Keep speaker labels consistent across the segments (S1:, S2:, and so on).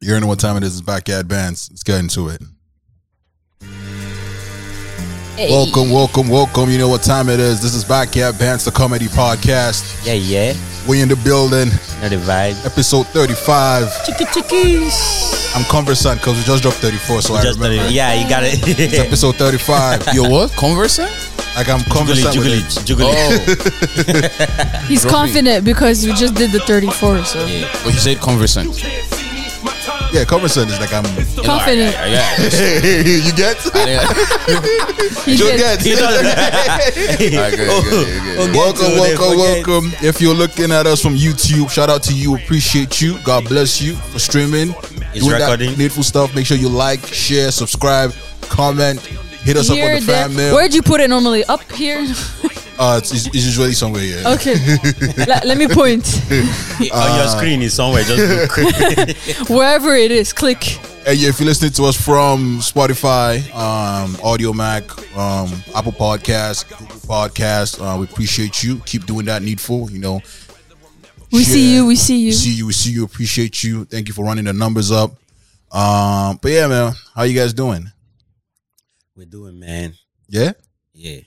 S1: You already know what time it is. It's Backyard Bands. Let's get into it.
S2: Hey.
S1: Welcome, welcome, welcome. You know what time it is. This is Backyard Bands, the comedy podcast.
S2: Yeah, yeah.
S1: We in the building,
S2: Another vibe.
S1: episode 35. I'm conversant because we just dropped 34, so I
S2: Just
S1: remember.
S2: another- yeah, you got it.
S1: It's episode 35. Yo,
S3: Yo, what? Conversant?
S1: like I'm
S2: Jubilee,
S1: conversant.
S2: jubilee,
S1: with
S2: jubilee.
S3: Oh,
S4: He's
S3: Dropping.
S4: confident because you just did the 34. So
S3: but you said conversant.
S1: it. Yeah, conversant is like I'm.
S4: confident.
S3: Yeah.
S1: you get?
S4: He
S1: You
S4: did.
S1: get?
S2: He does.
S3: Alright, good,
S2: Oh,
S3: good, good, good.
S2: okay,
S1: Welcome,
S2: so they
S1: welcome,
S2: forget.
S1: welcome. If you're looking at us from YouTube, shout out to you. Appreciate you. God bless you for streaming.
S2: It's
S1: doing that
S2: recording.
S1: needful stuff. Make sure you like, share, subscribe, comment, hit us up
S4: Here,
S1: on the
S4: there.
S1: fan mail.
S4: Where'd you put it normally? Up here?
S1: Uh, it's, it's usually somewhere here.
S4: Okay. Le- let me point.
S2: On
S1: Ah.
S2: your screen is somewhere. Just look.
S4: Wherever it is, click.
S1: Hey, yeah, if you're listening to us from Spotify, um, Audio Mac, um, Apple Podcast, Google Podcast, uh, we appreciate you. Keep doing that needful. You know,
S4: We see
S1: Share.
S4: you. We see you.
S1: We see you. We see you. Appreciate you. Thank you for running the numbers up. Um, but yeah, man, how you guys doing?
S2: We're doing, man.
S1: Yeah.
S2: Yeah.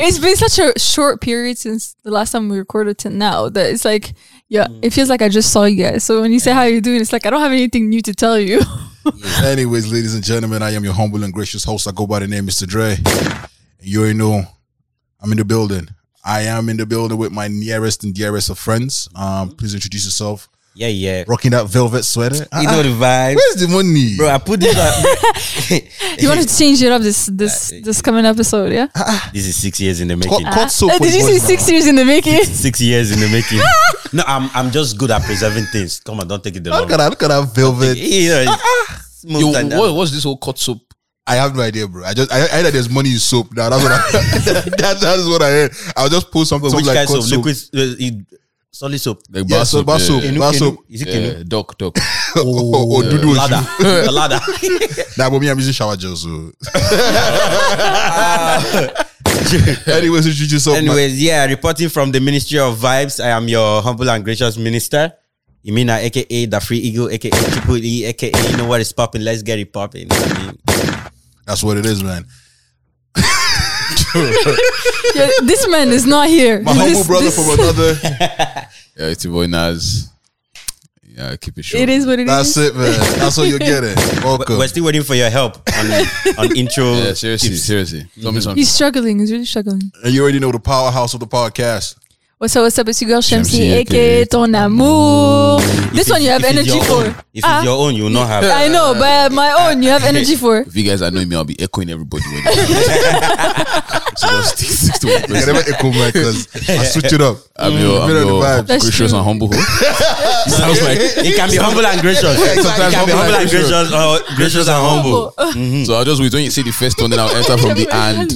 S4: It's been such a short period since the last time we recorded to now that it's like, yeah, it feels like I just saw you guys. So when you say how you doing, it's like I don't have anything new to tell you.
S1: Anyways, ladies and gentlemen, I am your humble and gracious host. I go by the name Mr. Dre. You already know I'm in the building. I am in the building with my nearest and dearest of friends. Um, please introduce yourself.
S2: Yeah, yeah.
S1: Rocking that velvet sweater.
S2: You
S1: Ah,
S2: know the vibe.
S1: where's the money?
S2: Bro, I put this on.
S4: you want to change it up this this this coming episode, yeah?
S2: this is six years in the
S1: Cut,
S2: making.
S1: cut soap.
S4: Uh,
S1: for
S4: did you
S1: the
S4: see
S1: boys,
S4: six years in the making?
S2: Six years in the making. no, I'm I'm just good at preserving things. Come on, don't take it the
S1: man.
S2: long
S1: Look at that. Look at that velvet.
S2: Yeah,
S1: Ah,
S2: it's smooth
S3: Yo,
S2: and- uh,
S3: what, what's this whole cut soap?
S1: I have no idea, bro. I just I, I heard that there's money in soap now. That's what I, that, that's what I heard. I'll just pull something
S2: So
S1: something
S2: which
S1: like
S2: kind
S1: cut
S2: of liquid? Uh, it- solid soap.
S3: Like
S1: Yeah, so bar soap,
S3: yeah.
S1: bar
S2: Canoe,
S1: soap.
S2: Is it canoe?
S3: Yeah, doc, doc.
S1: Oh, oh, oh, Dudu is
S2: ladder,
S1: you.
S2: a ladder.
S1: Nah, but me, I'm using shower gel. So, anyways, introduce yourself. man.
S2: Anyways, yeah, reporting from the Ministry of Vibes, I am your humble and gracious minister, Imina, aka the Free Eagle, aka Triple E, aka you know what is popping. Let's get it popping. You know what I mean?
S1: That's what it is, man.
S4: Yeah, this man is not here.
S1: My
S4: This-
S1: humble brother
S4: this-
S1: from another.
S3: Yeah, it's your boy Naz. Yeah, keep it short.
S4: It is what it is.
S1: That's it, man. That's what you're getting. Welcome.
S2: We're still waiting for your help on, on intro.
S3: Yeah, seriously,
S2: tips.
S3: seriously.
S1: Mm-hmm.
S3: Tell me something.
S4: He's struggling. He's really struggling.
S1: And you already know the powerhouse of the podcast.
S4: What's up? What's up? It's your girl Shamsi,
S3: Shamsi,
S4: aka
S3: aka
S4: Ton Amour. This
S2: If
S4: one you
S2: it's-
S4: have
S2: if it's
S4: energy
S2: your
S4: for.
S2: own- If
S4: Ah,
S2: it's your own, you will not have.
S4: I know, but my own you have energy for.
S3: If you guys are knowing me, I'll be echoing everybody. When they- so just stick, stick to one
S1: I
S3: person.
S1: never echo man because I switch it up.
S3: I'm your,
S1: Mm,
S3: I'm
S1: Bit of the
S3: your
S1: vibes.
S4: That's
S3: gracious
S4: true.
S3: and humble host. Sounds like
S2: It can be humble and gracious. It
S3: sometimes
S2: can be humble and gracious, or gracious and humble.
S3: So I'll just wait when you say the first one, then I'll enter from the and,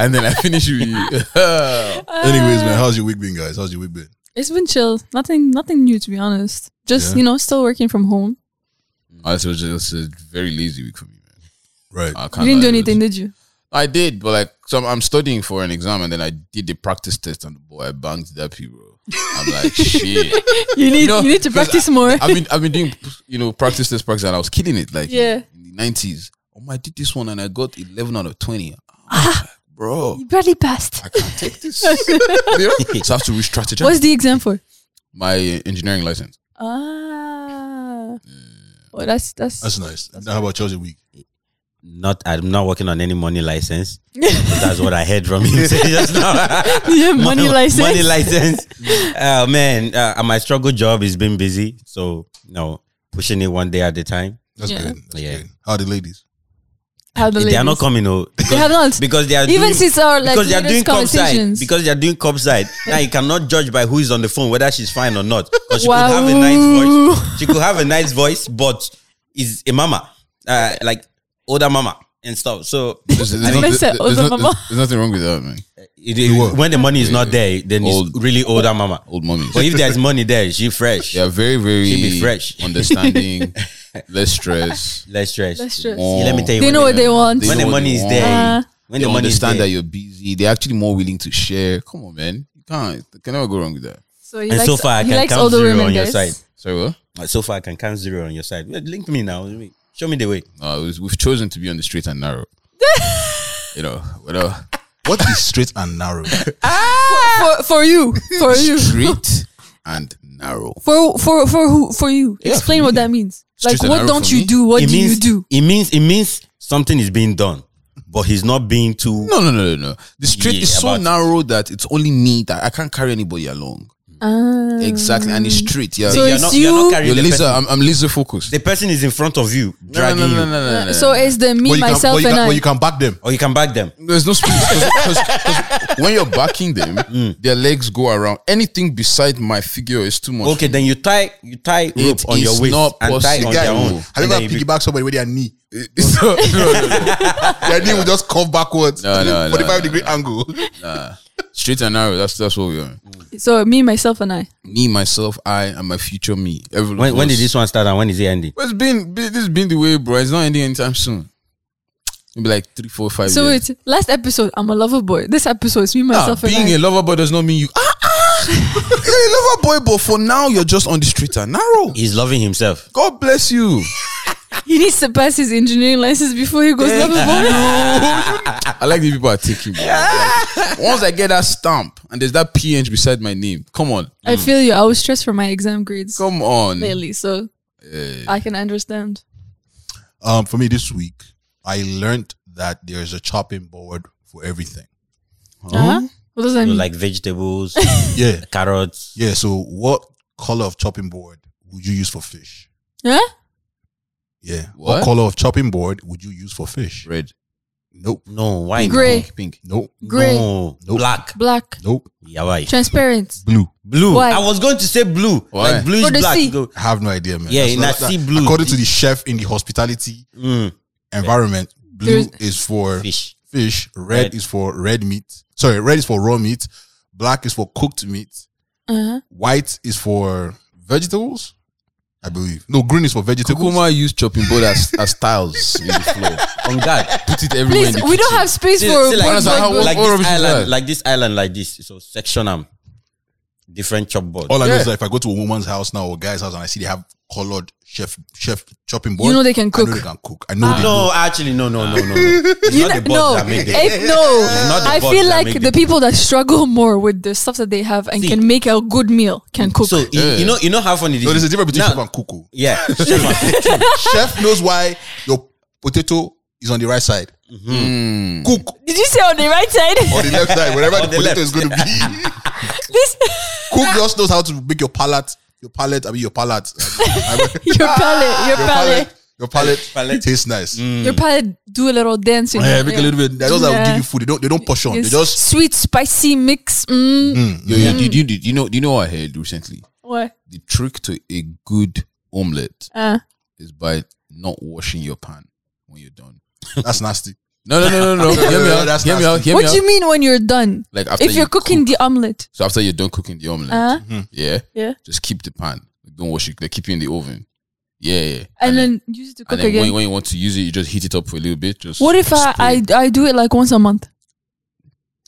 S3: and then I finish with you.
S1: Anyways, man, how's your week been, guys? How's your week been?
S4: It's been chill. Nothing nothing new to be honest. Just,
S1: Yeah.
S4: you know, still working from home.
S3: Honestly, it was just a very lazy week for me, man.
S1: Right.
S3: I can't
S4: You didn't do
S3: lie, it was-
S4: anything, did you?
S3: I did, but like, so I'm, I'm studying for an exam, and then I did the practice test, and boy, I banged that P, bro. I'm like, shit.
S4: You need
S3: know,
S4: you need to
S3: 'cause
S4: practice more.
S3: I've been, I've been doing, you know, practice test, practice, and I was killing it, like,
S4: Yeah.
S3: in the nineties. Oh my, I did this one, and I got eleven out of twenty. I'm
S4: Ah.
S3: like, bro,
S4: You barely passed.
S3: I can't take this. You know? So I have to re-strategize
S4: What's the exam for?
S3: my engineering license.
S4: Ah. Oh, that's that's
S1: That's nice. And how about yours your week?
S2: Not, I'm not working on any money license. That's what I heard from him. say just now.
S4: yeah, money license.
S2: Money license. uh, man, uh, my struggle job is being busy. So, you know, pushing it one day at a time.
S1: That's
S4: Yeah.
S1: good. That's
S2: Yeah.
S1: good. How are the ladies?
S4: How the
S2: They are
S4: ladies-
S2: not coming, oh. Because,
S4: They have not.
S2: because they are
S4: Even
S2: doing,
S4: since our like
S2: because they are doing
S4: latest
S2: curbside.
S4: conversations.
S2: Because they are doing curbside. now you cannot judge by who is on the phone whether she's fine or not. Because she could have a
S4: Wow.
S2: nice voice. She could have a nice voice, but is a mama, uh, like older mama and stuff. So
S3: There's, there's,
S4: I
S3: no-
S4: think-
S3: there's,
S4: Said
S3: there's
S4: older
S3: no-
S4: mama.
S3: there's nothing wrong with that, man.
S2: it- it-
S1: what?
S2: when the money is not there, then it's
S3: Old.
S2: really older mama.
S3: Old mummies.
S2: But if there's money there, she fresh.
S3: They are very,
S2: She
S3: very
S2: be fresh.
S3: understanding, less stress.
S2: Let's stress.
S4: Let's stress.
S3: more-
S2: Let me tell you.
S4: They
S2: one
S4: know
S2: thing.
S4: what they want.
S2: When
S3: know
S2: the
S3: what
S2: money
S3: Oh. they
S2: is
S3: want.
S2: there,
S4: Uh,
S2: when
S3: they
S2: the money is
S3: understand
S2: there,
S3: that you're busy. They're actually more willing to share. Come on, man. You can't. You can never go wrong with that.
S4: So he
S2: and
S4: likes,
S2: so far I
S4: he
S2: can
S4: likes
S2: count
S4: all the
S2: zero
S4: women
S2: on your
S4: guys.
S2: side.
S3: Sorry, what?
S2: Uh, So far I can count zero on your side. Wait, Link me now. Show me the way.
S3: No, it was, we've chosen to be on the straight and narrow. you know, whether
S1: What is straight and narrow?
S4: For, for you, for you,
S3: straight and narrow.
S4: for for for who, for you. Explain what that means.
S3: Straight
S4: Like,
S3: and
S4: what
S3: narrow
S4: don't
S3: for
S4: you
S3: me?
S4: do? What
S2: it
S4: do
S2: means
S4: you do?
S2: it means it means something is being done, but he's not being too.
S3: No, no, no, no, no. The street
S2: Yeah,
S3: is so
S2: about-
S3: narrow that it's only me that I can't carry anybody along.
S4: Ah.
S3: Exactly, and it's straight. Yeah,
S4: So
S2: You're
S3: yeah.
S4: it's
S2: not, Mm. you're not
S4: you-
S2: carrying
S3: You're
S2: the
S3: laser.
S2: person.
S3: I'm, I'm laser focused.
S2: The person is in front of you,
S3: No, no,
S2: dragging
S3: no, no, no,
S2: you,
S3: no, no, no.
S4: So it's the me,
S1: But you can-
S4: myself,
S1: but you
S4: and
S1: can-
S4: I.
S1: But you can back them.
S2: or you can back them.
S3: There's no space because when you're backing them,
S2: Mm.
S3: their legs go around. Anything beside my figure is too much.
S2: Okay, then you tie you tie rope
S3: It
S2: on
S3: is
S2: your waist
S3: not
S2: and tie
S3: possible.
S2: on
S1: Guy,
S2: their own.
S1: have
S2: And
S1: you
S2: then
S1: ever
S2: you be-
S1: piggyback somebody with their knee?
S3: It's not- no, no, no.
S1: Their knee will just curve backwards.
S3: No, no, no,
S1: 45
S3: no,
S1: degree angle.
S3: Straight and narrow. That's that's what we are.
S4: so me, myself, and I.
S3: Me, myself, I, and my future me. Everyone.
S2: when, when did
S3: was-
S2: this one start and when is it ending?
S3: But it's been be- this has been the way, bro. It's not ending anytime soon. It'll be like three, four, five.
S2: Oh,
S4: So
S3: years.
S4: wait, last episode I'm a lover boy. This episode is me,
S3: Ah,
S4: myself, and
S3: being
S4: I.
S3: a lover boy does not mean you. Ah, ah. You're a lover boy, but for now you're just on the street and narrow.
S2: He's loving himself.
S3: God bless you.
S4: he needs to pass his engineering license before he goes lover boy.
S3: I like the people are taking. bro. Like, once I get that stamp and there's that PH beside my name, come on,
S4: I feel you. I was stressed for my exam grades
S3: come
S1: Mm-hmm.
S3: on.
S4: lately, so I can understand.
S1: Um, for me this week, I learned that there's a chopping board for everything.
S4: Uh-huh. What does that
S2: You know,
S4: mean?
S2: like vegetables,
S1: Yeah.
S2: carrots.
S1: Yeah. So what color of chopping board would you use for fish?
S4: huh?
S1: Yeah. What,
S3: What?
S1: color of chopping board would you use for fish?
S3: Red,
S1: Nope.
S2: No, why not?
S4: Gray,
S3: pink.
S1: Nope.
S4: Gray.
S2: No,
S1: Nope.
S2: black.
S4: black,
S1: Nope.
S2: Yeah, why?
S4: transparent.
S1: Blue.
S2: Blue.
S4: Why?
S2: I was going to say blue.
S3: Why?
S2: Like blue is
S4: For the
S2: black.
S4: sea.
S2: Go-
S1: I have no idea, man.
S2: Yeah,
S1: That's
S2: in
S1: not-
S2: that sea blue.
S1: According to the chef in the hospitality
S2: Mm,
S1: environment, blue
S4: There's-
S1: is for
S2: fish.
S1: fish, red,
S2: Red.
S1: is for red meat. Sorry, red is for raw meat, black is for cooked meat,
S4: Uh-huh.
S1: white is for vegetables, I believe. No, green is for vegetables.
S3: Kukuma used chopping board as, as tiles in the floor.
S2: On God.
S3: Put it everywhere.
S4: Please,
S3: in the
S4: we don't
S3: kitchen.
S4: have space
S2: See-
S4: for
S2: see,
S4: a
S2: like,
S4: board
S3: Honestly,
S4: like,
S3: how-
S4: black.
S2: like
S3: what
S2: this
S3: rubbish is
S2: island,
S3: that?
S2: like this island, like this. So section them. Different chop board.
S1: All I know
S3: Yeah.
S1: is that if I go to a woman's house now or a guy's house and I see they have colored chef chef chopping board,
S4: You know they
S1: I
S4: can
S1: know
S4: cook. Ah.
S1: they can cook. I know they know.
S2: no, actually, no, no, no, no, no. It's
S4: You
S2: not the
S4: know- no,
S2: board that make the
S4: if- no.
S2: not the
S4: I
S2: board
S4: feel
S2: that
S4: like
S2: make
S4: the,
S2: the-
S4: people that struggle more with the stuff that they have and
S2: See.
S4: can make a good meal can cook.
S2: So you-
S3: Yeah.
S2: you know, you know how funny this
S1: So there's a
S2: is.
S1: difference between
S2: Now-
S1: chef and cook. oh.
S2: Yeah, chef and cook.
S1: chef knows why your potato is on the right side.
S4: Mm-hmm.
S1: Cook
S4: Did you say on the right side?
S1: on the left side, wherever the,
S2: On the
S1: potato
S2: left.
S1: is going to be.
S4: this
S1: cook just knows how to make your palate, your palate, I mean your palate, I mean,
S4: your palate, your
S1: your
S4: palate,
S1: palate, your palate,
S2: Palate.
S1: tastes nice.
S2: mm.
S4: your palate do a little dance. in
S1: Yeah,
S4: it.
S1: Eh, make a little bit. That's what I
S4: Yeah.
S1: give you food. They don't. They don't portion.
S4: Yes.
S1: They just.
S4: sweet spicy mix. Mm.
S3: Yo, yo, do, you- do, you- do you know? Do you know what I heard recently?
S4: What?
S3: The trick to a good omelette
S4: Uh,
S3: is by not washing your pan when you're done.
S1: That's nasty.
S3: No, no, no, no, no.
S1: No,
S3: hear
S1: no,
S3: me
S1: no,
S3: out.
S1: that's
S3: Hear me
S1: nasty.
S3: out. Hear
S4: what
S3: me
S4: do
S3: out.
S4: you mean when you're done?
S3: Like after
S4: If you're cooking the omelet,
S3: so after you're done cooking the omelet,
S4: uh,
S3: yeah,
S4: yeah,
S3: just keep the pan. Don't wash it. Like keep it in the oven. Yeah, yeah.
S4: and then use it to
S3: and
S4: cook
S3: then when,
S4: again.
S3: when you want to use it, you just heat it up for a little bit. Just
S4: What if I, I I do it like once a month?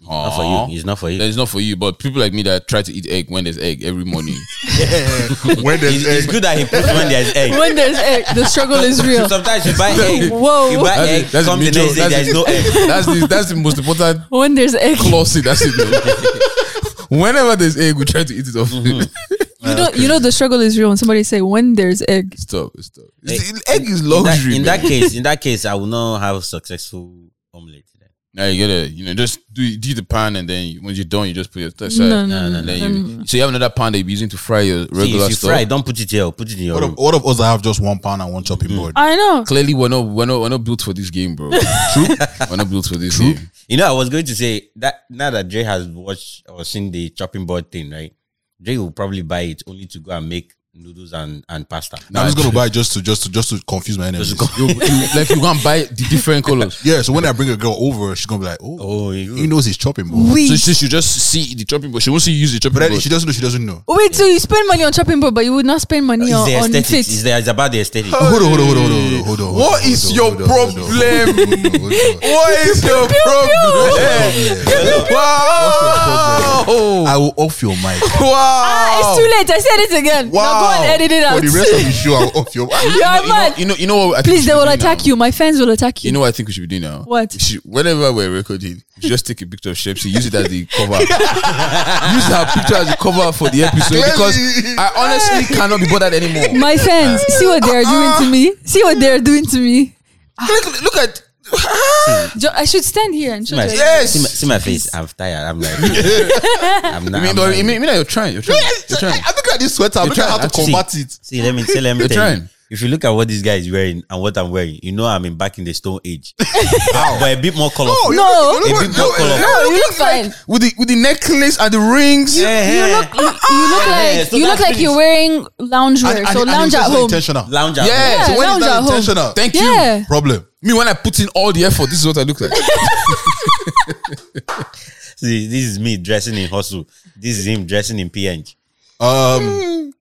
S2: Not for you. It's not for you.
S3: It's not for you, but people like me that try to eat egg when there's egg every morning.
S1: when
S2: It's,
S1: there's eh,
S2: it's good that he puts when there's egg.
S4: When there's egg, the struggle is real.
S2: Sometimes you buy egg.
S4: Whoa.
S2: You buy
S3: That's it.
S2: egg.
S3: That's
S2: Come the
S3: mutual.
S2: next day,
S3: That's
S2: there's
S3: it.
S2: no egg.
S3: that's the that's the most important
S4: When there's egg,
S3: clause. in- That's it. Whenever there's egg, we try to eat it off.
S4: you know you know the struggle is real. When somebody say when there's egg,
S3: Stop, stop.
S2: Egg-
S3: Egg, egg is
S2: In that,
S3: luxury.
S2: in that
S3: man.
S2: case, in that case, I will not have successful omelette. Then.
S3: Now you gotta, you know, just do do the pan, and then you, when you're done, you just put your aside.
S4: No, no,
S3: and
S4: no,
S3: then
S4: no,
S3: you, So you have another pan that you're using to fry your
S2: See,
S3: regular
S2: if you
S3: stuff.
S2: fry, don't put it here. Put it in your
S1: What
S2: room.
S1: of, what of us that have just one pound and one chopping board?
S4: I know.
S3: Clearly, we're not, we're not, we're not built for this game, bro. True, we're not built for this game.
S2: You know, I was going to say that now that Dre has watched or seen the chopping board thing, right? Dre will probably buy it only to go and make noodles and, and pasta.
S1: I'm just gonna buy just to just to just to confuse my enemies.
S3: You, you, like you go and buy the different colors.
S1: Yeah, so when I bring a girl over, she's gonna be like, "Oh,
S2: Oh,
S1: he
S2: you,
S1: knows he's chopping." Bro.
S4: Wait,
S3: So she should just see the chopping board. She won't see you use the chopping
S1: But then
S3: board.
S1: she doesn't know. She doesn't know.
S4: wait. So you spend money on chopping board, but you would not spend money
S2: it's
S4: on,
S2: the
S4: on
S2: aesthetics. It's,
S4: fit.
S2: the, it's about the aesthetics.
S3: Oh,
S1: Hold on, hold on, hold on, hold on, hold on. hold
S3: What
S1: on,
S3: is
S1: hold
S3: your
S1: on, hold on, hold on,
S3: problem?
S1: hold on, hold on, hold on.
S3: What is your problem? Wow!
S1: I will off your mic.
S4: Ah, it's too
S3: Wow!
S4: late. I said it again. Now go and edit it
S1: For
S4: out.
S1: the rest of the show, I will off your mic.
S4: You are
S3: You know,
S4: mad.
S3: you know, you know what? I think we
S4: Please,
S3: should
S4: they
S3: be
S4: will
S3: doing
S4: attack
S3: now?
S4: you. My fans will attack you.
S3: You know what I think we should be doing now?
S4: What?
S3: We should- whenever we're recording, we should just take a picture of Shepsi, use it as the cover. use her picture as the cover for the episode because I honestly cannot be bothered anymore.
S4: my fans, see what they are doing to me. See what they are doing to me.
S3: Look, look at
S4: Jo- I should stand here and show
S2: My-
S4: you.
S3: yes.
S2: See my, see my face. I'm tired. I'm like, I'm not.
S3: I mean,
S2: I'm
S3: no,
S2: not-
S3: I mean, I mean, you're trying. You're trying. You're trying.
S1: I'm looking at this sweater. I'm
S3: You're
S1: looking at
S3: trying,
S1: how to
S3: actually.
S1: combat it.
S2: See, let me tell let me
S3: You're
S2: tell you.
S3: trying.
S2: If you look at what this guy is wearing and what I'm wearing, you know I'm in back in the stone age, but a bit more colorful.
S1: you
S4: No.
S1: look- you
S2: A
S1: look-
S2: bit more colorful.
S4: No, you look fine.
S3: With the with the necklace and the rings.
S2: Yeah.
S4: You look, you, you look
S2: Yeah,
S4: like
S2: so
S4: you look
S2: that's
S4: like you're wearing loungewear.
S1: And- and-
S4: So
S1: and it
S4: lounge
S1: was
S4: at
S1: not
S4: home.
S1: Intentional.
S2: Lounge. out.
S3: Yeah.
S4: Yeah,
S1: So when is
S4: lounge
S1: that
S4: at home.
S1: intentional?
S3: Thank you.
S4: Yeah.
S1: Problem.
S3: Me, when I put in all the effort, this is what I look like.
S2: See, this is me dressing in hustle. This is him dressing in PNG.
S1: Um,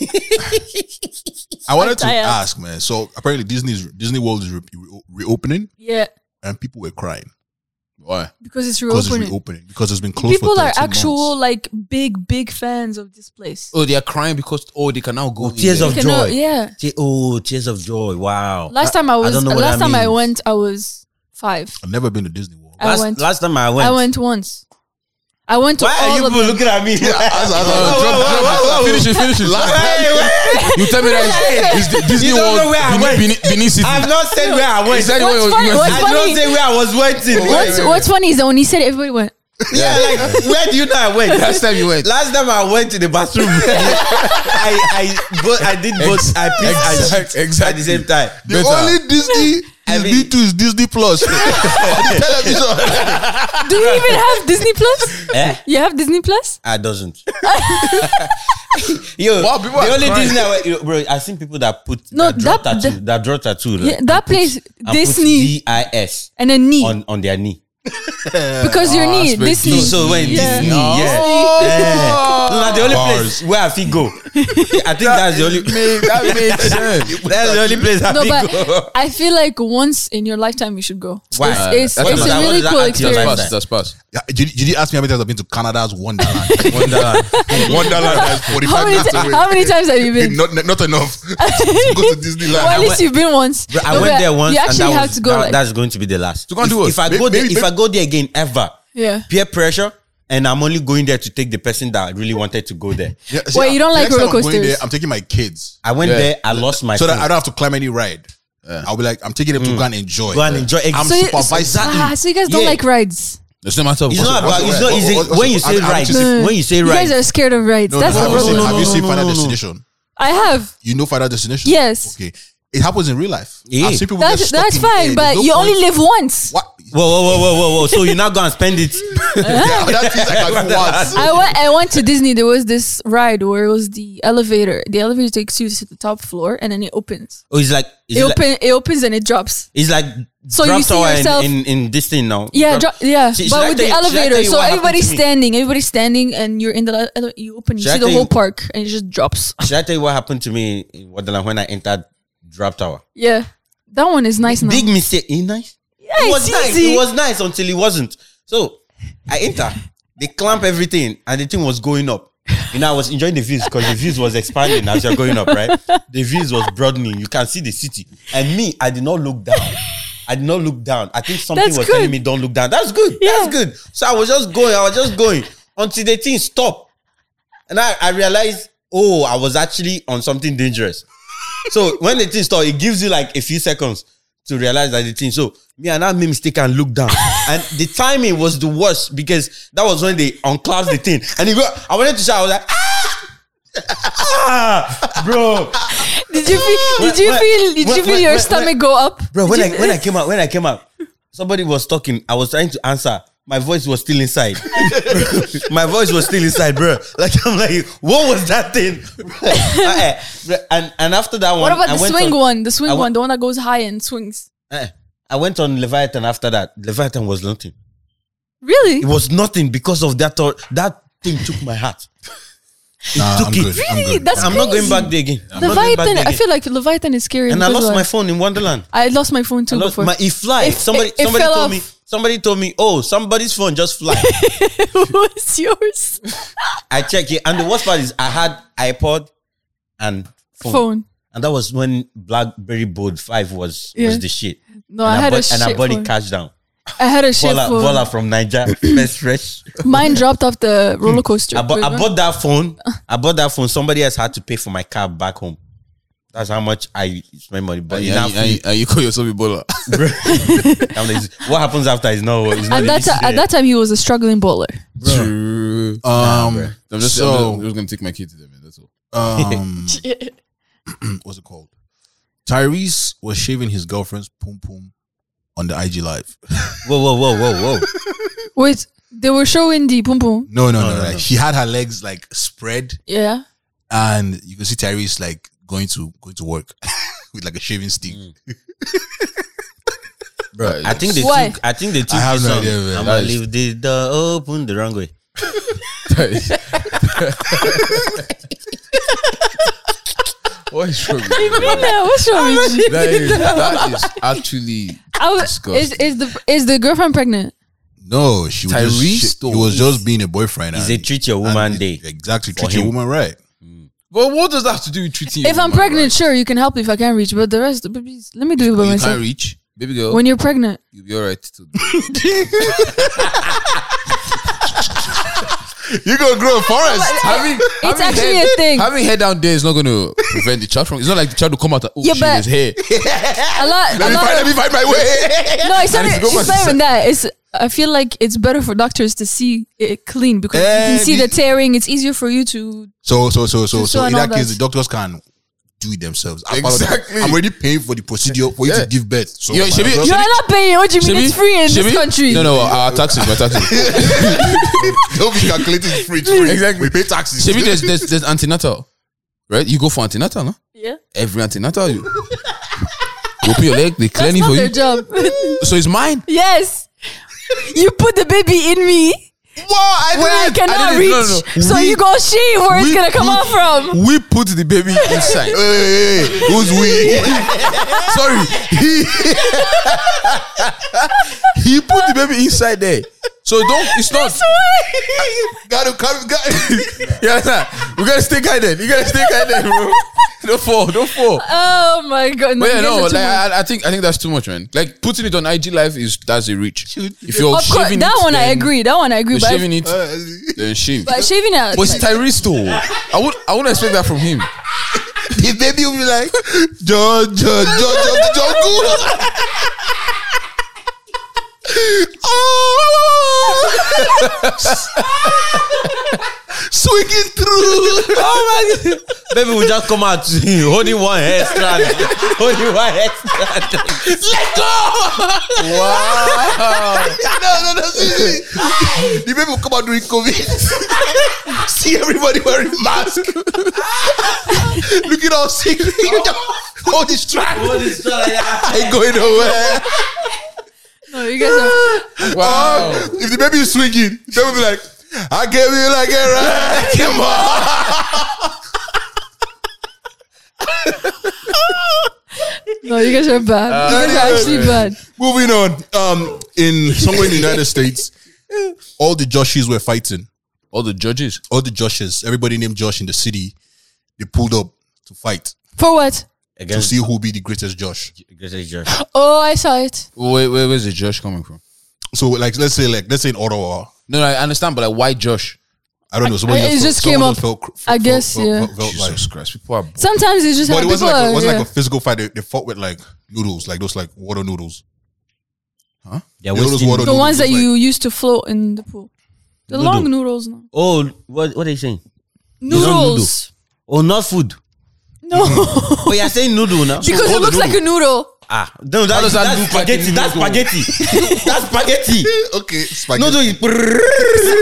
S1: I wanted to
S4: tired.
S1: ask, man. So apparently Disney's Disney World is re- re- reopening,
S4: Yeah,
S1: and people were crying
S3: Why?
S4: because it's
S1: because it's
S4: reopening.
S1: reopening because it's been closed.
S4: People
S1: for
S4: are
S1: 13
S4: actual
S1: months.
S4: like big big fans of this place.
S3: Oh, they are crying because oh, they can now go. in
S2: Tears
S3: there.
S2: of
S4: You
S2: joy.
S4: cannot- yeah.
S2: Te- oh, tears of joy. Wow.
S4: Last time I was
S2: don't know what
S4: last
S2: that
S4: time I
S2: means.
S4: went I was five.
S1: I've never been to Disney World.
S4: I
S2: last,
S4: went-
S2: last time I went.
S4: I went once. I went to
S2: Why
S4: all
S2: are you
S4: of
S2: people
S4: them.
S2: looking at me?
S1: As- as- as-
S2: Whoa,
S1: drop-
S2: whoa,
S1: drop-
S2: whoa, whoa, whoa.
S3: Finish it, finish it. You tell me that it's, it's the Disney
S2: You don't know
S3: World
S2: where I
S3: Benin,
S2: went.
S3: Benin, Benin City.
S2: I've not said where I went.
S3: Is that where
S4: What's
S3: you-
S4: funny-
S3: you-
S4: what's
S2: I don't say where I was waiting.
S4: What's what's funny is that when he said it, everybody went.
S2: yeah, like where do you know I went?
S3: Last time you went.
S2: Last time I went to the bathroom, I I both I did both. I pissed and shit at
S3: Exact-
S2: the same
S3: exactly.
S2: time.
S1: The
S3: Better.
S1: only Disney
S2: I
S1: is
S2: mean-
S1: B2 is Disney Plus. On the television.
S4: Do you even have Disney Plus?
S2: Eh?
S4: You have Disney Plus?
S2: I Ah, doesn't. Yo,
S3: Wow, people
S2: the
S3: are
S2: only
S3: crying.
S2: Disney, I went, yo, bro. I seen people that put
S4: No,
S2: that, draw
S4: that-
S2: tattoo,
S4: that-
S2: that draw tattoo,
S4: Yeah,
S2: right?
S4: that place Disney
S2: D I S
S4: and then knee
S2: on on their knee.
S4: because your knee
S3: very
S4: Disney.
S2: So when
S4: Yeah.
S2: Disney, yeah.
S1: Oh.
S2: Yeah. No, na the only place where I fit go. I think that's the only
S3: that makes sense.
S2: that's the only place I
S4: No,
S2: fit go.
S4: but I feel like once in your lifetime you should go.
S2: Why?
S4: It's, it's,
S3: What
S4: it's
S3: does
S4: a
S3: that-
S2: what
S4: really
S2: does that
S4: cool
S2: add to your
S4: experience.
S2: life?
S3: Pass, that's pass.
S1: Yeah, Did did you ask me how many times I've been to Canada's Wonderland?
S2: Wonderland.
S1: Wonderland has 45
S4: How many,
S1: minutes
S4: ti-
S1: away.
S4: how many times have you been?
S1: Not, not enough to go to
S4: Well, at
S1: Disneyland.
S4: least you've been once.
S2: I
S4: No,
S2: went
S4: but
S2: there once.
S4: You actually
S2: and that
S4: have
S2: was-
S4: to go.
S2: that-
S4: like,
S2: that's going to be the last.
S1: go and do what?
S2: if, if I
S1: May-
S2: go there,
S1: maybe-
S2: if I go there again ever,
S4: yeah.
S2: peer pressure, and I'm only going there to take the person that really wanted to go there.
S1: Yeah,
S4: Well, you don't
S1: the
S4: like
S1: next time
S4: roller
S1: I'm going
S4: coasters.
S1: there, I'm taking my kids
S2: I went
S3: Yeah.
S2: there. I lost my
S1: so that
S2: phone.
S1: I don't have to climb any ride. I'll be like, I'm taking them to go and enjoy.
S2: Mm. go and enjoy.
S1: I'm
S4: So you-
S1: supervising.
S4: Ah, so you guys don't
S2: Yeah.
S4: like rides.
S3: It's not matter.
S2: It's not
S1: what's
S2: about.
S1: the
S2: It's
S1: ride?
S2: not
S1: What-
S2: easy.
S1: what- what's
S2: When
S1: the-
S2: you
S1: I'm-
S2: say
S1: I'm
S2: right,
S1: just-
S4: No.
S2: when you say
S4: You guys
S2: right,
S4: are scared of rides.
S1: No,
S4: That's
S1: no,
S4: the
S1: have you seen-
S4: problem.
S2: no,
S1: Have you
S2: no,
S1: seen
S2: no,
S1: Final
S2: no, no.
S1: Destination?
S4: I have.
S1: You know Final Destination?
S4: Yes.
S1: Okay. It happens in real life.
S2: Yeah.
S1: I've seen people get
S4: That's
S1: stuck
S4: that's
S1: in the air.
S4: fine,
S1: There's
S4: but
S1: no
S4: you
S1: point.
S4: only live once.
S1: What?
S2: whoa, whoa, whoa, whoa, whoa, whoa. So you're not gonna spend it.
S4: Uh-huh.
S1: yeah, that is like I do once.
S4: I went. I went to Disney. There was this ride where it was the elevator. The elevator takes you to the top floor, and then it opens.
S2: Oh, it's like it's
S4: It
S2: like,
S4: open. It opens and it drops.
S2: it's like
S4: So
S2: drop
S4: you see
S2: tower
S4: yourself-
S2: in, in in this thing now.
S4: Yeah,
S2: Drop-
S4: dro- yeah.
S2: Should- should
S4: but
S2: I
S4: with
S2: tell
S4: the
S2: you- should I tell
S4: elevator,
S2: you
S4: so
S2: what happened
S4: everybody's
S2: to me?
S4: standing. Everybody's standing, and you're in the ele- you open. You
S2: Should I
S4: see the
S2: tell
S4: whole
S2: you-
S4: park, and it just drops.
S2: Should I tell you what happened to me in Wonderland when I entered Drop Tower?
S4: Yeah, that one is nice now.
S2: Big mistake. Ain't nice.
S4: yeah,
S2: it was
S4: it's
S2: nice.
S4: easy.
S2: It was nice until it wasn't. So I enter. They clamp everything, and the thing was going up. You know, I was enjoying the views because the views was expanding as you're going up, right? The views was broadening. You can see the city. And me, I did not look down. I did not look down. I think something
S4: That's
S2: was
S4: good.
S2: telling me don't look down. That's good.
S4: Yeah.
S2: That's good. So I was just going. I was just going until the thing stopped, and I, I realized, oh, I was actually on something dangerous. So when the thing starts, it gives you like a few seconds to realize that the thing. So me and I made mistake and look down, and the timing was the worst because that was when they unclasped the thing, and it got, I wanted to shout. I was like, ah, ah bro,
S4: Did you feel? Did you
S2: When-
S4: feel? Did
S2: when-
S4: you feel
S2: when-
S4: your
S2: when-
S4: stomach go up?
S2: bro. When
S4: Did
S2: I
S4: you-
S2: when I came out, when I came out, somebody was talking. I was trying to answer. my voice was still inside. my voice was still inside, bro. Like I'm like, what was that thing? Eh, eh, bro. and and after that one,
S4: What about
S2: I
S4: the
S2: went
S4: swing
S2: on-
S4: one? The swing
S2: I went-
S4: one, the one that goes high and swings.
S2: eh, I went on Leviathan after that. Leviathan was nothing.
S4: Really?
S2: It was nothing because of that. thought- that thing took my heart.
S1: Nah,
S2: took
S1: I'm
S2: it.
S1: good. I'm
S4: Really?
S1: good.
S4: That's
S2: I'm not
S4: crazy.
S2: going back there again. I'm not going back
S4: Leviathan.
S2: there
S4: I
S2: again.
S4: feel like Leviathan is scary.
S2: and I
S4: because
S2: lost
S4: of-
S2: my phone in Wonderland.
S4: I lost my phone too.
S2: I lost
S4: before.
S2: my it fly.
S4: If-
S2: somebody
S4: it- it
S2: somebody
S4: fell
S2: told
S4: off.
S2: me somebody told me, oh, somebody's phone just fly.
S4: it was yours.
S2: I check it. And the worst part is I had iPod and phone.
S4: Phone.
S2: And that was when Blackberry Bold 5 was
S4: Yeah.
S2: was the shit.
S4: No,
S2: and
S4: I had
S2: bought,
S4: a shit
S2: and I bought
S4: phone.
S2: it cash down.
S4: I had a shit
S2: Voila,
S4: phone.
S2: voila from Niger. First fresh.
S4: Mine dropped off the roller coaster.
S2: I bought, I
S4: Remember?
S2: bought that phone. I bought that phone. Somebody else had to pay for my cab back home. That's how much I spend money. But
S3: And,
S2: in
S3: and-
S2: that
S3: and- and you call yourself Ebola.
S2: field, I'm like, what happens after is no. It's not
S4: At that,
S2: easy.
S4: ti- at that time, he was a struggling bowler.
S3: True.
S1: Um,
S3: I'm just, I'm just-
S1: so,
S3: I'm just gonna take my kid to them. That's all.
S1: um, what's it called? Tyrese was shaving his girlfriend's poom poom on the IG live.
S2: Whoa, whoa, whoa, whoa, whoa.
S4: Wait, they were showing the boom boom.
S1: No, no, no,
S2: Oh, no,
S1: no.
S2: no.
S1: Like, she had her legs like spread,
S4: Yeah.
S1: and you could see Tyrese like going to going to work with like a shaving stick.
S2: Mm.
S3: Bro,
S2: I think they
S4: Why?
S2: took. I think they took.
S1: I have no
S2: this song.
S1: idea, man.
S2: I'm
S3: That
S2: gonna
S3: is-
S2: leave the door open the wrong way.
S3: what is wrong? with
S4: What do
S3: you?
S4: you mean now? What's wrong with you?
S3: That is, that is actually
S4: I was, is,
S3: disgusting.
S4: is the is the girlfriend pregnant?
S1: No, she was
S3: Tyrese
S1: just, she, he was just being a boyfriend.
S2: Is
S1: and-
S2: it treat your
S1: and
S2: woman
S1: it-
S2: day?
S1: Exactly,
S2: for
S1: treat your
S2: him.
S1: woman right.
S3: but what does that have to do with treating?
S4: if I'm pregnant, sure you can help if I can reach, but the rest, please, let me do it by
S3: you
S4: myself.
S3: can't reach, baby girl.
S4: When you're pregnant,
S3: you'll be all right. too.
S1: You gonna grow a forest?
S3: having,
S4: it's actually a thing.
S3: Having hair down there is not going to prevent the child from. It's not like the child will come out. And, oh
S4: Yeah,
S3: shit,
S4: but-
S3: there's hair.
S4: a lot, a lot
S3: Let
S4: of,
S3: me find my way.
S4: no, it's not.
S3: I need to go
S4: It's
S3: myself.
S4: not even that. It's I feel like it's better for doctors to see it clean because you
S1: Eh,
S4: can see
S1: the-
S4: the tearing. It's easier for you to.
S1: So, so, so, so,
S4: So
S1: so.
S4: I
S1: In
S4: know
S1: that case,
S4: that.
S1: the doctors can do it themselves. I'm part of that.
S3: Exactly.
S1: I'm already paying for the procedure for you
S3: Yeah.
S1: to give birth. So
S3: Yo,
S1: might as
S3: should we-
S1: well-
S4: You
S3: Should
S4: are not paying. What do you mean?
S3: Should
S4: It's
S3: we-
S4: free in
S3: should
S4: this
S3: we-
S4: country.
S3: No, no, our taxes, my taxes.
S1: Don't be calculating it's free. it's free.
S3: Exactly.
S1: We pay taxes.
S3: Shebi, there's, there's there's antenatal, right? You go for antenatal, no?
S4: Yeah,
S3: Every antenatal, you, you open your leg, they
S4: that's
S3: clean it
S4: not
S3: for
S4: their
S3: you.
S4: job.
S3: So it's mine.
S4: yes, you put the baby in me.
S3: Wow, I
S4: where I cannot reach. So you gonna see where it's gonna come out from.
S3: We put the baby inside.
S1: Hey, hey, hey, who's we?
S3: Sorry, he he put the baby inside there. So don't. It's not.
S1: gotta come, gotta.
S3: Yeah, we gotta stay guided. You gotta stay guided, bro. Don't fall. Don't fall.
S4: Oh my god!
S3: But yeah, no,
S4: these
S3: like
S4: are too much.
S3: I, I think I think that's too much, man. Like putting it on IG live is that's a reach. If you're
S4: of course,
S3: shaving
S4: that
S3: it,
S4: one I
S3: then
S4: agree. That one I agree.
S3: You're
S4: But,
S3: shaving it,
S1: Uh,
S3: then shave.
S4: but shaving out.
S3: But it's
S4: Like,
S3: Tyrese though. I would I wouldn't expect that from him.
S1: The baby will be like, John, John, John, John, John, John. Oh. Swinging through.
S2: Oh my god. Baby will just come out holding one hair strand. holding one hair strand.
S1: no, no, no, see, see. The baby will come out during COVID. see everybody wearing mask. Looking all sick. Oh. All this track.
S2: Holding strand. yeah.
S1: ain't going nowhere.
S4: no, you guys are.
S1: Oh.
S3: Wow.
S1: Um, If the baby is swinging, the baby will be like, I gave you like a ride. Come on.
S4: No, you guys are bad.
S3: Uh,
S4: you guys are actually bad.
S1: Moving on. Um, in somewhere in the United States, all the Joshes were fighting.
S3: All the judges.
S1: All the Joshes, everybody named Josh in the city, they pulled up to fight
S4: For what?
S1: to
S2: Against
S1: see who will be the greatest Josh.
S2: against Josh.
S4: Oh, I saw it.
S3: Wait, where, where's the judge coming from?
S1: So, like, let's say, like, let's say in Ottawa,
S3: No, no, I understand, but like why Josh?
S1: I don't know. Someone
S4: I- it just
S1: someone
S4: came
S1: just
S4: up.
S1: felt cr-
S4: I guess, yeah.
S1: felt like-
S3: Jesus Christ, people are
S4: Sometimes it's just how
S1: but it
S4: people
S1: wasn't like,
S4: are.
S1: it wasn't like
S4: yeah.
S1: a physical fight. They, they fought with like noodles, like those like water noodles.
S2: They're
S1: Noodles,
S2: wasting-
S1: water-
S4: the ones that
S1: noodles,
S4: you used to float in the pool. The
S2: Noodle.
S4: long noodles. No.
S2: Oh, what what are you saying? don't
S4: Noodles.
S2: Oh, not food.
S4: No.
S2: But you're saying noodle now.
S4: because
S3: all
S4: it
S3: the
S4: looks like a
S3: noodle.
S4: noodle.
S2: Ah, no,
S3: How
S2: that,
S3: does that
S2: that's
S3: look like
S2: spaghetti.
S3: a
S2: That's spaghetti. that's spaghetti.
S1: okay, spaghetti.
S2: No, no, you.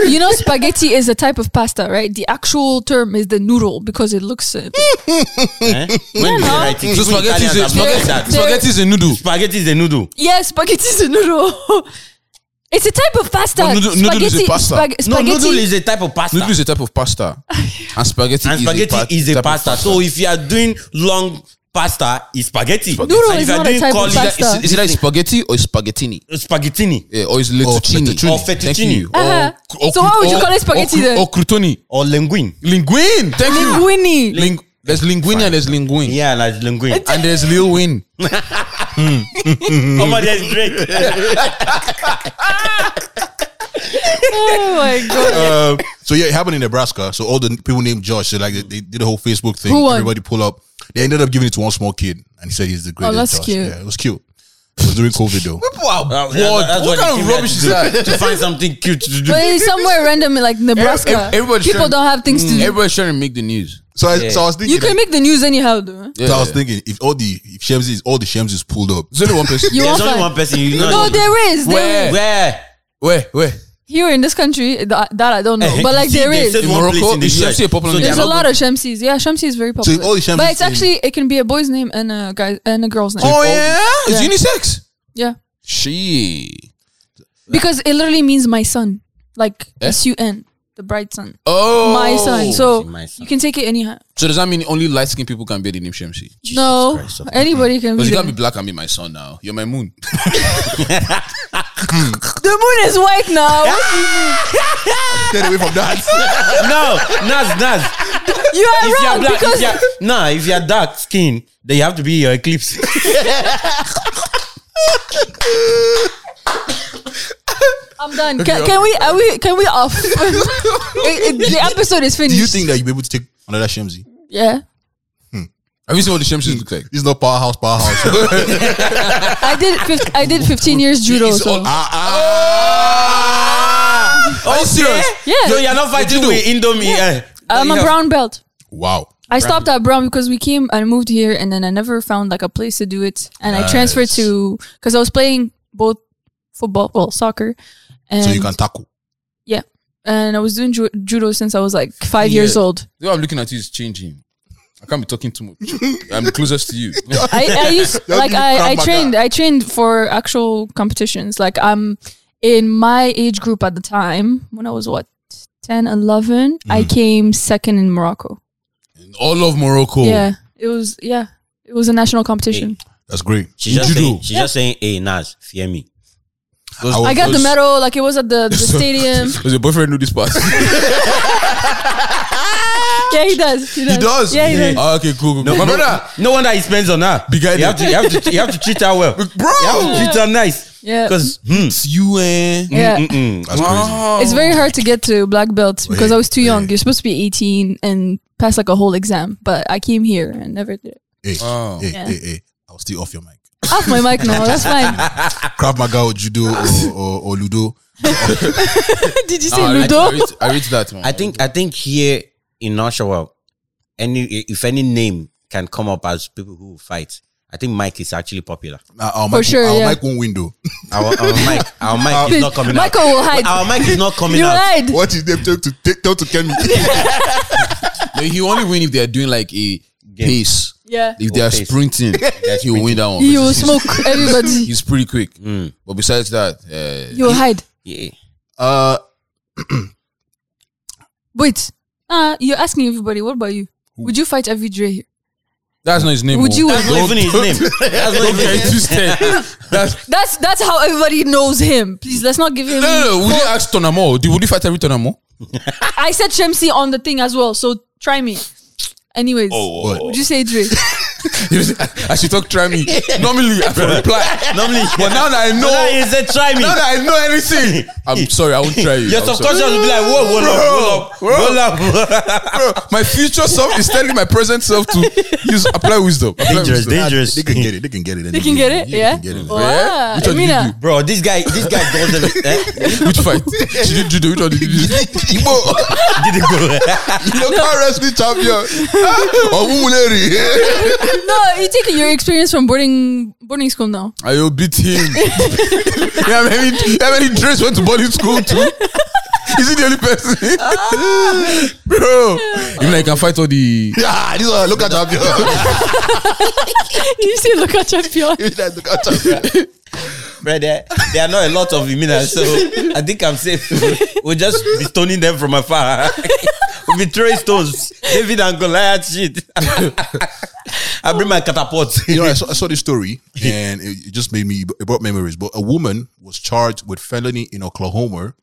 S4: You know, spaghetti is a type of pasta, right? The actual term is the noodle because it looks. Uh,
S2: Eh? When
S4: no.
S2: writing,
S3: So
S2: you
S3: spaghetti is
S2: Italians are
S3: a
S2: blocking that.
S3: spaghetti, spaghetti is a noodle.
S2: Spaghetti is a noodle.
S4: yeah, spaghetti is a noodle. it's a type of pasta.
S3: No, noodle- noodle is a
S4: Spaghetti-
S3: pasta.
S4: spag-
S2: No,
S4: spaghetti.
S2: noodle is a type of pasta.
S3: Noodle is a type of pasta, and spaghetti
S2: and
S3: is
S2: spaghetti
S3: a, pa-
S2: is a
S3: type of
S2: pasta. So if you are doing long pasta, it's spaghetti.
S4: Noodle
S2: and
S4: is
S2: if you are
S4: not a
S2: doing
S4: type of
S2: coli,
S4: pasta.
S3: Is, is it like spaghetti or spaghettini?
S2: it's spaghettini
S3: Yeah, or is
S1: Or
S3: lettucini?
S1: fettuccine.
S2: Or
S3: Thank
S2: fettuccine.
S3: you.
S4: Uh-huh.
S3: Or- or
S4: So why would you
S3: cru-
S4: call it
S3: or-
S4: spaghetti
S3: or cru-
S4: then?
S3: Or crutoni.
S2: or linguine.
S3: Linguine. Thank you.
S4: Linguini.
S3: Ling- there's linguine and there's linguine.
S2: Yeah, like linguine.
S3: And there's Lil Win.
S2: Come on, there's Drake.
S4: oh my god.
S1: Um, so yeah, it happened in Nebraska. So all the people named Josh, so like they, they did a whole Facebook thing.
S4: Who won?
S1: Everybody pull up. They ended up giving it to one small kid, and he said he's the greatest.
S4: Oh, that's
S1: Josh.
S4: cute.
S1: Yeah, it was cute. It was during COVID though.
S3: Wow.
S2: Wow,
S3: what
S2: yeah, that's
S3: what
S2: the
S3: kind
S2: team
S3: of
S2: had
S3: rubbish
S2: to
S3: is
S2: do,
S3: that?
S2: To find something cute to do.
S4: But it's somewhere random, like Nebraska.
S3: Ev- everybody's
S4: People
S3: sharing- Mm,
S4: don't have things to do.
S3: Everybody's trying to make the news.
S1: So I, so I was thinking.
S4: You can
S1: like-
S4: make the news anyhow, though.
S3: Yeah.
S1: so I was thinking if all the if Shems is all the Shems is pulled up.
S3: There's only one person.
S4: You
S2: There's
S4: won't
S2: only
S4: find-
S2: one person. You
S4: No,
S2: know,
S4: there is. There
S3: Where?
S4: is.
S2: where?
S3: Where? Where?
S4: Here in this country, that, that I don't know, but like
S2: Eh, See,
S4: there
S2: they
S4: is.
S2: said
S3: In
S2: one
S3: Morocco,
S2: place in the
S3: is
S2: US.
S3: Shamsi a popular
S2: So
S3: name?
S2: they
S4: There's
S2: are
S4: a
S2: not
S4: lot of Shamsis. Yeah, Shamsi is very popular.
S1: all the Shamsis
S4: but it's
S1: in-
S4: actually it can be a boy's name and a guy and a girl's
S2: Oh,
S4: name.
S3: Oh, eh? yeah?
S4: Yeah.
S3: It's unisex.
S4: Yeah,
S3: She.
S4: because it literally means my son, like
S3: Eh?
S4: S U N, the bright son,
S3: Oh.
S4: my son. So
S2: my son.
S4: you can take it anyhow.
S3: So does that mean only light skinned people can bear the name Shemsi?
S4: no,
S2: Christ, okay.
S4: anybody can. Be
S3: Because you can't
S4: the,
S3: be black and be my son now. You're my moon.
S4: the moon is white now.
S1: Get away from that.
S2: No, Naz, Naz.
S4: you are
S2: If
S4: wrong
S2: you're black,
S4: because
S2: if you're, nah, if you're dark skin, then you have to be your eclipse.
S4: I'm done. Can, can we? Are we? Can we off? It- it- the episode is finished.
S1: Do you think that you'll be able to take another Shemsy?
S4: Yeah,
S3: Have you seen what the Shemsis look like?
S1: This is not powerhouse, powerhouse.
S4: I did. Fif- I did 15 years judo.
S3: It's
S4: Oh, So
S3: all- Ah! Are you serious?
S4: Oh, yeah,
S2: so you're not fighting with Indomie. eh?
S4: I'm
S2: You
S4: a
S2: have-
S4: brown belt.
S1: wow.
S4: I stopped at Brown because we came and moved here, and then I never found like a place to do it. And I transferred to because I was playing both football, well, soccer, and
S1: So you can tackle.
S4: yeah, and I was doing ju- judo since I was like five years old.
S3: The way I'm looking at you is changing. I can't be talking too much. I'm the closest to you.
S4: I, I used
S1: You're
S4: like
S1: doing Krav
S4: I, I
S1: Maga.
S4: trained I trained for actual competitions. Like I'm in my age group at the time when I was what 10, 11, I came second in Morocco.
S3: All of Morocco.
S4: Yeah, it was yeah, it was a national competition.
S1: That's great.
S2: She's just
S3: Judo.
S2: saying, she's just saying, hey, Naz, fear me.
S3: Does-
S1: I
S4: I got the
S3: does-
S4: medal. Like it was at the, the
S3: So-
S4: stadium.
S3: Does your boyfriend know this part?
S4: Yeah, he does. He does. Yeah, he does.
S3: Ah, okay, cool. cool. No, my brother.
S2: No wonder he spends on her.
S3: Big idea.
S2: you have to, you have to, you have to treat her well.
S3: Bro.
S2: You have to treat her nice.
S4: Yeah.
S2: Because mm, hmm,
S3: It's you, eh?
S4: Uh, Yeah.
S2: mm-mm.
S1: That's crazy.
S4: It's very hard to get to black belt because I was too young.
S1: Wait.
S4: You're supposed to be 18 and pass like a whole exam, but I came here and never did. it.
S1: Hey,
S2: Oh.
S3: Wow.
S1: hey,
S4: Yeah.
S1: hey, hey. I was still off your mic.
S4: Off my mic now. That's fine.
S1: Krav Maga or Judo or, or, or Ludo.
S4: did you say
S3: Ah, I read- I
S4: Ludo?
S3: read, I read that one.
S2: I think I think here in Oshawa, any if any name can come up as people who fight, I think Mike is actually popular.
S1: Nah, our
S4: For
S1: mic,
S4: sure,
S1: Our
S4: yeah.
S1: mic won't window.
S2: Our, our Mike, our Mike is not coming
S4: Michael will
S2: out.
S4: hide.
S2: Our Mike is not coming
S4: you
S2: out.
S4: lied.
S1: What is them tell to take tell to Kenny?
S3: No, he only win if they are doing like a pace.
S4: Yeah.
S3: If they are
S2: pace.
S3: sprinting, he will win that one.
S4: You will smoke everybody.
S3: He's pretty quick. But besides that, uh,
S4: You will hide.
S2: Yeah.
S1: uh,
S4: Wait. Uh, you're asking everybody, what about you? Would you fight every Dre here?
S3: that's not his name.
S4: Would
S3: oh.
S4: you-
S2: That's not even his name. That's not
S3: Don't
S2: even his
S3: get
S2: name.
S3: it twisted. That's
S4: That's that's how everybody knows him. Please, let's not give him.
S3: no, no, no. Would you ask Tonamo? Did would you fight every Tonamo?
S4: I said Shamsi on the thing as well, so try me. Anyways,
S1: what?
S4: would you say Dre?
S3: I should talk try me. Normally I can reply.
S2: Normally,
S3: But now that I
S2: no, that
S3: know
S2: is a try me.
S3: now that I know everything. I'm sorry, I won't try you.
S2: Your
S3: I'm sorry.
S2: subconscious will be like, whoa, whoa, whoa,
S3: Bro,
S2: whoa, whoa,
S3: My future self is telling my present self to use apply wisdom. Apply
S2: Dangerous,
S3: wisdom.
S2: dangerous.
S1: they can get it. They can get it.
S4: They can get it, yeah.
S1: They can get it.
S4: Wow,
S3: Which one did you
S4: Amina.
S2: Bro, this guy, this guy does everything. Eh?
S3: Which fight? She did judo. Which one did you do? Igbo.
S2: Did it go?
S1: Local wrestling champion. Omuleri.
S4: no, you take your experience from boarding boarding school now.
S3: Are you beating? yeah, many, how many drinks went to boarding school too? Is he the only person? Bro. Even like I can fight all the
S1: Yeah, this one, look at champion.
S4: you see, look at champion.
S1: This one, look at champion.
S2: Right there, there are not a lot of women, so I think I'm safe. We'll just be stoning them from afar. we'll be throwing stones, David and Goliath shit. I bring my catapult.
S1: you know, I saw, I saw this story and it, it just made me, it brought memories. But a woman was charged with felony in Oklahoma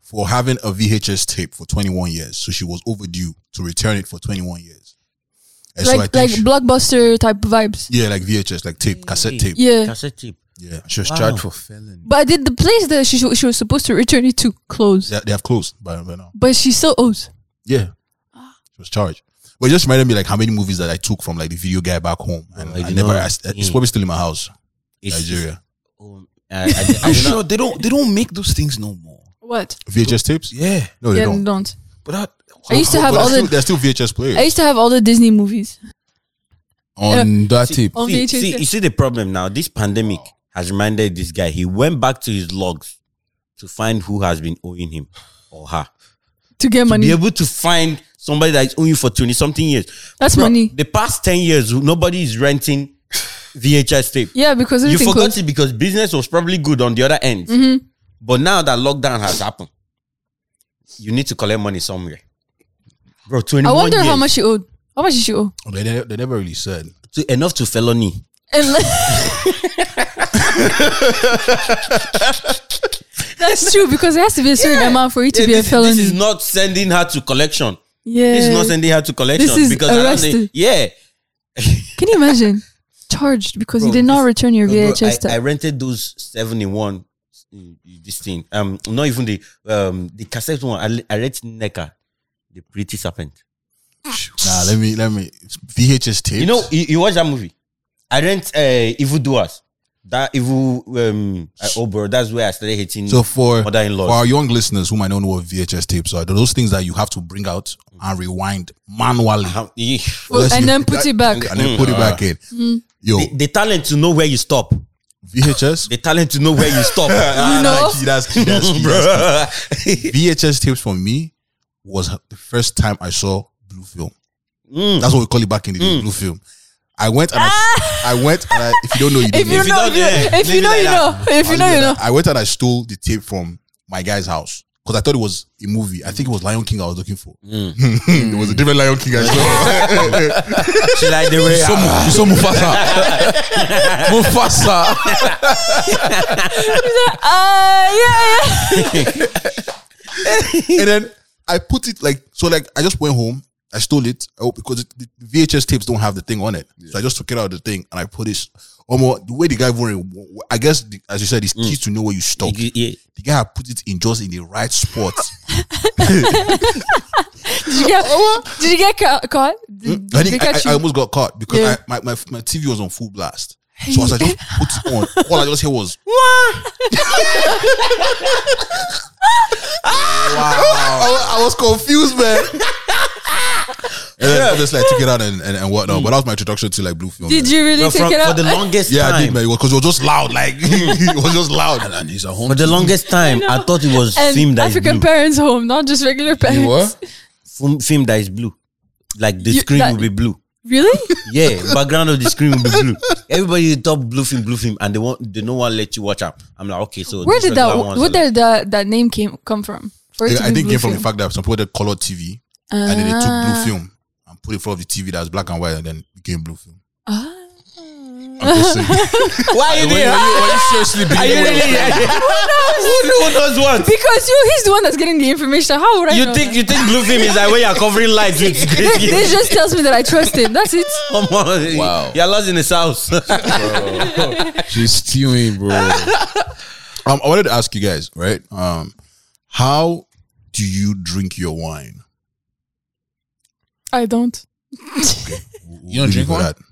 S1: for having a VHS tape for 21 years. So she was overdue to return it for 21 years. And so I
S4: Like
S1: think
S4: like
S1: she-
S4: blockbuster type vibes.
S1: yeah, like VHS, like tape, cassette tape.
S4: Yeah,
S2: Cassette tape.
S1: Yeah.
S3: she was
S2: Wow.
S3: charged for felony.
S4: but I did the place that she she was supposed to return it to close,
S1: They, they have closed by, by now.
S4: but she still owes.
S1: Yeah. She was charged. But it just reminded me like how many movies that I took from like the video guy back home. And
S2: Oh, I
S1: I,
S2: did
S1: never,
S2: not-
S1: I, it's
S2: Yeah.
S1: probably still in my house,
S2: It's-
S1: Nigeria.
S2: Oh, I, I, I
S3: I'm
S2: do not-
S3: sure they don't they don't make those things no more.
S4: What?
S1: VHS tapes?
S3: Yeah.
S1: No, they
S4: yeah,
S1: don't.
S4: don't. don't.
S3: But that
S4: I used to have
S1: But
S4: all
S1: there's still,
S4: the
S1: there's still VHS players.
S4: I used to have all the Disney movies.
S3: on that tape.
S4: on
S2: see,
S4: VHS.
S2: see, you see the problem now. This pandemic has reminded this guy. He went back to his logs to find who has been owing him or her.
S4: to get money.
S2: Be able to find somebody that is owing you for twenty something years.
S4: That's
S2: Bro,
S4: money.
S2: The past ten years, nobody is renting VHS tape.
S4: Yeah, because
S2: you
S4: everything Mm-hmm.
S2: forgot
S4: closed.
S2: it because business was probably good on the other end. But now that lockdown has happened, you need to collect money somewhere. Bro, twenty.
S4: I wonder how much she owed. How much did she owe?
S1: They, ne- they never really said.
S2: to, enough to felony.
S4: Unless- That's true because it has to be a certain amount for it to
S2: Yeah,
S4: be
S2: this,
S4: a
S2: is-
S4: felony.
S2: This is not sending her to collection.
S4: yeah.
S2: This is not sending her to collection
S4: This is
S2: because I don't
S4: arrested.
S2: think- yeah,
S4: Can you imagine? Charged because you
S2: Bro,
S4: did not
S2: this-
S4: return your
S2: No, bro,
S4: VHS
S2: I, I
S4: tape.
S2: rented those seventy one. This thing, um, not even the um the cassette one. I, I rented Necker, the Pretty Serpent.
S1: Nah, let me let me VHS tapes.
S2: You know, you, you watch that movie. I rent uh, Evil Doers. That evil um uh, oh bro, that's where I started hating.
S1: so for for
S2: Mother-in-laws.
S1: our young listeners who might not know what VHS tapes are, those things that you have to bring out and rewind manually,
S2: How- eh,
S1: Unless
S4: and
S1: you- Oh.
S4: then put it back.
S1: and
S3: Mm.
S1: then put it
S3: Uh-huh.
S1: back in. Yo,
S2: the, the talent to know where you stop.
S1: VHS.
S2: The talent to know where you stop. Ah,
S4: You know?
S1: Key, that's key, that's key, that's key. VHS tapes for me was the first time I saw blue film. That's what we call it back in the day, blue film. I went and I, I went and I, if you don't know, you don't
S4: If you
S1: know.
S4: know,
S2: don't,
S4: if you,
S2: yeah,
S4: if you
S2: leave it
S4: know,
S2: like
S4: you know. If you know, you know.
S1: I went and I stole the tape from my guy's house because I thought it was a movie. I think it was Lion King I was looking for. it was a different Lion King I saw.
S2: She like the way
S3: So, Mu- so Mufasa. Mufasa.
S4: Uh, yeah, yeah.
S1: and then I put it like so. Like I just went home. I stole it oh, because it, the VHS tapes don't have the thing on it. So I just took it out of the thing and I put it. Almost the way the guy wore it, w- w- I guess the, as you said, it's key to know where you stop.
S2: Yeah.
S1: The guy had put it in just in the right spot.
S4: Did you get, did you get ca- caught?
S2: Hmm?
S4: Did,
S1: I
S4: did they
S1: think I,
S4: catch
S1: I- I
S4: you?
S1: almost got caught because
S4: Yeah.
S1: I, my, my my TV was on full blast. So as I just put it on, all I just hear was I, I was confused, man. and then obviously I took it out and, and, and whatnot. But that was my introduction to like blue film.
S4: Mm. Did you really
S2: Bro,
S4: take
S2: from,
S4: it
S2: for
S4: out?
S2: the longest
S1: yeah, I
S2: time.
S1: did, man. Because it was just loud. Like it was just loud. And, he's a home.
S2: For the longest time, I, thought it was
S4: and
S2: film that is
S4: African
S2: blue.
S4: parents home, not just regular parents.
S2: Film, film that is blue. Like the
S4: You-
S2: screen
S4: that-
S2: will be blue.
S4: Really?
S2: Yeah, background of the screen will be blue. Everybody top blue film, blue film, and they want they no one let you watch up. I'm like, okay, so
S4: Where
S2: this
S4: did
S2: one
S4: that
S2: one's
S4: where
S2: a-
S4: did that, that name came come from? For it to
S1: I
S4: be
S1: think it came from
S4: Bluefin.
S1: the fact that some people had colored TV and then they took blue
S4: Ah.
S1: film and put it in front of the TV that was black and white and then became blue film.
S4: Ah.
S1: I'm just saying.
S2: Why are you
S3: Were you,
S2: there?
S3: were you seriously
S2: Ah. Are you
S3: being
S2: really? Who who knows what?
S4: Ah, Because you, he's the one that's getting the information. How would I
S2: You
S4: know
S2: think
S4: that?
S2: you think blue film is like where you're covering lights with
S4: This- this
S2: green?
S4: just tells me that I trust him. That's it.
S2: Come on,
S3: Wow.
S2: you're lost in the south.
S3: She's stealing, bro.
S1: um, I wanted to ask you guys, right? Um, how do you drink your wine?
S4: I don't.
S3: You don't drink
S1: Leave it
S3: wine?
S1: at that.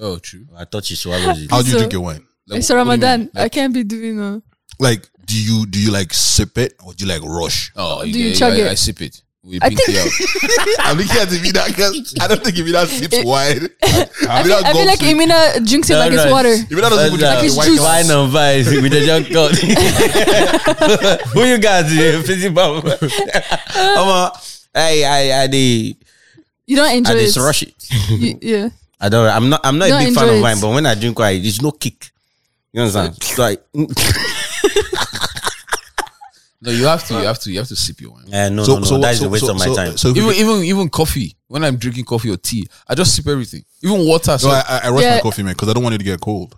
S3: Oh, true.
S2: I thought she swallows it.
S1: How do you
S4: So-
S1: drink your wine?
S3: Like,
S4: it's
S3: what do you
S4: Ramadan.
S3: mean? Like-
S4: I can't be doing uh
S1: Like, do you do you like sip it or do you like rush?
S3: Oh,
S4: Do you
S3: yeah,
S4: chug
S3: I,
S4: it?
S3: I sip it. with
S4: I
S3: big tail. I'm looking at Emina because I don't think Emina sleeps wide.
S4: I feel, I feel like Emina drinks it like it's water.
S3: Emina doesn't even
S4: Like
S3: drink
S4: it's
S3: white
S4: juice.
S3: wine.
S2: Wine and vice with the junk code. Who you guys? Fizzy bum. I'm a, I, I, I, they,
S4: You don't
S2: I
S4: enjoy
S2: just
S4: it.
S2: rush it.
S4: You- yeah.
S2: I don't. I'm not. I'm not
S4: Don't
S2: a big fan
S4: enjoy
S2: of
S4: it.
S2: wine, but when I drink wine, there's no kick. You understand? It's like, mm,
S3: No, you have to, you have to, you have to sip your wine.
S2: yeah, eh, no, no, no. that is a waste of my time.
S1: So, if
S3: Even
S1: you-
S3: even even coffee. When I'm drinking coffee or tea, I just sip everything. Even water. So
S1: no, I, I- I rush my
S4: Yeah.
S1: coffee, man, because I don't want it to get cold.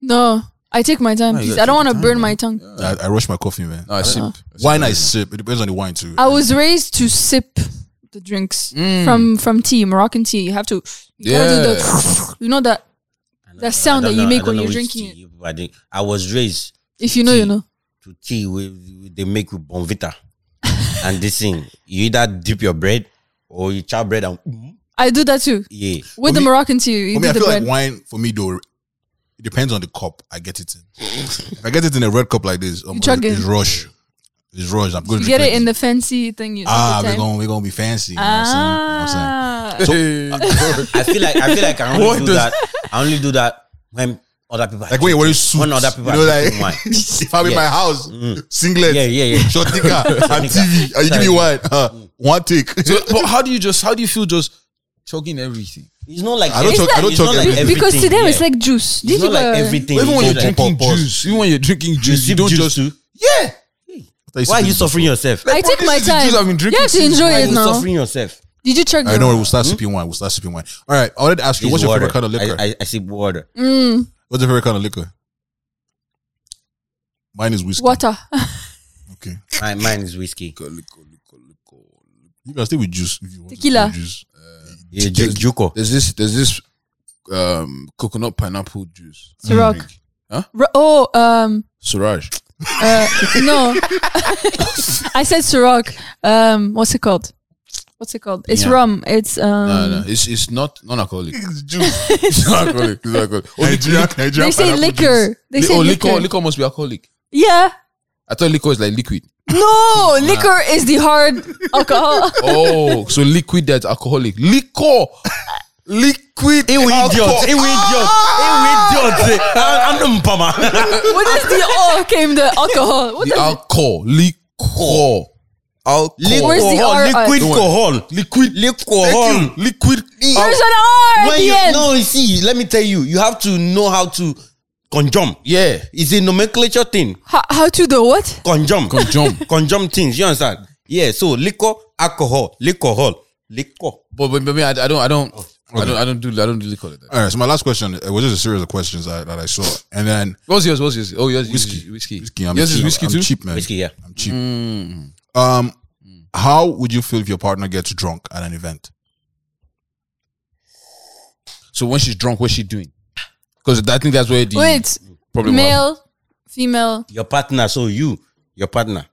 S4: No. I take my time.
S3: you
S4: please.
S3: gotta
S4: I don't
S3: take
S4: want to burn my tongue.
S1: I, I rush my coffee, man.
S3: no, I sip.
S1: Wine I sip. It depends on the wine too.
S4: I was raised to sip the drinks from from tea, Moroccan tea. You have to, you gotta do the, you know that that sound that you make when you're drinking it.
S2: I, think- I was raised
S4: If you know, you know.
S2: to tea with, with- they make with bonvita, and this thing you either dip your bread or you chop bread and
S4: I do that too
S2: yeah.
S4: with the
S1: me-
S4: Moroccan tea.
S1: I mean,
S4: You do
S1: I
S4: the
S1: feel like
S4: bread.
S1: wine for me though. It depends on the cup I get it in. if I get it in a red cup like this, um,
S4: chug
S1: it's
S4: it.
S1: rush. It's rush. I'm going
S4: You
S1: to
S4: get
S1: drink
S4: it in the fancy thing. You know,
S1: ah.
S4: the
S1: We're
S4: time.
S1: gonna we're gonna be fancy. You know what I'm saying? You know what I'm saying?
S4: ah.
S3: uh,
S2: I feel like I feel like I
S3: What
S2: only do that.
S3: does-
S2: I only do that when other people are
S1: Like when you're wearing suits,
S2: When other
S1: you
S2: people
S1: know,
S2: are
S1: like
S2: drinking wine.
S1: if I'm in
S2: Yeah. Mm.
S1: my house, singlet,
S2: Yeah, yeah, yeah.
S1: short nika, and TV, and you give me wine, uh, one take.
S3: So, but how do you just? How do you feel just chugging everything?
S2: It's not like
S1: I don't talk- I don't
S2: it's
S1: talk
S2: not like
S1: everything.
S4: because to them
S2: yeah.
S4: it's like juice. Did
S2: it's
S4: you
S2: not like
S4: go-
S2: everything.
S3: Even when
S2: you
S3: you're
S2: do, like,
S3: drinking
S1: pause.
S3: juice, even when you're drinking
S2: you
S3: juice, you
S2: sip
S3: don't
S2: juice
S3: just.
S2: too.
S3: Yeah.
S2: Why are you suffering yourself?
S4: I
S3: Like,
S4: take
S3: bro,
S4: my
S3: this is the
S4: time.
S3: juice I've been drinking
S4: you have to
S3: since
S4: enjoy
S2: Why are
S4: it
S2: you
S4: now.
S2: suffering yourself?
S4: Did you chug?
S1: I
S4: your-
S1: know we'll start sipping wine. We'll start sipping wine. All right. I wanted to ask you,
S2: It's
S1: what's your
S2: Hmm?
S1: favorite
S2: water.
S1: kind of liquor?
S2: I, I, I sip water.
S4: Mm,
S1: what's your favorite kind of liquor? Mine is whiskey.
S4: water.
S1: Okay.
S2: My, mine is whiskey.
S1: You can stay with juice if you want. to stay
S4: Tequila.
S1: with Juice.
S2: Yeah, ju- Juco.
S3: There's this. There's this. Um, coconut pineapple juice.
S4: Ciroc.
S3: Drink.
S4: Ro- oh, um,
S3: Siraj.
S4: uh, no. I said Ciroc. Um, what's it called? What's it called? It's
S3: Yeah.
S4: rum. It's um.
S3: No, no, it's it's not non-alcoholic.
S1: It's juice.
S3: It's not alcoholic. It's not alcoholic. Only
S1: Nigerian,
S4: They
S1: Nigerian
S4: say
S1: pineapple
S4: liquor.
S1: juice.
S4: They
S3: li-
S4: say
S3: oh,
S4: liquor.
S3: liquor. Liquor must be alcoholic.
S4: Yeah.
S3: I thought liquor is like liquid.
S4: No, liquor is the hard alcohol.
S3: Oh, so liquid that's alcoholic. Liquor. Liquid.
S2: Ew idiot. Ew
S3: alcohol. Ah!
S2: idiot. Ew idiot. I- I'm the mpama.
S4: what is the oh came the alcohol? What
S3: The
S4: the,
S3: alcohol. Liquor. Alcohol.
S4: Where's the R at?
S2: Liquid
S3: Don't worry.
S2: cohol. Liquid. Liquid.
S3: Liquid.
S4: there's an R at
S2: When
S4: the
S2: you
S4: end.
S2: no, you see, let me tell you, you have to know how to conjum.
S3: Yeah.
S2: It's a nomenclature thing.
S4: How, how to the what?
S2: Conjum.
S3: Conjum.
S2: conjum things. You understand? Yeah. So liquor, alcohol, liquor, hol, liquor.
S3: But but, but me, I, I don't I don't
S1: Oh,
S3: I don't I don't do I don't do liquor like that.
S1: All right. So my last question it was just a series of questions I, that I saw, and then
S3: What's yours? What's yours? Oh, yours
S1: Whiskey.
S3: is whiskey.
S1: whiskey. I'm
S3: yours
S1: cheap,
S3: is whiskey
S1: I'm
S3: too.
S1: cheap, man.
S2: Whiskey, yeah.
S1: I'm cheap.
S4: Mm.
S1: Um, how would you feel if your partner gets drunk at an event?
S3: So when she's drunk, what's she doing? Because I think that's where the
S4: Wait,
S3: problem was.
S4: male, female.
S2: Your partner, so you, your partner.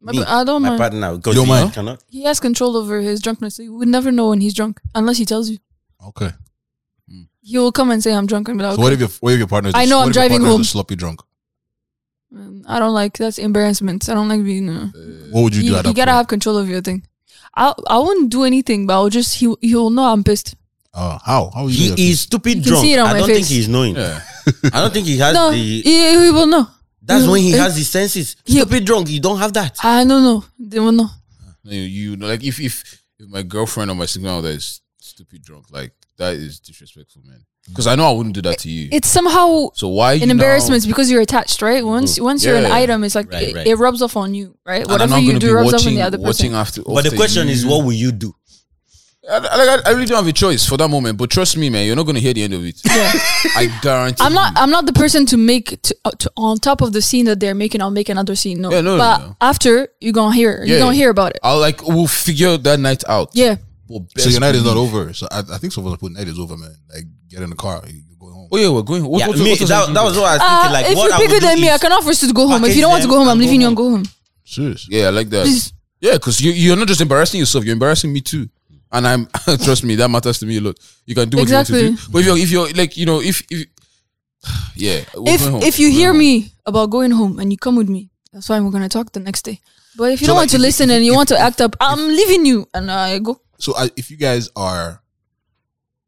S4: My-
S2: me,
S4: I don't
S2: my
S4: mind.
S2: partner. Because
S1: You don't
S2: you
S1: mind?
S2: cannot.
S4: He has control over his drunkenness. You would never know when he's drunk unless he tells you.
S1: Okay.
S4: He will come and say I'm drunk and be like,
S1: So what
S4: okay.
S1: if your what if your partner?
S4: I know, I'm driving home.
S1: sloppy drunk.
S4: Mm, I don't like that's embarrassment. I don't like being. Uh,
S1: What would you do
S4: you,
S1: at that
S4: you gotta
S1: point?
S4: have control of your thing. I I wouldn't do anything, but I'll just he he'll know I'm pissed.
S1: Uh, how? How would you? do that?
S2: He is stupid
S4: You can
S2: drunk.
S4: see it on
S2: I
S4: my
S2: don't think
S4: face.
S2: he's knowing.
S3: Yeah.
S2: I don't think he has
S4: No,
S2: the.
S4: he, he will know.
S2: That's when he
S4: Eh?
S2: has his senses.
S4: He-
S2: Stupid drunk. You don't have that.
S4: I don't know. They will know.
S3: No, you, you know, like if if if my girlfriend or my significant other is stupid drunk, like that is disrespectful, man. Because I know I wouldn't do that to you.
S4: It's somehow
S3: so why you
S4: an
S3: now-
S4: embarrassment because you're attached, right? Once once you're an
S3: Yeah.
S4: item, it's like
S2: Right,
S4: it,
S2: right.
S4: it rubs off on you, right?
S3: and I'm
S4: Whatever
S3: not
S4: you
S3: gonna
S4: do
S3: be
S4: rubs off on
S3: watching,
S4: the other
S3: watching
S4: person.
S3: after.
S2: But the
S3: after
S2: question
S3: you.
S2: is, what will you do?
S3: I, like, I, I really don't have a choice for that moment. But trust me, man, you're not gonna hear the end of it. I guarantee.
S4: I'm not.
S3: you.
S4: I'm not the person to make to, uh, to on top of the scene that they're making. I'll make another scene. No,
S3: Yeah, no, no,
S4: but
S3: no.
S4: after you're gonna hear. You're
S3: Yeah.
S4: gonna hear about it.
S3: I'll like we'll figure that night out.
S4: Yeah.
S3: But
S1: So your
S3: best
S1: night is not
S3: believe-
S1: over. So I, I think so. Put night is over, man. Like get in the car, you go home.
S3: Oh yeah, we're going. What,
S2: Yeah,
S3: what-
S2: me,
S3: what was I
S2: that,
S3: doing?
S2: that was what I was
S4: Uh,
S2: thinking. Like,
S4: if
S2: what I
S4: you're
S2: would
S4: bigger
S2: do
S4: than me, I
S2: is-
S4: can offer you to go home. If you don't want to
S2: Package
S4: go home,
S2: them
S4: I'm
S2: and
S4: leaving
S2: go
S4: you and go home.
S1: Serious.
S3: Yeah, I like that.
S4: Please.
S3: Yeah, because you you're not just embarrassing yourself; you're embarrassing me too. And I'm trust me, that matters to me a lot. You can do what you want to do,
S4: Exactly.
S3: but if you're if you're like you know if if yeah, we're
S4: if
S3: going home.
S4: if you
S3: We're
S4: hear
S3: going home.
S4: me about going home and you come with me, that's why we're gonna talk the next day. But if you
S1: So,
S4: don't
S1: like,
S4: want to
S1: if-
S4: listen
S1: if-
S4: and you
S1: if-
S4: want to act up, I'm leaving you, and I go.
S1: so I, if you guys are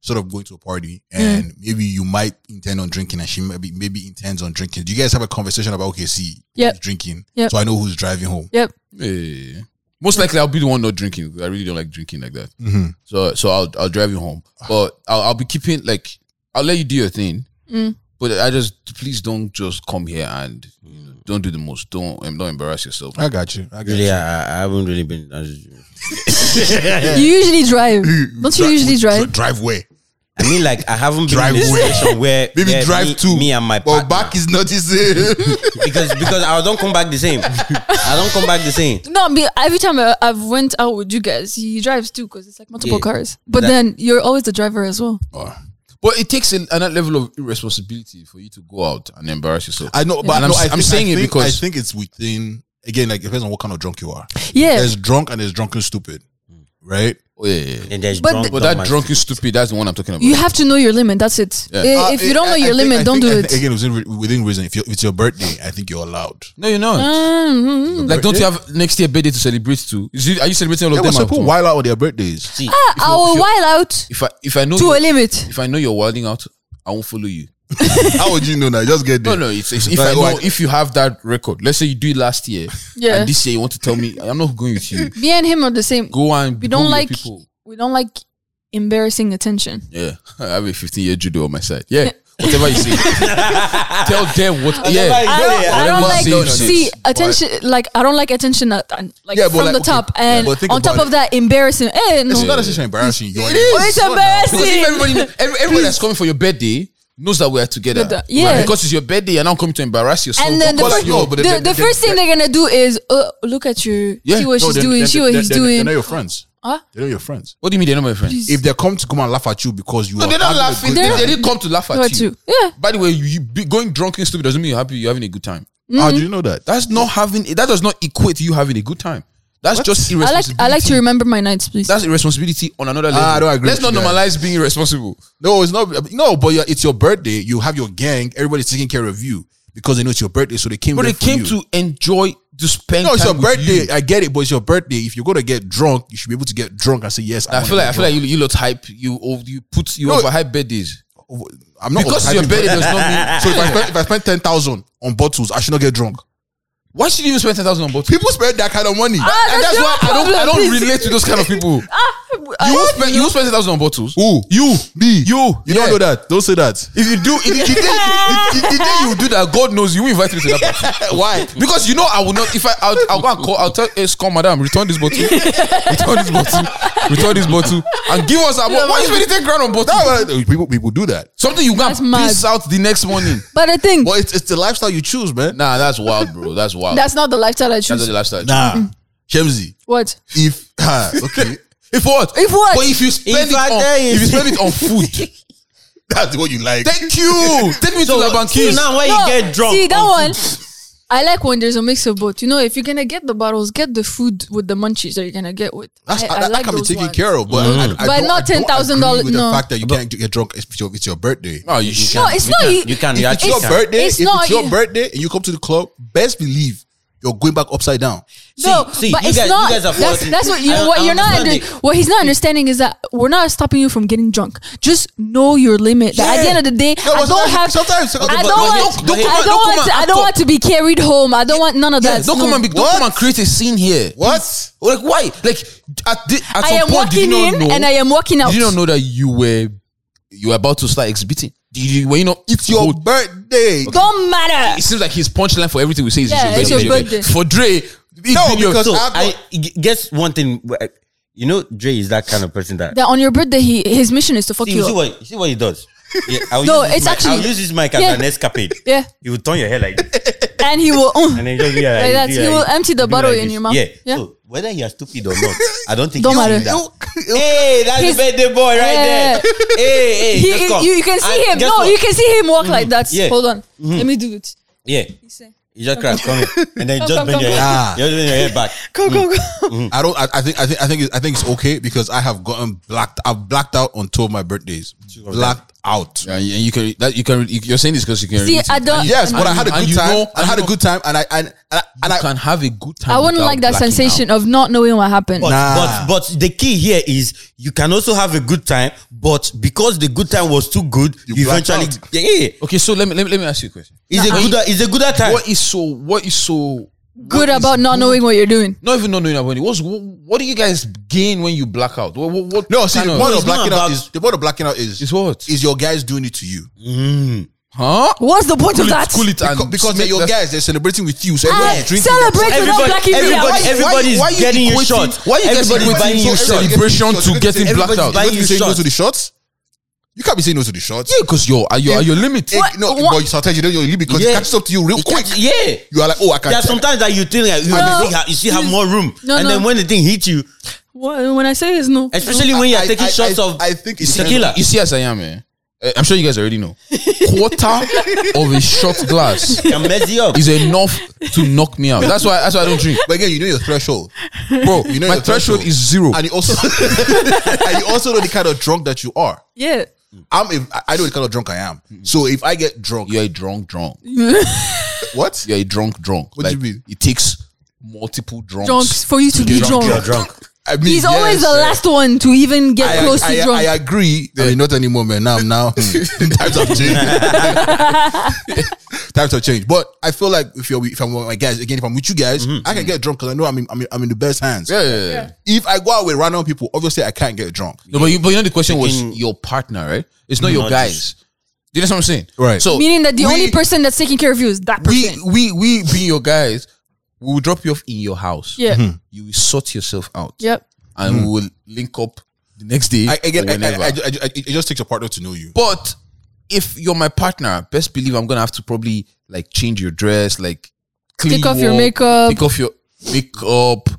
S1: sort of going to a party and
S4: Mm.
S1: maybe you might intend on drinking and she maybe maybe intends on drinking, do you guys have a conversation about okay, see,
S4: Yep.
S1: who's drinking,
S4: Yep.
S1: so I know who's driving home.
S4: Yep.
S3: Yeah. Eh, Most likely, I'll be the one not drinking. 'cause I really don't like drinking like that.
S1: Mhm.
S3: So, so I'll I'll drive you home,
S1: Ah.
S3: but I'll, I'll be keeping like I'll let you do your thing.
S4: Mm.
S3: But I just please don't just come here and you know, don't do the most. Don't um, don't embarrass yourself.
S1: I got you. I got
S2: Really,
S1: you.
S2: I, I haven't really been. I
S4: You usually drive. Don't you
S1: Dri-
S4: usually
S1: dri-
S4: drive?
S1: Driveway.
S2: mean, like I haven't been
S1: Drive
S2: in a
S1: where?
S2: situation where
S1: Maybe
S2: where
S1: drive
S2: me,
S1: to
S2: me and my
S1: But
S2: partner
S1: back is not the same.
S2: because because I don't come back the same. I don't come back the same.
S4: No, be- every time I, I've went out with you guys, he drives too because it's like multiple
S2: Yeah.
S4: cars. But
S2: That-
S4: then you're always the driver as well.
S3: But it takes an, another level of irresponsibility for you to go out and embarrass yourself.
S1: I know, but
S3: And
S1: no,
S3: I'm
S1: I
S3: s- I'm
S1: think-
S3: saying
S1: I
S3: it
S1: think-
S3: because-
S1: I think it's within again, like it depends on what kind of drunk you are.
S4: Yeah,
S1: There's drunk and there's drunk and stupid, right?
S3: Oh, yeah, yeah, yeah.
S2: And there's
S4: But
S2: drunk
S4: the-
S3: But that
S2: dumbass.
S3: drunken stupid. That's the one I'm talking about.
S4: you have to know your limit. That's it.
S3: Yeah.
S4: Eh,
S1: Uh,
S4: if you don't
S1: I-
S4: know
S1: I
S4: your
S1: think-
S4: limit,
S1: I
S4: don't
S1: think-
S4: do
S1: I
S4: it.
S1: think, Again, within, within reason. If, you if it's your birthday, I think you're allowed.
S3: no, you're not.
S4: Mm, mm, mm.
S3: like, don't you have next year birthday to celebrate too? Is it, are you celebrating all
S1: Yeah,
S3: of
S1: but
S3: them?
S1: some
S3: out
S1: people
S3: too?
S1: wild out on their birthdays.
S2: See,
S4: I will wild out
S3: If I if I know
S4: Ah, to a
S3: you-
S4: limit.
S3: if I know you're wilding out, I won't follow you.
S1: How would you know that? Just get
S3: No,
S1: there.
S3: no. It's, it's if
S1: Like,
S3: I know,
S1: why-
S3: if you have that record. Let's say you do it last year,
S4: Yeah.
S3: and this year you want to tell me I'm not going with you.
S4: Me and him are the same.
S3: Go and
S4: We
S3: go
S4: don't
S3: with your
S4: like
S3: people.
S4: we don't like embarrassing attention.
S3: Yeah, I have a 15 year judo on my side. Yeah, whatever you say, tell them what. Yeah,
S2: you
S4: I don't,
S2: yeah,
S4: I don't
S3: whatever
S4: like
S3: you say, you
S4: see
S3: say.
S4: attention like I don't like attention at, and, like
S1: Yeah, but
S4: from
S1: like,
S4: the
S1: okay,
S4: top
S1: yeah,
S4: and
S1: but think
S4: on top
S1: about
S4: of that embarrassing. Eh, no.
S1: It's not necessarily embarrassing. You are-
S4: Oh, it's
S3: Because if everybody,
S4: embarrassing.
S3: every, everybody that's coming for your birthday knows that we are together.
S4: Together, yeah.
S3: But because it's your birthday, you're not coming to embarrass yourself.
S4: And then the
S3: Don't
S4: first,
S3: call out, yo,
S1: but
S4: the,
S1: then-
S4: the
S1: then-
S4: first thing they're gonna do is uh, look at you,
S3: Yeah.
S4: see what
S1: No,
S4: she's
S1: they're-
S4: doing,
S1: they're-
S4: see what
S1: they're-
S4: he's
S1: they're-
S4: doing. Ah, Oh.
S1: They're not your friends.
S4: Huh?
S1: They're not your friends.
S3: what do you mean they're not my friends?
S1: If they come to come and laugh at you because you
S3: No,
S1: are
S3: they're not
S1: having a
S3: laughing.
S1: good
S3: They,
S4: They're-
S3: they didn't come to laugh
S4: What
S3: at you.
S4: to- Yeah.
S3: By the way, you, you be going drunk and stupid doesn't mean you're happy. You're having a good
S1: time.
S3: time.
S4: Mm-hmm.
S1: How do you know that?
S3: That's not having. That does not equate to you having a good time. That's just
S4: I like
S3: irresponsibility.
S4: I like to remember my nights, please.
S3: That's irresponsibility on another level.
S1: Ah, I don't agree
S3: Let's
S1: with
S3: not
S1: you
S3: normalize being irresponsible.
S1: No, it's not. No, but you're, it's your birthday. You have your gang. Everybody's taking care of you because they know it's your birthday, so they came.
S3: But
S1: there
S3: it
S1: for
S3: came
S1: you.
S3: to enjoy to spend.
S1: No, it's
S3: time
S1: your
S3: with you.
S1: birthday. I get it, but it's your birthday. If you're gonna get drunk, you should be able to get drunk and say yes.
S3: I feel like I feel like you, you lot hype. You oh, you put you
S1: No.
S3: overhype birthdays
S1: like I'm not
S3: because it's your
S1: overhyping
S3: birthday
S1: it.
S3: does not mean.
S1: So if I spend, if I spend ten thousand on bottles, I should not get drunk.
S3: Why should you even spend ten thousand on bottles?
S1: People spend that kind of money.
S4: Ah,
S3: and that's Ah,
S4: your
S3: why I don't I
S4: problem,
S3: don't
S4: please.
S3: relate to those kind of people.
S4: I
S3: You won't
S4: love
S3: spend you won't spend ten thousand on bottles.
S1: Who you? Me?
S3: You.
S1: You
S3: Yeah.
S1: don't know that. Don't say that.
S3: If you do, if you, the, day, the, the day you do that, God knows you will invite me to that party. Why? Because you know I will not. If I, I'll, I'll go and call. I'll tell, hey, come, madam, return this bottle, return this bottle, return this bottle, and give us a bottle. Why you spending ten grand on
S1: That's
S3: bottle?
S1: why people people do that.
S3: Something you can
S4: That's mad.
S3: piss out the next morning.
S4: But I think
S1: But it's, it's the lifestyle you choose, man.
S3: Nah, that's wild, bro. That's wild. That's,
S4: that's not the lifestyle I
S3: that's
S4: choose.
S3: the lifestyle.
S1: Nah, Shemzi.
S4: What?
S1: If ah, okay,
S3: If what?
S4: If what?
S3: But if you spend
S2: If
S3: it
S2: I
S3: on,
S2: tell you-
S3: if you spend it on food,
S1: that's what you like.
S3: thank you. Take me to the
S2: see,
S3: banquise.
S2: now when
S4: No,
S2: you get drunk,
S4: See that
S2: on
S4: one. I like when there's a mix of both. You know, if you're gonna get the bottles, get the food with the munchies that you're gonna get with.
S1: That's,
S4: I, I
S1: that, that
S4: like
S1: can be
S4: those
S1: taken
S4: ones.
S1: care of, but
S3: Mm.
S1: I- I don't-
S4: But
S1: I don't
S4: not $10,000
S1: agree with
S4: no.
S1: the fact that you can't get drunk. It's your, it's your birthday.
S3: No, Oh, you should.
S4: No, it's
S2: you
S4: not.
S2: Can,
S4: you-
S2: you can.
S1: If
S2: You
S1: it's
S2: actually
S1: your
S2: can.
S1: birthday,
S4: It's
S1: if
S4: not e-
S1: it's your
S4: you-
S1: birthday and you come to the club, best believe you're going back upside down.
S4: No,
S2: See- see,
S4: but
S2: you
S4: it's
S2: guys- you
S4: not.
S2: guys are
S4: that's,
S2: faulty.
S4: that's what you.
S2: I don't-
S4: what
S2: I
S4: you're not.
S2: understand
S4: Under, what he's not understanding is that we're not stopping you from getting drunk. Just know your limit. That at the end of the day,
S1: No,
S4: I
S1: but
S4: don't
S1: sometimes-
S4: have.
S1: sometimes- okay, but-
S4: I don't
S1: but
S4: want.
S3: don't- don't come
S4: I
S3: and-
S4: don't
S3: don't
S4: want.
S3: come
S4: to-
S3: and
S4: I don't
S3: act
S4: want to be carried home. I don't want none of
S3: Yeah,
S4: that.
S3: don't come
S4: No.
S3: and be, don't come and create a scene here.
S1: What?
S3: Like why? Like at, the, at
S4: I
S3: some
S4: am
S3: point, did you
S4: walking
S3: not
S4: in
S3: know,
S4: and I am walking out.
S3: Did you not know that you were you were about to start exhibiting? Did you, were you not?
S1: It's your
S3: Hold-
S1: birthday.
S4: Don't matter.
S3: It seems like his punchline for everything we say is
S4: Yeah,
S3: it's your, birthday.
S4: it's
S3: For Dre, it's been your-
S1: because
S2: So
S1: I've
S2: I g- guess one thing. wh- You know, Dre is that kind of person that.
S4: That on your birthday, he his mission is to fuck
S2: see,
S4: you.
S2: see
S4: up.
S2: what see what he does. Yeah, I'll
S4: No,
S2: use this
S4: it's
S2: mic-
S4: actually-
S2: I'll use this mic as
S4: Yeah.
S2: an escapade.
S4: Yeah,
S2: You will turn your hair like this,
S4: and he will. mm,
S2: and then just be like,
S4: Like that.
S2: do
S4: He will empty the
S2: do
S4: bottle in
S2: this.
S4: your mouth.
S2: Yeah.
S4: Yeah.
S2: So whether you are stupid or not, I don't think
S4: Don't
S2: you
S4: matter.
S2: see that. hey, that's
S4: He's-
S2: the birthday boy right
S4: Yeah.
S2: there. Hey, hey,
S4: He,
S2: just
S4: you,
S2: come.
S4: you can see
S2: And
S4: him.
S2: guess
S4: No,
S2: what?
S4: you can see him walk like that.
S2: Yeah.
S4: Hold on. Let me do it.
S2: Yeah. You just crash, come here. And then
S4: Come,
S2: you just
S4: come,
S2: bend your
S4: come.
S2: head.
S1: Ah.
S2: You just bend your head back.
S5: Go, go, go.
S1: I don't. I, I think. I think. I think. it- I think it's okay because I have gotten blacked. I've blacked out on two of my birthdays. Blacked out.
S3: Yeah, and you can that you can you- you're saying this because you can.
S4: See,
S3: relate to
S4: I
S3: it.
S4: don't. Mm-hmm.
S1: Yes, but I had a
S3: And
S1: good
S3: you
S1: time.
S3: know-
S1: I had
S3: and
S1: a
S3: you
S1: good time, and I and and, and
S3: You
S1: I.
S3: can have a good time.
S4: I wouldn't
S3: without
S4: like that
S3: blacking
S4: sensation of not knowing what happened.
S2: But,
S1: Nah.
S2: but but the key here is you can also have a good time, but because the good time was too good, you,
S1: You
S2: eventually
S1: blacked
S2: yeah, yeah.
S3: out. Okay, so let me let me, let me ask you a question.
S2: It's a good it's a good time.
S3: What is so what is so
S4: Good
S3: what is
S4: about not
S3: good-
S4: knowing what you're doing.
S3: Not even not knowing about it. What's what, what do you guys gain when you black out? What, what, what
S1: No, see,
S3: kind
S1: the
S3: of-
S1: point
S2: No,
S1: of
S2: it's not
S1: blacking out
S2: about-
S1: is the point of blacking out is
S3: Is what?
S1: is your guys doing it to you
S3: huh?
S4: What's the point of
S3: Cool
S4: that?
S3: it, cool it
S1: because,
S3: and
S1: because
S3: make
S1: they're your
S3: that-
S1: guys. They're celebrating with you. So
S4: Ah,
S1: everyone's drinking.
S4: celebrate without
S2: Everybody-
S4: blacking me
S2: everybody-
S4: out.
S2: every- everybody's
S3: why you
S2: getting you
S3: equating-
S2: shot.
S3: Why you guys
S2: Everybody's buying
S3: equating
S2: you
S3: your
S2: shot.
S3: celebration
S1: Everybody's
S3: to getting blacked
S2: everybody's
S1: You're
S2: buying-
S3: out?
S1: going to
S2: you
S1: be saying no
S2: shots.
S1: to the shots. You can't be saying no to the shots.
S3: Yeah, because you're at your, at your limit.
S1: Eh, no,
S4: What-
S1: but you sometimes you don't you leave because
S2: Yeah.
S1: it catches up to you real
S2: It
S1: quick.
S2: catch- yeah.
S1: You are like, oh, I
S2: There are
S1: can't.
S2: sometimes that you think like, you,
S4: No.
S2: think ha- you still have more room,
S4: No,
S2: and
S4: no.
S2: then when the thing hits you,
S4: What- when I say it's no,
S2: especially when you're
S1: I-
S2: taking
S1: I-
S2: shots
S1: I-
S2: of
S1: I think it's
S2: tequila.
S3: You see, as I am, eh? eh, I'm sure you guys already know. Quarter of a shot glass
S2: Can mess you up.
S3: is enough to knock me out. That's why. That's why I don't drink,
S1: But again, you know your threshold,
S3: bro.
S1: You know
S3: my
S1: your
S3: threshold
S1: threshold.
S3: is zero.
S1: and you also and you also know the kind of drunk that you are.
S4: yeah,
S1: I'm a, I- I know the kind of drunk I am. So if I get drunk,
S3: You're a drunk, drunk.
S1: what?
S3: You're a drunk, drunk.
S1: What do you mean?
S3: It takes multiple drunks.
S4: drunks for you to be drunk.
S2: drunk.
S1: I mean,
S4: He's always
S1: yes,
S4: the
S1: yeah.
S4: last one to even get
S1: I,
S4: close
S1: I,
S4: to
S1: I,
S4: drunk.
S1: I agree. I mean, not anymore, man. Now I'm now. hmm, times have changed. times have changed. But I feel like if you're with- if I'm with my guys again, if I'm with you guys, I can get drunk because I know I'm in, I'm in, I'm in the best hands.
S3: Yeah, yeah, yeah.
S1: If I go out with random people, obviously I can't get drunk.
S3: No, but you, but you know the question was
S2: Taking-
S3: your partner, right? It's not your
S2: Not
S3: guys. Do you know what I'm saying?
S1: Right.
S3: So
S4: Meaning that the
S3: we-
S4: only person that's taking care of you is that
S3: we
S4: person.
S3: we we being your guys, we will drop you off in your house.
S4: yeah.
S3: You will sort yourself out.
S4: Yep.
S3: and we will link up the next day.
S1: I, again,
S3: or
S1: I, I,
S3: whenever.
S1: I, I, I- it just takes a partner to know you.
S3: but if you're my partner, best believe I'm gonna have to probably like change your dress, like clean
S4: Take off
S3: you
S4: your
S3: up,
S4: makeup.
S3: take off your makeup,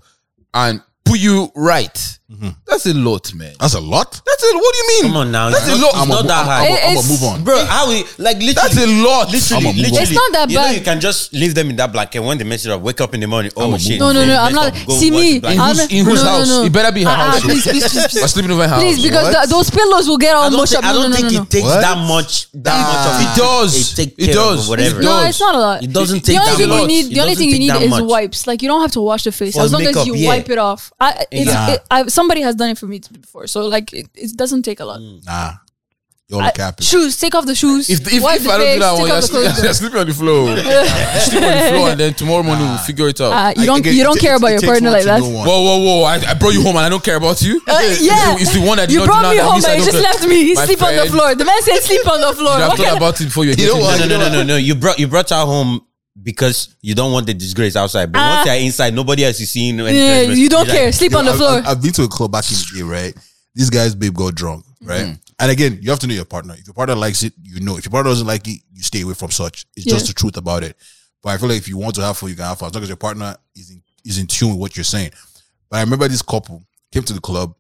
S3: and put you right.
S1: Mm-hmm.
S3: That's a lot, man.
S1: That's a lot.
S3: That's a what do you mean?
S2: Come on now,
S3: that's a
S2: it's
S3: lot.
S2: not- it's
S1: I'm
S2: not that high.
S1: I'm,
S4: It
S1: gonna
S4: is-
S1: move on.
S2: Bro, how we like literally
S3: That's a lot.
S2: literally,
S1: I'ma move
S2: literally.
S1: on.
S4: It's not that
S2: you
S4: bad.
S2: Know you can just leave them in that blanket when they mess it up. Wake up in the morning. Oh
S1: I'ma
S2: shit!
S4: No, no, no.
S2: Messed
S4: I'm not.
S2: up. Go
S4: see
S2: wash
S4: me.
S2: the blanket.
S3: In
S4: I'm-
S3: whose- in whose house? It better be her
S4: Uh-uh,
S3: house.
S4: please, please, please,
S3: I'm
S4: please.
S3: sleeping over her
S4: Please,
S3: house.
S4: because
S3: Oh, What?
S4: the- those pillows will get all
S2: I don't,
S4: mushed up.
S2: think, I
S4: No, no,
S2: don't
S4: no,
S2: think
S4: no. no.
S2: it takes
S1: What?
S2: that much. That
S3: Ah.
S2: much of
S3: It does.
S2: It, take
S3: It
S2: care of
S3: does.
S2: whatever.
S4: No,
S3: It does.
S4: it's not a lot.
S2: It doesn't
S4: the
S2: take
S4: only
S2: that
S4: thing you
S2: much.
S4: need,
S2: It
S4: the only
S2: doesn't
S4: thing you need
S2: take that
S4: is
S2: much.
S4: wipes. Like you don't have to wash the face
S2: For
S4: as long
S2: makeup,
S4: as you
S2: yeah.
S4: wipe it off. I, it's,
S2: Exactly.
S4: it, I, somebody has done it for me before, so like it, it doesn't take a lot.
S1: Nah, you're like
S4: I-
S1: happy.
S4: shoes, take off the shoes.
S3: If, if,
S4: wipe
S3: if
S4: the
S3: I don't
S4: face,
S3: do that
S4: take
S3: one,
S4: off
S3: you're,
S4: the
S3: sleep,
S4: clothes.
S3: you're sleeping on the floor. You sleep on the floor, and then tomorrow morning we'll figure it out.
S4: Uh, you don't
S1: Again,
S4: you
S1: it
S4: don't
S1: ta-
S4: care
S1: it-
S4: about
S1: it
S4: your
S1: takes
S4: partner
S1: one
S4: like
S1: to
S4: that.
S1: know one.
S3: Whoa, whoa, whoa! I, I brought you home and I don't care about you.
S4: Uh,
S3: It's the-
S4: yeah,
S3: it's the one that did
S4: you
S3: not
S4: brought
S3: do
S4: me
S3: that. At
S4: home
S3: least I
S4: and you
S3: don't
S4: just
S3: care.
S4: left me. He
S3: My
S4: sleep on the
S3: friend,
S4: floor. The man said sleep on the floor.
S3: You have
S4: What
S3: thought
S4: kind of-
S3: about it before you're
S1: You know what?
S2: No,
S3: getting there.
S2: no, no, no, no. You brought you brought her home because you don't want the disgrace outside. But once
S4: Ah.
S2: you're inside, nobody else is seeing. anything.
S4: yeah, you don't
S2: You're like,
S4: care. Sleep on the
S1: I've-
S4: floor.
S1: I've, I've been to a club back in the day, right? These guys, babe, got drunk, right?
S4: Mm.
S1: And again, you have to know your partner. If your partner likes it, you know. If your partner doesn't like it, you stay away from such. It's
S4: Yeah.
S1: just the truth about it. But I feel like if you want to have fun, you can have fun as long as your partner is in is in tune with what you're saying. But I remember this couple came to the club,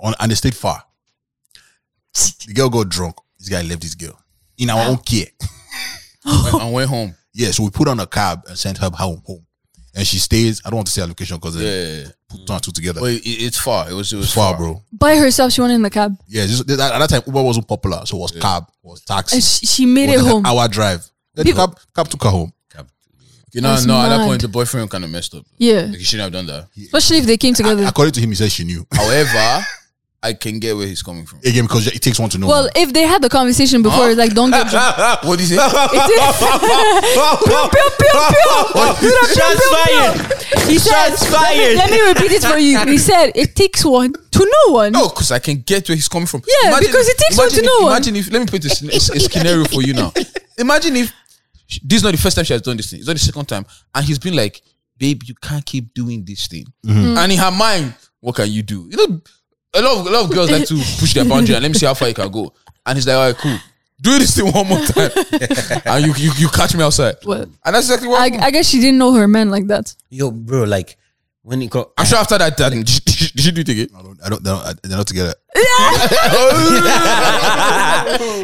S1: on and they stayed far. The girl got drunk. This guy left this girl in our own care.
S3: And went home.
S1: Yeah, so we put on a cab and sent her home. home. And she stays. I don't want to say her location because
S3: Yeah,
S1: yeah. put two and two together.
S3: but it, it's far. It was it was
S1: far, bro.
S4: By herself, she went in the cab
S1: Yeah, just, at that time Uber wasn't popular, so it was cab, it was taxi.
S4: and she, she made
S1: it
S4: it
S1: was like
S4: home.
S1: an hour drive. Then
S4: People-
S1: cab, cab took her home.
S3: You know,
S4: That's
S3: no. At that
S4: mad.
S3: point, the boyfriend kind of messed up.
S4: Yeah,
S3: Like, he shouldn't have done that.
S4: especially if they came together.
S1: According to him, he said she knew.
S3: However, I can get where he's coming from.
S1: Again, because it takes one to know.
S4: Well,
S1: one.
S4: if they had the conversation before, like don't get drunk.
S3: What do you say?
S4: Pew, pew, pew.
S2: Shots fired.
S4: He said, let me,
S2: Shots fired.
S4: let me repeat it for you. He said, it takes one to know one.
S3: No, because I can get where he's coming from.
S4: Yeah, because it takes one
S3: imagine
S4: to know
S3: If,
S4: one.
S3: imagine if let me put this a, a scenario for you now. Imagine if sh- this is not the first time she has done this thing. It's not the second time, and he's been like, "Babe, you can't keep doing this thing."
S2: Mm-hmm.
S3: And in her mind, what can you do? You know, a lot of a lot of girls like to push their boundary and let me see how far you can go. And he's like, "All right, cool." Do this thing one more time, and you, you you catch me outside.
S4: Well,
S3: and that's exactly what
S4: I,
S3: happened.
S4: I guess she didn't know her man like that.
S2: Yo, bro, like when it got.
S3: I'm sure after that, that did, she, did she do it again?
S1: I don't, I don't, they're not, they're not together.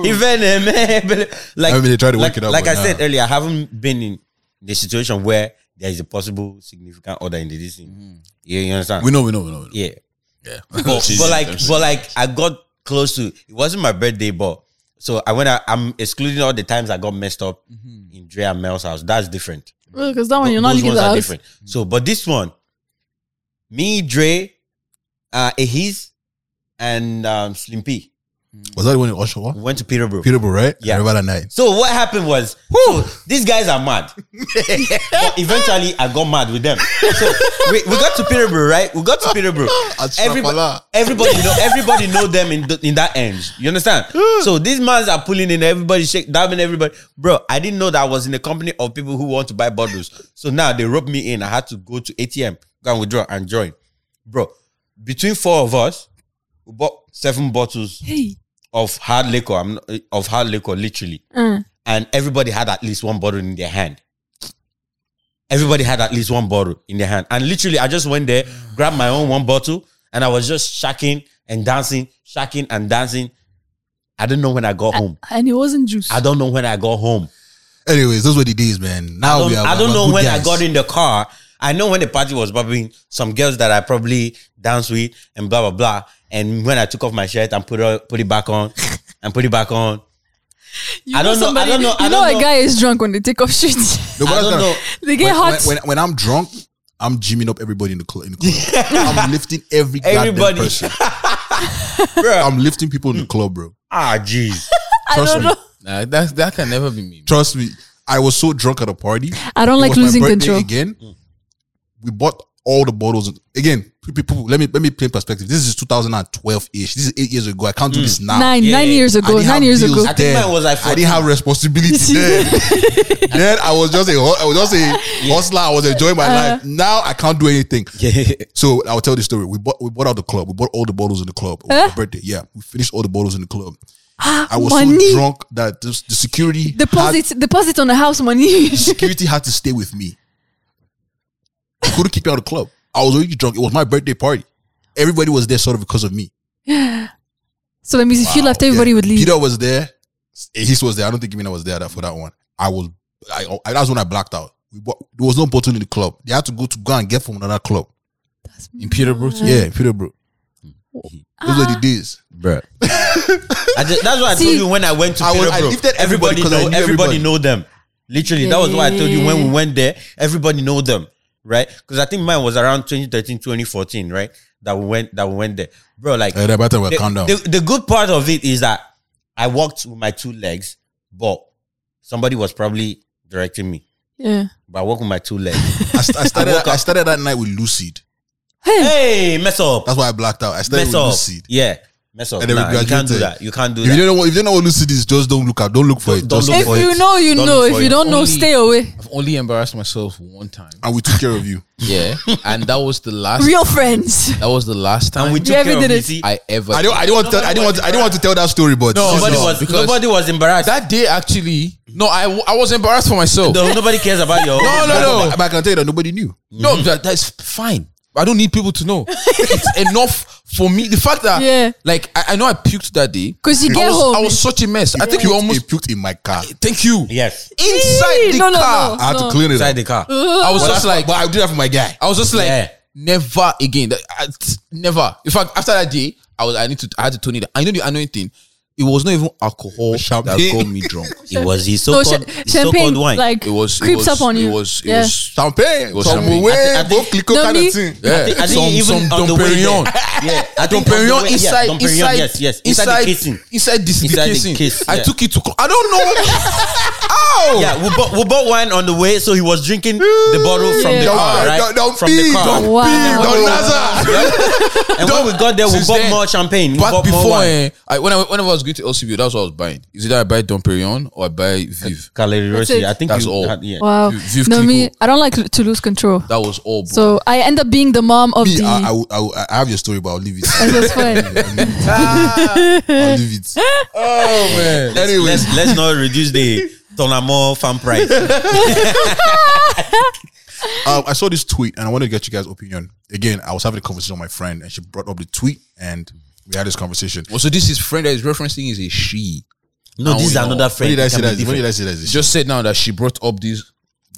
S2: Even eh, man, but, like
S1: I mean, they try to
S2: like,
S1: work it out,
S2: Like I
S1: but nah.
S2: said earlier, I haven't been in the situation where there is a possible significant other in the this thing.
S4: Mm-hmm.
S2: Yeah, you understand?
S1: We know, we know, we know. we know.
S2: yeah.
S1: Yeah.
S2: But,
S1: Jesus.
S2: but like, but like, I got close to. It wasn't my birthday, but so I went. out- I'm excluding all the times I got messed up in Dre and Mel's house. That's different.
S4: Because that one, Mm-hmm. Oh, you're not
S2: Those
S4: leaving
S2: ones
S4: the
S2: are
S4: house.
S2: different. So, but this one, me, Dre, uh, Ahiz, and um, Slim P
S1: Was that the one in Oshawa?
S2: we went to Peterborough.
S1: Peterborough, right?
S2: Yeah.
S1: I remember that night.
S2: So what happened was, so these guys are mad. but eventually, I got mad with them. So we, we got to Peterborough, right? We got to Peterborough. Everybody,
S1: Atrapala.
S2: everybody know, everybody know them in th- in that end. You understand? so these mans are pulling in everybody, shake, dabbing everybody. Bro, I didn't know that I was in the company of people who want to buy bottles. So now they roped me in. I had to go to ATM, go and withdraw and join. Bro, between four of us, we bought seven bottles
S4: Hey.
S2: of hard liquor. I'm not, of hard liquor, literally
S4: Mm.
S2: and everybody had at least one bottle in their hand. Everybody had at least one bottle in their hand. And literally, I just went there, grabbed my own one bottle, and I was just shaking and dancing, shaking and dancing. I don't know when I got home.
S4: And it wasn't juice.
S2: I don't know when I got home.
S1: Anyways, those were the days, man. Now
S2: I don't,
S1: we are.
S2: I don't
S1: Oh, we're
S2: know
S1: good
S2: when I
S1: guys.
S2: got in the car. I know when the party was bubbling, some girls that I probably danced with and blah blah blah. And when I took off my shirt and put it put it back on and put it back on.
S4: You
S2: I don't know- I don't know-
S4: You
S2: I
S4: know,
S2: don't
S4: a
S2: know.
S4: guy is drunk when they take off shit.
S1: No, but
S2: I
S1: that's
S2: don't
S1: not-
S2: know.
S4: they get
S1: when,
S4: hot.
S1: When, when, when I'm drunk, I'm gymming up everybody in the club. In the club. I'm lifting every goddamn
S2: Everybody.
S1: person.
S2: Bro.
S1: I'm lifting people in the club, bro.
S2: Ah jeez.
S4: I
S1: Trust
S4: don't
S1: me.
S4: know.
S3: Nah, that that can never be me.
S1: Trust me. I was so drunk at a party.
S4: I don't
S1: It
S4: like
S1: was my
S4: losing
S1: birthday
S4: control.
S1: again. We bought all the bottles again. p- People, let me let me play perspective. This is 2012 ish. This is eight years ago. I can't do this now.
S4: Nine,
S2: Yeah.
S4: nine years
S1: I
S4: ago.
S1: didn't
S4: Nine
S1: have
S4: years
S1: bills
S4: ago.
S2: I think
S1: then.
S2: mine was like
S1: I didn't have responsibility then. then I was just a hu- I was just a hustler. I was enjoying my
S4: Uh-huh.
S1: life. Now I can't do anything. So I'll tell the story. We bought we bought out the club. We bought all the bottles in the club. It was my birthday. Yeah. We finished all the bottles in the club. I was
S4: Ah, money.
S1: so drunk that the, the security had,
S4: Deposit, deposit on the house money.
S1: security had to stay with me. They couldn't keep me out of the club. I was already drunk. It was my birthday party. Everybody was there sort of because of me.
S4: so that means if you left,
S1: Yeah.
S4: everybody would leave.
S1: Peter was there. Eh, His was there. I don't think Mina was there that- for that one. I was. I, I that's when I blacked out. We bought, there was no bottle in the club. They had to go to go and get from another club in Peterborough. Yeah, Peterborough. Those
S4: Ah.
S1: were the days.
S2: Bruh. I just, that's what I
S4: See-
S2: told you when I went to
S1: I was- I
S2: Peterborough.
S1: lifted everybody 'cause I
S2: know,
S1: knew
S2: everybody
S1: everybody.
S2: know them. Literally, that was what I told you when we
S4: Yeah.
S2: went there. Everybody know them, right? Because I think mine was around 2013, 2014, right? That we went, that we went there, bro. Like
S1: Uh, that better well,
S2: the,
S1: calm down.
S2: the- the good part of it is that I walked with my two legs, but somebody was probably directing me.
S4: Yeah.
S2: But I walk with my two legs.
S1: I, st- I started.
S2: I woke
S1: I,
S2: up-
S1: started that night with Lucid.
S4: Hey,
S2: hey, mess up,
S1: That's why I blacked out. I started
S2: mess
S1: with
S2: up,
S1: Lucid.
S2: yeah, mess up.
S1: And then we
S2: Nah, you can't do
S1: graduated.
S2: that. You can't do
S1: If you
S2: that.
S1: don't know, what, if you don't know what Lucid is, just don't look at. Don't look for it.
S2: Don't
S1: Just
S2: look
S1: look
S4: if
S1: for
S4: you
S1: it.
S4: know, you
S2: Don't
S4: know.
S2: look
S4: If
S2: for
S4: you
S2: it.
S4: don't know,
S3: Only-
S4: stay away.
S3: I've only embarrassed myself one time.
S1: And we took care of you.
S3: Yeah, and that was the last.
S4: Real friends.
S3: That was the last time
S2: And we
S4: You
S2: took care
S4: ever
S2: of
S4: did
S2: it.
S4: it?
S2: see?
S3: I ever.
S1: I don't. I don't want. To, I didn't want. To, I didn't want to tell that story, but
S3: No,
S1: this is
S2: Nobody
S1: all.
S3: No,
S2: was
S3: because-
S2: nobody was embarrassed.
S3: that day actually. No, I w- I was embarrassed for myself.
S2: No, nobody cares about your.
S3: No, no, no.
S1: But I can tell you that nobody knew.
S3: No, that, that's fine. I don't need people to know. it's enough for me. The fact that,
S4: Yeah.
S3: like, I, I know I puked that day.
S4: 'Cause you
S3: I
S4: get
S3: was,
S4: home.
S3: I was such a mess. I think
S1: Puked-
S3: you almost.
S1: he puked in my car.
S3: Thank you.
S2: Yes.
S3: Inside the
S4: No, no,
S3: car,
S4: no.
S1: I had to clean it.
S2: Inside
S1: Up.
S2: the car.
S4: Mm.
S3: I was just like,
S1: but I did that for my guy.
S3: I was just like,
S2: Yeah.
S3: never again. That- I- t- never. In fact, after that day, I was. I need to. I had to tone it. down. I know the annoying thing. It was not even alcohol that
S1: Champagne.
S3: got me drunk.
S2: It was his
S4: No,
S2: so-called,
S4: cha-
S2: his
S4: champagne
S2: so-called wine.
S4: like
S3: It was.
S4: creeps
S3: it was,
S4: up on
S3: it
S4: you.
S3: Was, it
S4: Yeah.
S3: was.
S1: Champagne.
S3: was
S1: Some
S3: champagne.
S1: way,
S2: I think-
S1: both clico
S4: No,
S1: kind
S4: me-
S1: of thing.
S3: Yeah.
S2: I think, I think
S3: some
S2: even
S3: some
S2: on the
S3: Dom
S2: way
S3: Perignon.
S2: there- Yeah, I
S3: Dom
S2: think on the
S3: Perignon
S2: way- yeah,
S3: inside,
S2: Dom Perignon,
S3: inside,
S2: yes, yes, inside, the casing.
S3: inside this
S2: Inside the
S3: casing.
S2: case,
S3: I
S2: yeah.
S3: took it to. Cl- I don't know. Ow!
S2: Yeah, we bought, we bought wine on the way, so he was drinking
S3: Mm,
S2: the bottle from the
S4: Yeah.
S2: car,
S1: Don't-
S2: right?
S1: don't- don't
S2: from
S1: pee,
S2: the car.
S1: don't
S4: Wow.
S1: pee, don't
S4: Wow.
S1: Naza.
S2: and when we got there, we
S3: Since
S2: bought
S3: then,
S2: more champagne. We
S3: Back
S2: bought more
S3: before,
S2: wine.
S3: eh, I, when I, whenever I was going to LCBO, that's what I was buying. Is either I buy Dom Perignon or I buy Viv.
S2: Caleri
S4: That's
S2: Rossi,
S4: it.
S2: I think
S3: That's
S2: you
S3: all.
S2: Had, yeah.
S4: wow.
S3: You- you've
S4: No, me.
S3: clicked.
S4: I don't like lo- to lose control.
S3: That was all. Bro.
S4: So I end up being the mom of
S1: Me,
S4: the.
S1: I, I, will- I, will- I have your story, but I'll leave it.
S4: It was fun.
S1: I'll leave it.
S3: oh man.
S1: Anyway,
S2: Let's, let's not reduce the Tonamo fan price.
S1: um, I saw this tweet and I want to get you guys' opinion. Again, I was having a conversation with my friend and she brought up the tweet and we had this conversation.
S3: Well, Oh, so this is friend that is referencing is a she.
S2: No, this is
S3: Now we know.
S2: another
S1: When
S2: friend.
S1: did I
S2: It
S1: say
S2: can be
S1: that? When
S2: different.
S1: did I say that?
S3: Just said now that she brought up this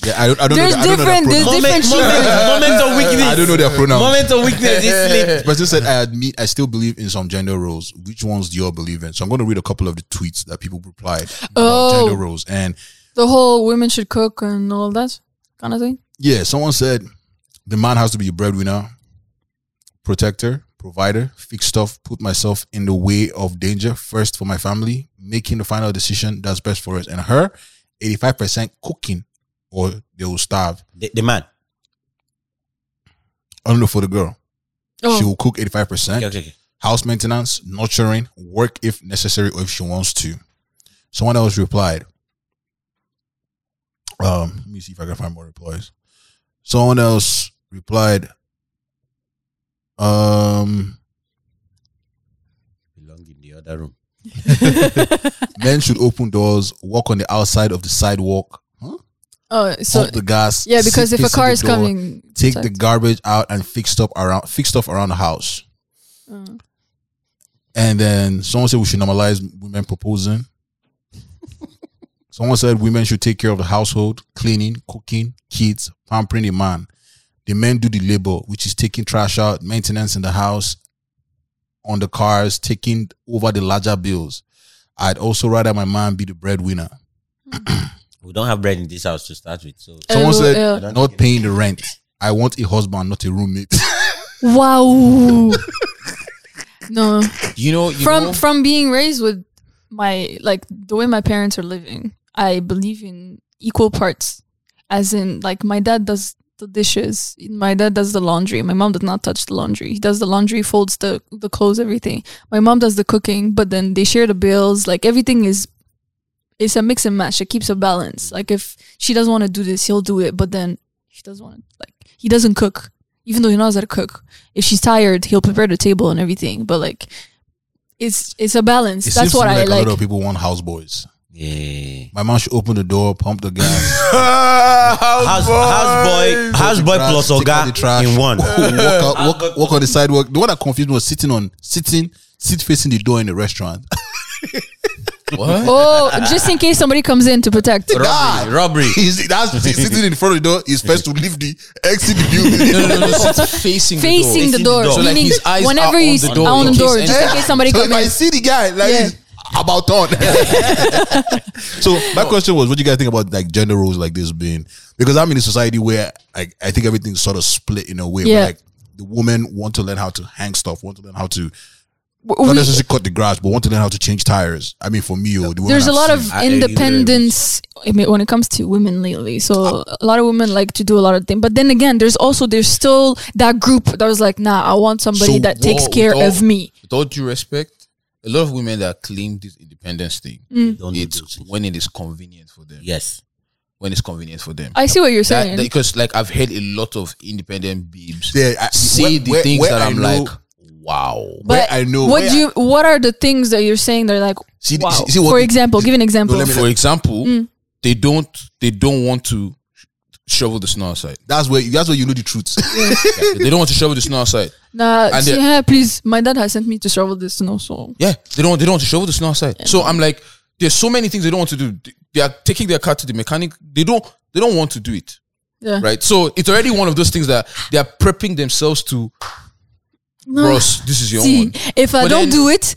S1: Yeah, I don't. I don't
S4: There's
S1: know. That, I don't know that
S4: different- there's
S1: pronoun.
S2: Moment,
S4: Different
S2: moment, moment of weakness.
S1: I don't know their pronoun.
S2: Moment of weakness is sleep.
S1: But just said I admit I still believe in some gender roles. Which ones do you all believe in? So I'm going to read a couple of the tweets that people replied about
S4: Oh.
S1: gender roles. And
S4: The whole women should cook and all that kind of thing.
S1: yeah, someone said the man has to be a breadwinner, protector, provider, fix stuff, put myself in the way of danger first for my family, making the final decision that's best for us. And her, 85% cooking or they will starve.
S2: The, the man.
S1: I don't know for the girl.
S4: Oh,
S1: She will cook 85%.
S2: Okay, okay, okay.
S1: house maintenance, nurturing, work if necessary or if she wants to. Someone else replied. Um, let me see if I can find more replies. Someone else replied. Um,
S2: Belong in the other room.
S1: men should open doors, walk on the outside of the sidewalk, huh?
S4: oh, so
S1: pump the gas.
S4: yeah, because
S1: sit
S4: if a
S1: facing
S4: car
S1: the
S4: is
S1: door,
S4: coming,
S1: take the
S4: protect.
S1: garbage out and fix stuff around fix stuff around the house.
S4: Mm.
S1: And then someone said we should normalize women proposing. someone said women should take care of the household, cleaning, cooking, kids, pampering the man. The men do the labor, which is taking trash out, maintenance in the house, on the cars, taking over the larger bills. I'd also rather my man be the breadwinner.
S2: We don't have bread in this house to start with. So
S1: Someone
S4: LOL.
S1: said not paying the rent. I want a husband, not a roommate.
S4: Wow. no,
S3: You know, you
S4: from
S3: know,
S4: from being raised with my like the way my parents are living, I believe in equal parts. As in, like my dad does the dishes, my dad does the laundry. My mom does not touch the laundry. He does the laundry, folds the the clothes, everything. My mom does the cooking, but then they share the bills. Like everything is. It's a mix and match. It keeps a balance. Like if she doesn't want to do this, he'll do it. But then she doesn't want to, like he doesn't cook, even though he knows how to cook. If she's tired, he'll prepare the table and everything. But like it's it's a balance.
S1: It seems
S4: That's
S1: to
S4: what
S1: me
S4: I
S1: like, a
S4: like.
S1: lot of people want houseboys.
S2: yeah.
S1: My man should open the door, pump the gas.
S2: House, house
S3: house,
S2: Oh, boy, house boy
S1: trash,
S2: plus
S1: take out the trash.
S2: oga in one.
S1: Uh, walk,
S3: Ah,
S1: out, walk, walk on the sidewalk. The one that confused me was sitting on sitting seat facing the door in the restaurant.
S3: What?
S4: Oh, just in case somebody comes in to protect.
S1: Ah,
S2: Robbery.
S1: he's, that's, he's sitting in front of the door. He's first to leave the exit the building.
S3: No, no, no, no. It's
S4: Facing
S3: facing the
S4: the
S2: Facing the
S4: door,
S2: door. So,
S3: like,
S4: meaning
S3: his eyes
S4: whenever
S3: are
S4: you
S3: on
S4: s-
S3: the
S4: are
S3: door
S4: on
S3: in
S4: the door,
S3: case
S4: just in case somebody
S1: so
S4: comes
S1: if I
S4: in.
S1: see the guy, like
S4: Yeah.
S1: he's about on. so my question was, what do you guys think about like gender roles like this being? Because I'm in a society where I, I think everything's sort of split in a way.
S4: Yeah.
S1: Where, like the women want to learn how to hang stuff, want to learn how to
S4: W-
S1: not
S4: we-
S1: necessarily cut the grass, but want to learn how to change tires. I mean, for me, oh, the women
S4: there's a
S1: I've
S4: lot
S1: seen-
S4: of
S2: I agree with
S4: independence I mean, when it comes to women lately. So a lot of women like to do a lot of things, but then again, there's also there's still that group that was like, nah, I want somebody
S3: So
S4: that
S3: what-
S4: takes care
S3: what-
S4: of me.
S3: With all due respect, a lot of women that claim this independence thing,
S4: Mm.
S2: Don't do those
S3: it's
S2: things.
S3: when it is convenient for them.
S2: Yes.
S3: When it's convenient for them.
S4: I see what you're saying.
S3: That- that- because like I've heard a lot of independent babes
S1: Yeah, I-
S3: say
S1: where-
S3: the
S1: where-
S3: things
S1: where
S3: that
S1: I
S3: I'm
S1: know-
S3: like, wow.
S1: where I know-
S4: What
S1: where
S4: do you? What are the things that you're saying? They're like,
S1: See,
S4: wow.
S1: see- see what-
S4: For example, give an example.
S1: let me-
S3: For example, they don't they don't want to sh- shovel the snow outside.
S1: That's where that's where you know the truth.
S3: they don't want to shovel the snow outside.
S4: Nah,
S3: And
S4: see,
S3: the-
S4: yeah, please. My dad has sent me to shovel this snow, so
S3: Yeah, they don't they don't want to shovel the snow outside. So I'm like, there's so many things they don't want to do. They- They are taking their car to the mechanic. They don't they don't want to do it.
S4: yeah.
S3: Right. So it's already one of those things that they are prepping themselves to
S4: Nah,
S3: Ross, this is your
S4: Ah, see,
S3: own.
S4: if I
S3: But
S4: don't
S3: then-
S4: do it,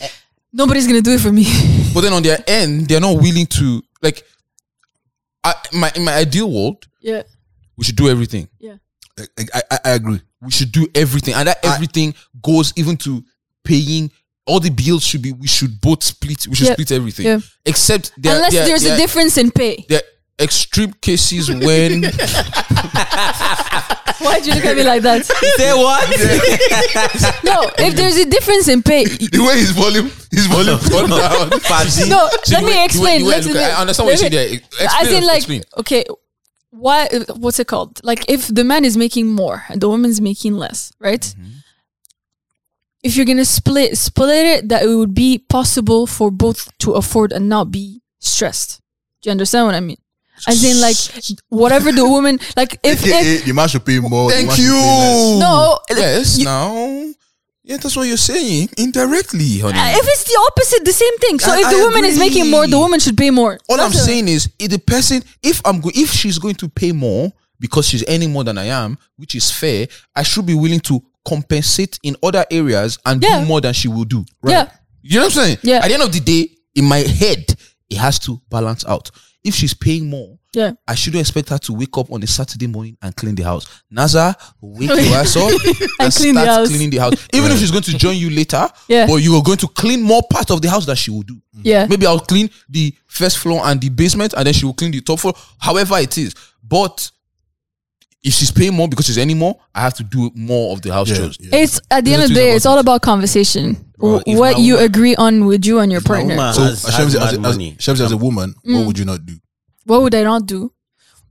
S4: nobody's gonna do it for me.
S3: But then on their end, they're not willing to like I my in my ideal world,
S4: yeah,
S3: we should do everything.
S4: yeah.
S1: I, I, I- I agree.
S3: we should do everything and that everything goes even to paying all the bills should be we should both split we should
S4: Yeah,
S3: split everything
S4: yeah.
S3: except there,
S4: Unless
S3: there-
S4: there's
S3: there-
S4: a difference in pay.
S3: there are extreme cases when
S4: Why do you look at me like that?
S2: Say what?
S4: No, if there's a difference in pay,
S3: the way his volume his volume gone down
S2: Fabzi.
S4: no.
S3: See,
S4: let
S3: the way-
S4: me explain.
S3: the way- the
S4: Let
S3: way I look
S4: me-
S3: at- I understand what
S4: let
S3: you
S4: me-
S3: said there. Explain,
S4: As in, like,
S3: explain.
S4: okay, why? What's it called? Like, if the man is making more and the woman's making less, right? If you're gonna split split it, that it would be possible for both to afford and not be stressed. Do you understand what I mean? As in, like, whatever the woman, like, if, if
S1: AKA, the man should pay more. the
S3: thank
S1: man should pay less.
S3: you
S4: no,
S3: yes now Yeah, that's what you're saying indirectly, honey.
S4: Uh, If it's the opposite, the same thing. So
S3: I-
S4: if the
S3: I
S4: woman is making more, the
S3: agree.
S4: woman should pay more.
S3: All I'm
S4: That's it.
S3: saying is, if the person, if I'm go- if she's going to pay more because she's earning more than I am, which is fair, I should be willing to compensate in other areas and
S4: Yeah.
S3: do more than she will do.
S4: Yeah.
S3: You know what I'm saying?
S4: Yeah.
S3: At the end of the day, in my head, it has to balance out. If she's paying more,
S4: Yeah.
S3: I shouldn't expect her to wake up on a Saturday morning and clean the house. Naza, wake your ass up and,
S4: clean the
S3: start
S4: house.
S3: cleaning the house. Even if she's going to join you later,
S4: Yeah.
S3: but you are going to clean more part of the house than she will do.
S4: Yeah.
S3: Maybe I'll clean the first floor and the basement, and then she will clean the top floor. However, it is. But if she's paying more because she's earning more, I have to do more of the house
S1: Yeah,
S3: chores.
S1: yeah.
S4: It's at the end of the
S3: Nothing
S4: day,
S3: about
S4: it's all about conversation.
S3: Well,
S4: Wh-
S3: if
S4: what
S3: my
S4: you
S3: woman-
S4: agree on with you and your
S2: My
S4: partner.
S2: woman
S1: So,
S2: has- has
S1: Shemzi, as,
S2: mad
S1: as, as,
S2: money.
S1: Shemzi, as a woman,
S4: Mm.
S1: what would you not do?
S4: What would I not do?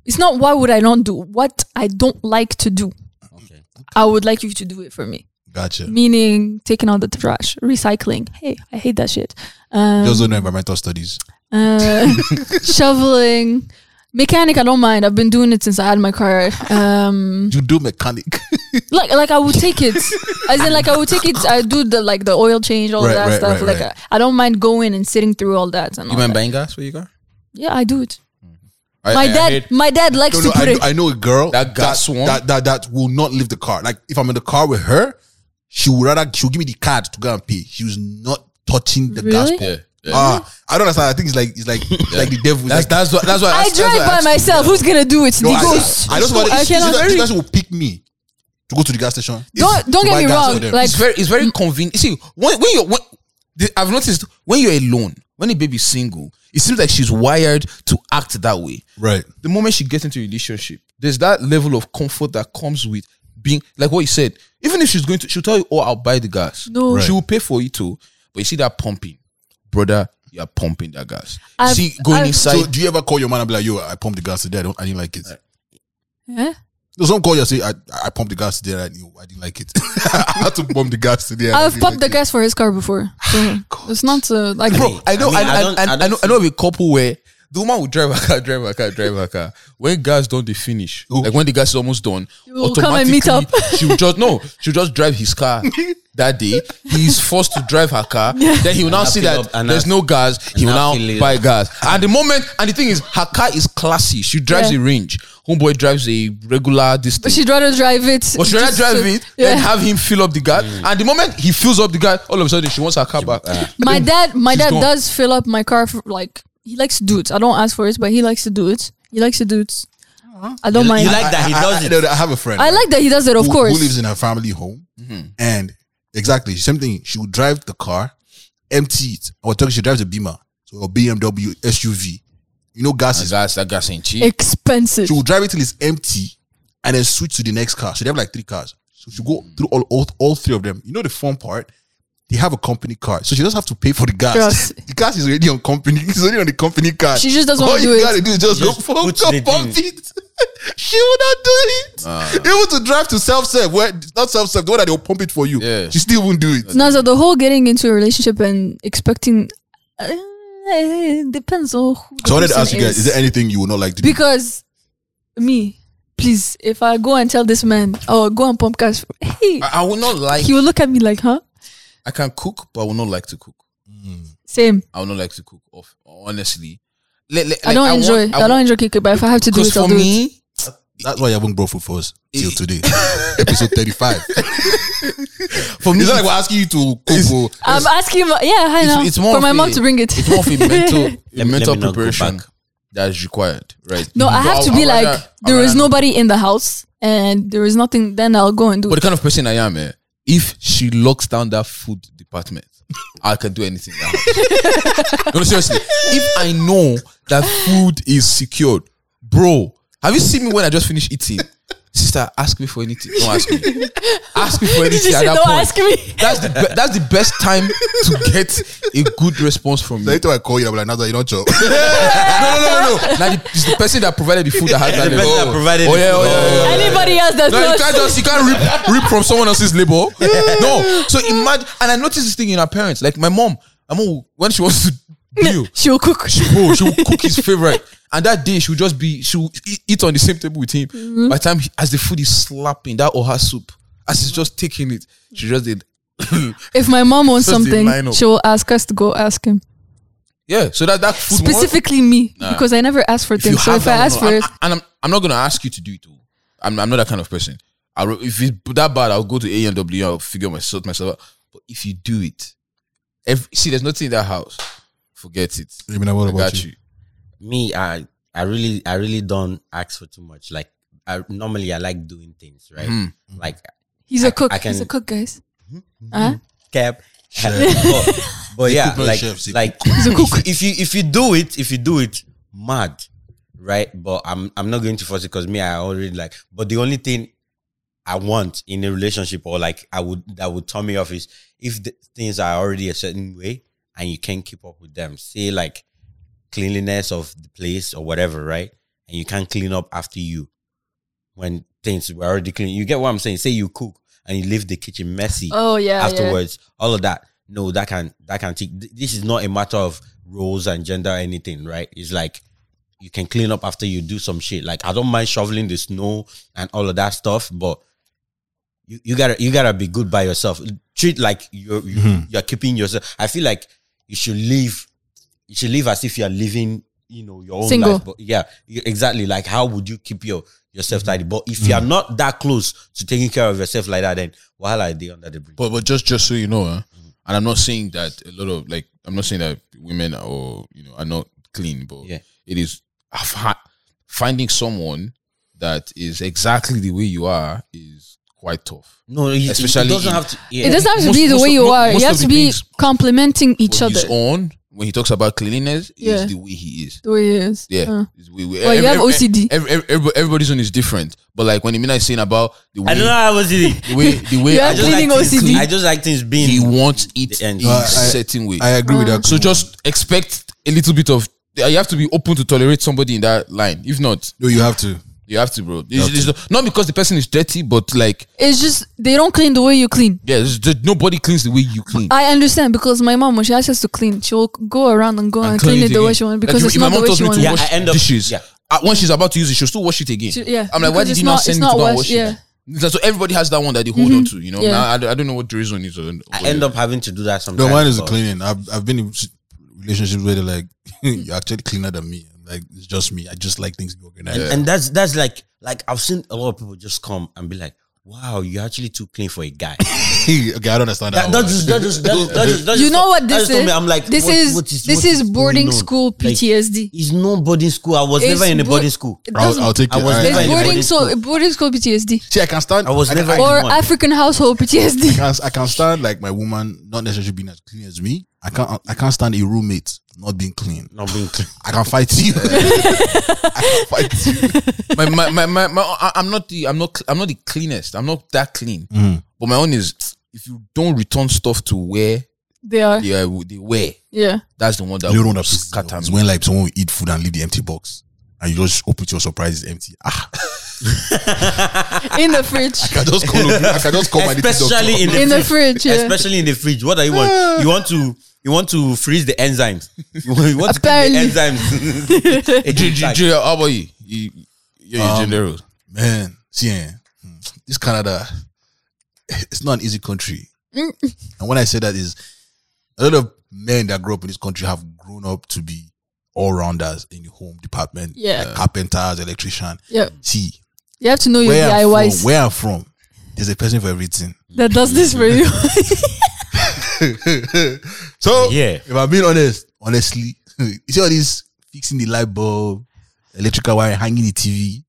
S4: It's not what would I not do. What I don't like to do.
S2: Okay.
S4: I would like you to do it for me.
S1: Gotcha.
S4: Meaning taking out the trash, recycling. Hey, I hate that shit. Um,
S1: Those are no environmental studies.
S4: uh, shoveling. Mechanic, I don't mind. I've been doing it since I had my car. Um,
S1: You do mechanic.
S4: like, like I would take it, as in, like I would take it. I do the like the oil change, all
S1: Right,
S4: that
S1: right,
S4: stuff.
S1: right,
S4: like
S1: right.
S4: I, I don't mind going and sitting through all that. And all that.
S3: buying gas for you guys?
S4: Yeah, I do it. My dad, my dad likes
S1: No,
S4: to
S1: no,
S4: put
S1: I,
S4: it.
S1: know, I know a girl
S3: That gas one?
S1: that, that that will not leave the car. Like if I'm in the car with her, she would rather she'll give me the card to go and pay. She was not touching the gas
S4: Really?
S1: pump. Ah, I don't understand. I think it's like it's like it's like the devil.
S3: That's
S1: It's like,
S3: that's what that's why
S4: I
S3: asked- that's
S4: drive
S3: why
S4: by
S3: asked-
S4: myself. Who's gonna do it?
S1: no,
S4: the
S1: I,
S4: ghost.
S1: I, I just want
S4: I
S1: this this
S4: cannot.
S1: guy- this guy will pick me to go to the gas station. It's
S4: Don't- don't
S1: to
S4: get
S1: buy
S4: me
S1: gas
S4: wrong,
S1: for them.
S4: like-
S3: it's very it's very convenient. You see, when when you're when, the, I've noticed when you're alone, when a baby's single, it seems like she's wired to act that way.
S1: right.
S3: The moment she gets into a relationship, there's that level of comfort that comes with being like what you said. Even if she's going to, she'll tell you, "Oh, I'll buy the gas."
S4: No. Right.
S3: she will pay for it too. But you see that pumping, brother, you're pumping that gas.
S4: I've-
S3: see going
S4: I've-
S3: inside.
S1: So do you ever call your man and be like, "Yo, I pumped the gas today. I don't. I didn't like it."
S4: Huh?
S1: No, some call you and say, "I I pumped the gas today. I, I didn't like it. I had to pump the gas today. and I
S4: I've
S1: didn't
S4: pumped the
S1: like it."
S4: gas for his car before. So it's not uh, like
S3: Bro, I know,
S2: I
S3: I,
S2: mean, I
S3: I,
S2: don't- I
S3: I, I,
S2: don't
S3: know, I know of a couple where the woman will drive her car, drive her car, drive her car. When gas done, they finish.
S1: Oh.
S3: Like when the gas is almost done,
S4: You will come and meet
S3: automatically,
S4: up.
S3: she will just no, she'll just drive his car that day. He's forced to drive her car. Then he will now
S2: And
S3: see
S2: fill
S3: that
S2: up- and
S3: there's
S2: have-
S3: no gas. He
S2: and
S3: will
S2: have
S3: now
S2: fill it
S3: buy gas. And the moment, and the thing is, her car is classy. She drives
S4: Yeah.
S3: a range. Homeboy drives a regular
S4: But
S3: distance.
S4: she'd rather drive it.
S3: But she rather
S4: just
S3: drive
S4: to-
S3: it,
S4: Yeah.
S3: then have him fill up the gas.
S2: Mm.
S3: And the moment he fills up the gas, all of a sudden she wants her car back.
S2: ah,
S4: my dad, my
S3: she's
S4: dad
S3: gone.
S4: does fill up my car. For, like he likes to do it. I don't ask for it, but he likes to do it. He likes to do it. I don't mind.
S2: You like that he
S1: I- I-
S2: does
S1: I-
S2: it.
S1: no, no, I have a friend.
S4: I like that he does it. Of
S1: who,
S4: course.
S1: who lives in her family home,
S2: Mm-hmm.
S1: and exactly same thing. She would drive the car, empty it. I was talking. She drives a Beamer, so a BMW SUV. You know, gas is.
S3: gas, that gas ain't cheap.
S4: Expensive.
S1: She will drive it till it's empty, and then switch to the next car. So they have like three cars. So she go through all all, all three of them. You know the fun part. They have a company car, so she doesn't have to pay for the gas.
S4: Yes.
S1: the gas is already on company. It's already on the company card.
S4: She just doesn't
S1: All
S4: wanna
S1: you
S4: do it.
S1: gotta do is just,
S2: Just
S1: go pump,
S2: put
S1: go
S2: the
S1: pump
S2: thing.
S1: it. she will not do it. Even to drive to self serve, where not self serve, the one that they'll pump it for you.
S3: Yeah.
S1: She still won't do it.
S4: No, so the whole getting into a relationship and expecting uh, eh, it depends on who. the
S1: So I wanted to
S4: person
S1: ask you guys: Is there anything you would not like to do?
S4: because me, please, if I go and tell this man, oh, go and pump cash, hey,
S3: I, I will not like.
S4: he will look at me like, huh?
S3: I can cook, but I will not like to cook.
S4: Same.
S3: I will not like to cook. Off honestly, Like- like-
S4: I
S3: like,
S4: don't
S3: want-
S4: enjoy. I,
S3: want-
S4: don't enjoy cooking, but if I have to do
S3: Because
S4: it, I'll
S3: for
S4: do it.
S3: me,
S1: That's why you haven't brought food for us till
S3: It-
S1: today, episode thirty-five.
S3: for me,
S1: It's not like we're asking you to
S3: It's-
S1: cook. or-
S4: I'm asking. My, yeah, hi now.
S3: it's, it's more
S4: for my
S3: of
S4: mom
S3: a-
S4: to bring it.
S3: It's more of a mental,
S2: me-
S3: a mental
S2: let me not go
S3: preparation
S2: back.
S3: that is required, right?
S4: no, I
S3: But
S4: have to
S3: I'd
S4: be like,
S3: rather- I'd
S4: there is
S3: rather-
S4: nobody in the house, and there is nothing. Then I'll go and do
S3: But the
S4: it.
S3: kind of person I am, eh, if she locks down that food department, I can do anything. now. no, seriously. If I know that food is secured, bro, have you seen me when I just finished eating? Sister, ask me for anything. Don't ask me. Ask me for
S4: Did
S3: anything.
S4: you
S3: at
S4: say
S3: that
S4: don't
S3: point.
S4: ask me?
S3: That's the be- that's the best time to get a good response from you.
S1: Later I call you, I'm like, "Naza, you don't chop."
S3: No, no, no, no. Now the, it's the person that provided the food that has that
S2: The
S3: labor.
S2: person that provided
S3: oh,
S2: the
S3: yeah,
S2: food.
S3: oh, yeah, yeah, yeah.
S4: Anybody else that's
S3: No, you
S4: not
S3: can't just you can't rip, rip from someone else's labor. No. So imagine, and I noticed this thing in our parents. Like my mom, my mom will- when she wants to deal,
S4: she will cook.
S3: she bro, she will cook his favorite, and that day she will just be she will eat, eat on the same table with him. By the time he, as the food is slapping that or her soup, as he's just taking it, she just did.
S4: If my mom wants
S3: Just the
S4: something,
S3: lineup.
S4: she will ask us to go ask him.
S3: Yeah, so that that food one-
S4: Specifically me, because I never ask for
S3: If you
S4: things. So
S3: have
S4: if I
S3: that
S4: ask
S3: one,
S4: for
S3: I'm-
S4: it,
S3: I'm- and I'm, I'm not gonna ask you to do it. Too. I'm, I'm not that kind of person. I will- if it's that bad, I'll go to A and W. I'll figure myself myself out. But if you do it, if see, there's nothing in that house. Forget it.
S1: Emina, what
S3: I
S1: about
S3: got
S1: you?
S3: you.
S2: me i i really i really don't ask for too much like i normally i like doing things right
S3: Hmm.
S2: like
S4: he's a cook.
S2: I
S4: He's
S2: can-
S4: a cook, guys.
S3: Mm-hmm.
S4: Huh?
S2: cap but, but
S1: The
S2: yeah
S1: equipment
S2: like
S1: chefs, the
S2: like
S4: He's a cook.
S2: if you if you do it if you do it mad right but i'm i'm not going to force it because me i already like but the only thing i want in a relationship or like i would that would turn me off is if the things are already a certain way and you can't keep up with them say like cleanliness of the place or whatever right and you can't clean up after you when things were already clean you get what i'm saying say you cook and you leave the kitchen messy
S4: Oh yeah, yeah.
S2: afterwards all of that no that can that can take th- this is not a matter of roles and gender or anything right it's like you can clean up after you do some shit like i don't mind shoveling the snow and all of that stuff but you, you gotta you gotta be good by yourself treat like you're you,
S1: Mhm.
S2: you're keeping yourself i feel like you should live you should live as if you're living you know your own
S4: Single.
S2: life but yeah you- exactly like how would you keep your yourself tidy but if you're not that close to taking care of yourself like that then while are they under the bridge
S3: But but just just so you know, huh?
S1: Mm-hmm.
S3: and I'm not saying that a lot of like I'm not saying that women are, or you know are not clean, but
S2: Yeah.
S3: it is I've had- finding someone that is exactly the way you are is quite tough.
S2: No, it,
S3: Especially
S2: it doesn't
S3: in-
S2: have to. Yeah.
S4: It doesn't have to
S3: Most-
S4: be the
S3: most
S4: way
S3: of-
S4: you
S3: mo-
S4: are. You
S3: most
S4: have
S3: of
S4: to
S3: the
S4: be
S3: things-
S4: complementing each
S3: when
S4: other.
S3: he's on, when he talks about cleanliness,
S4: Yeah.
S3: is the way he is.
S4: The way he is.
S3: Yeah.
S4: Uh.
S3: It's the way we-
S4: Well, you have OCD.
S3: every- every- everybody- everybody's own is different. But like when Emina is saying about the way,
S2: I don't know how I was doing.
S3: the way, the way
S4: You
S3: I
S4: have
S3: just,
S4: clean- Cleaning
S2: things,
S4: OCD.
S2: I just like things being.
S3: he wants it
S2: The end.
S3: in
S2: No,
S3: a
S1: I-
S3: certain way.
S1: I agree with that.
S3: so just expect a little bit of. You have to be open to tolerate somebody in that line. If not,
S1: no, you have to.
S3: you have to, bro. It's- it's not- not because the person is dirty, but like,
S4: It's just they don't clean the way you clean.
S3: yeah, it's just nobody cleans the way you clean.
S4: I understand because my mom, when she asks us to clean, she will go around and go and,
S3: and
S4: clean it the way she wants because
S3: Like,
S4: it's
S3: if
S4: not the
S3: my mom
S4: way
S3: tells
S4: she
S3: me
S4: wants.
S3: to
S2: Yeah,
S3: wash
S2: I end up-
S3: dishes.
S2: yeah.
S3: Uh, when she's about to use it, she'll still wash it again.
S4: She- yeah,
S3: I'm like, why
S4: because
S3: did
S4: it's
S3: you not
S4: not-
S3: send
S4: it's
S3: me to
S4: not
S3: go and
S4: washed,
S3: wash
S4: yeah. Mm-hmm.
S3: it? So everybody has that one that they hold on to, you know.
S4: Yeah.
S3: Now, I, don't- I don't know what the reason is. on-
S2: I end up having to do that sometimes.
S1: No, mine is the
S2: but-
S1: cleaning. I've I've been in s- relationships where they're like, you're actually cleaner than me. I'm Like it's just me. I just like things to be organized.
S2: And, and that's that's like like I've seen a lot of people just come and be like, "Wow, you're actually too clean for a guy."
S1: okay, I don't understand that.
S2: That,
S1: one.
S2: that's just, that's just, that's just, that's just, that's
S4: You
S2: just-
S4: know what
S2: that
S4: this
S2: just told
S4: is?
S2: Me, I'm like,
S4: this
S2: what-
S4: is
S2: what is
S4: this
S2: what
S4: is boarding
S2: going on?
S4: school
S2: Like,
S4: PTSD.
S2: it's no boarding school. I was
S4: It's
S2: never in a
S4: bo-
S2: boarding school.
S4: It
S1: I'll,
S4: doesn't-
S1: I'll take
S2: I
S1: it.
S2: was
S1: I,
S4: it's
S2: never in a
S1: I,
S4: boarding
S2: boarding
S4: so
S2: school.
S4: boarding school PTSD
S1: see, I can stand.
S2: I was
S1: I,
S2: never
S1: I,
S2: in
S4: or
S2: one.
S4: African household PTSD.
S1: can, I can stand like my woman not necessarily being as clean as me. I can't. I can't stand a roommate not being clean.
S2: Not being clean.
S1: I can fight you. I can fight you.
S3: my, my, my, my, my, I- I'm not the I'm not cl- I'm not the cleanest. I'm not that clean. But my own is if you don't return stuff to where
S4: They are.
S3: they are, they wear.
S4: Yeah.
S3: That's the one that
S1: You
S3: will
S1: don't have
S3: scatter
S1: It's
S3: me.
S1: when like someone will eat food and leave the empty box, and you just open to your surprise it's empty. Ah,
S4: In the fridge.
S1: I can just call. I can just call my little
S2: Especially
S1: doctor.
S2: in the
S4: In the
S2: fridge.
S4: fridge. Yeah. Ah.
S2: especially in the fridge. What do you want? You want to you want to freeze the enzymes. You want, you want to keep
S4: Apparently.
S2: the enzymes.
S3: J- J- J- how about you? you you're
S1: Um,
S3: general.
S1: Man, see, eh, hmm, this Canada, it's not an easy country.
S4: Mm,
S1: and when I say that is, a lot of men that grew up in this country have grown up to be all rounders in the home department.
S4: Yeah.
S1: like carpenters, electrician.
S4: Yeah.
S1: See,
S4: You have to
S2: Mm,
S4: know your
S1: where I'm
S4: DIYs
S1: from, where I'm from, there's a person for everything.
S4: that does this for you.
S1: So
S2: Yeah.
S1: if I'm being honest, honestly, you see all this fixing the light bulb, electrical wire, hanging the TV.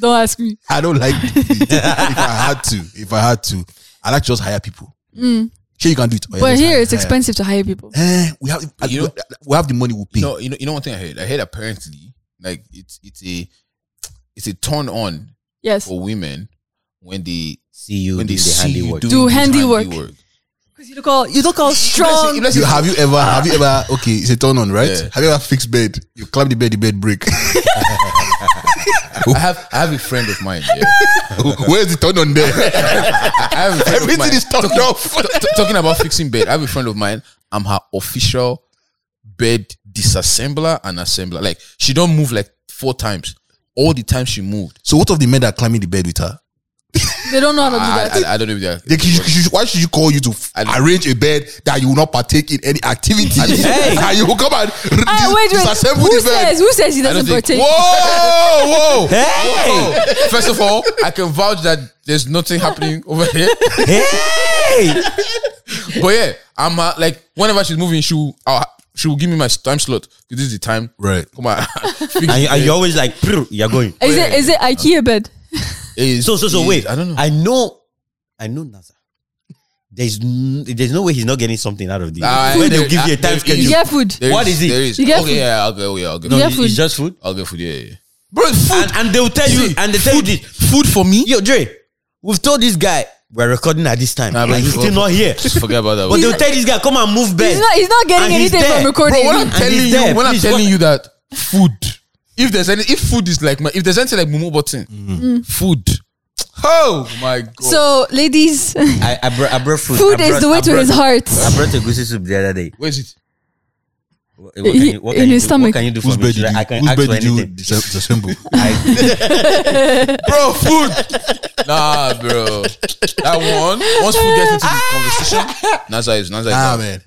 S4: Don't ask me.
S1: I don't like it. if I had to, if I had to, I like to just hire people. Sure, you can do it. Oh, yeah,
S4: Mm. But
S1: just
S4: here
S1: hire-
S4: it's
S1: hire.
S4: expensive to hire people.
S1: Eh, we have
S3: You know-
S1: we have the money. We pay.
S3: No, you know, you know one thing I heard. I heard apparently like it's it's a it's a turn on
S4: Yes.
S3: for women when they
S2: see you
S3: when
S2: when
S3: they
S2: the
S3: see you
S2: handiwork.
S3: doing
S4: Do
S3: this
S4: handiwork. Because you look all you look all strong.
S1: You- have you ever have you ever okay? It's a turn on, right?
S3: Yeah.
S1: Have you ever fixed bed? You climb the bed, the bed break.
S3: I have I have a friend of mine. Yeah.
S1: Where's the turn on there?
S3: I have a friend of
S1: Everything
S3: mine-
S1: is turned off.
S3: T- t- talking about fixing bed. I have a friend of mine. I'm her official bed disassembler and assembler. Like she don't move like four times. All the time she moved.
S1: So what of the men that are climbing the bed with her?
S4: They don't know how to do
S3: Ah, I,
S4: that.
S3: I, I don't know if they're.
S1: They- you- you- why should you call you to f-
S3: I-
S1: arrange a bed that you will not partake in any activity?
S2: Hey.
S1: That you will come and r-
S4: Ah,
S1: dis-
S4: wait, wait.
S1: disassemble
S4: Who
S1: the bed.
S4: says? Who says he
S3: I don't
S4: doesn't
S3: think.
S4: partake?
S3: Whoa, whoa!
S2: Hey!
S3: whoa. First of all, I can vouch that there's nothing happening over here.
S2: Hey!
S3: But yeah, I'm uh, like whenever she's moving, she will, uh, she will give me my time slot. This is the time.
S1: Right.
S3: Come on.
S2: And, and you're always like, "Prr, you're going.
S4: Is it is it IKEA bed?
S3: It's-
S2: So so so
S3: it's-
S2: wait.
S3: I don't know.
S2: I know. I know NASA. There's n- there's no way he's not getting something out of this.
S3: Ah,
S2: Where
S3: there-
S2: they'll give you a
S3: ah,
S2: time
S3: there
S2: schedule.
S4: You
S3: You-
S4: get food.
S3: There
S2: What is it?
S3: There is.
S4: You get
S3: okay,
S4: food?
S3: yeah, okay, oh, yeah, okay.
S4: You
S2: No,
S4: get
S2: it-
S4: food.
S2: it's just food.
S3: I'll get food. Yeah, yeah. Bro, food.
S2: And, and they'll tell you,
S3: See,
S2: and they tell you this.
S3: food for me.
S2: Yo, Dre, we've told this guy we're recording at this time,
S3: Nah, but
S2: and he's
S3: it's
S2: still not
S3: over.
S2: here.
S3: Just forget about that.
S2: But
S3: one.
S2: they'll tell this guy, come and move bed.
S4: He's not. He's not getting
S2: And he's
S4: anything
S2: there.
S4: from recording.
S3: Bro, when I'm
S2: And
S3: telling
S2: he's
S3: you,
S2: there,
S3: when I'm
S2: please,
S3: telling
S2: what-
S3: you that food, if there's any, if food is like my, if there's anything like Mumu button, food. Oh my god!
S4: Mm-hmm. so, ladies,
S2: I, I, brought, I brought food.
S4: food
S2: I brought,
S4: is the way
S2: I
S4: to
S2: brought-
S4: his heart.
S2: I brought a goosey soup the other day.
S3: where is it?
S2: What, what can
S4: He-
S2: you, what
S4: in
S2: can you
S4: his
S2: do,
S4: stomach.
S2: What can you do for
S1: Whose
S2: me?
S1: bed
S2: Should
S1: did
S2: I, I
S1: you,
S2: can
S1: whose
S2: ask
S1: bed
S2: for
S1: did you
S2: anything.
S1: dis- disassemble?
S2: I,
S3: Bro, food. nah, bro. That one. Once food gets into the
S4: Ah!
S3: conversation, NASA is NASA is
S1: Nah,
S3: out.
S1: man.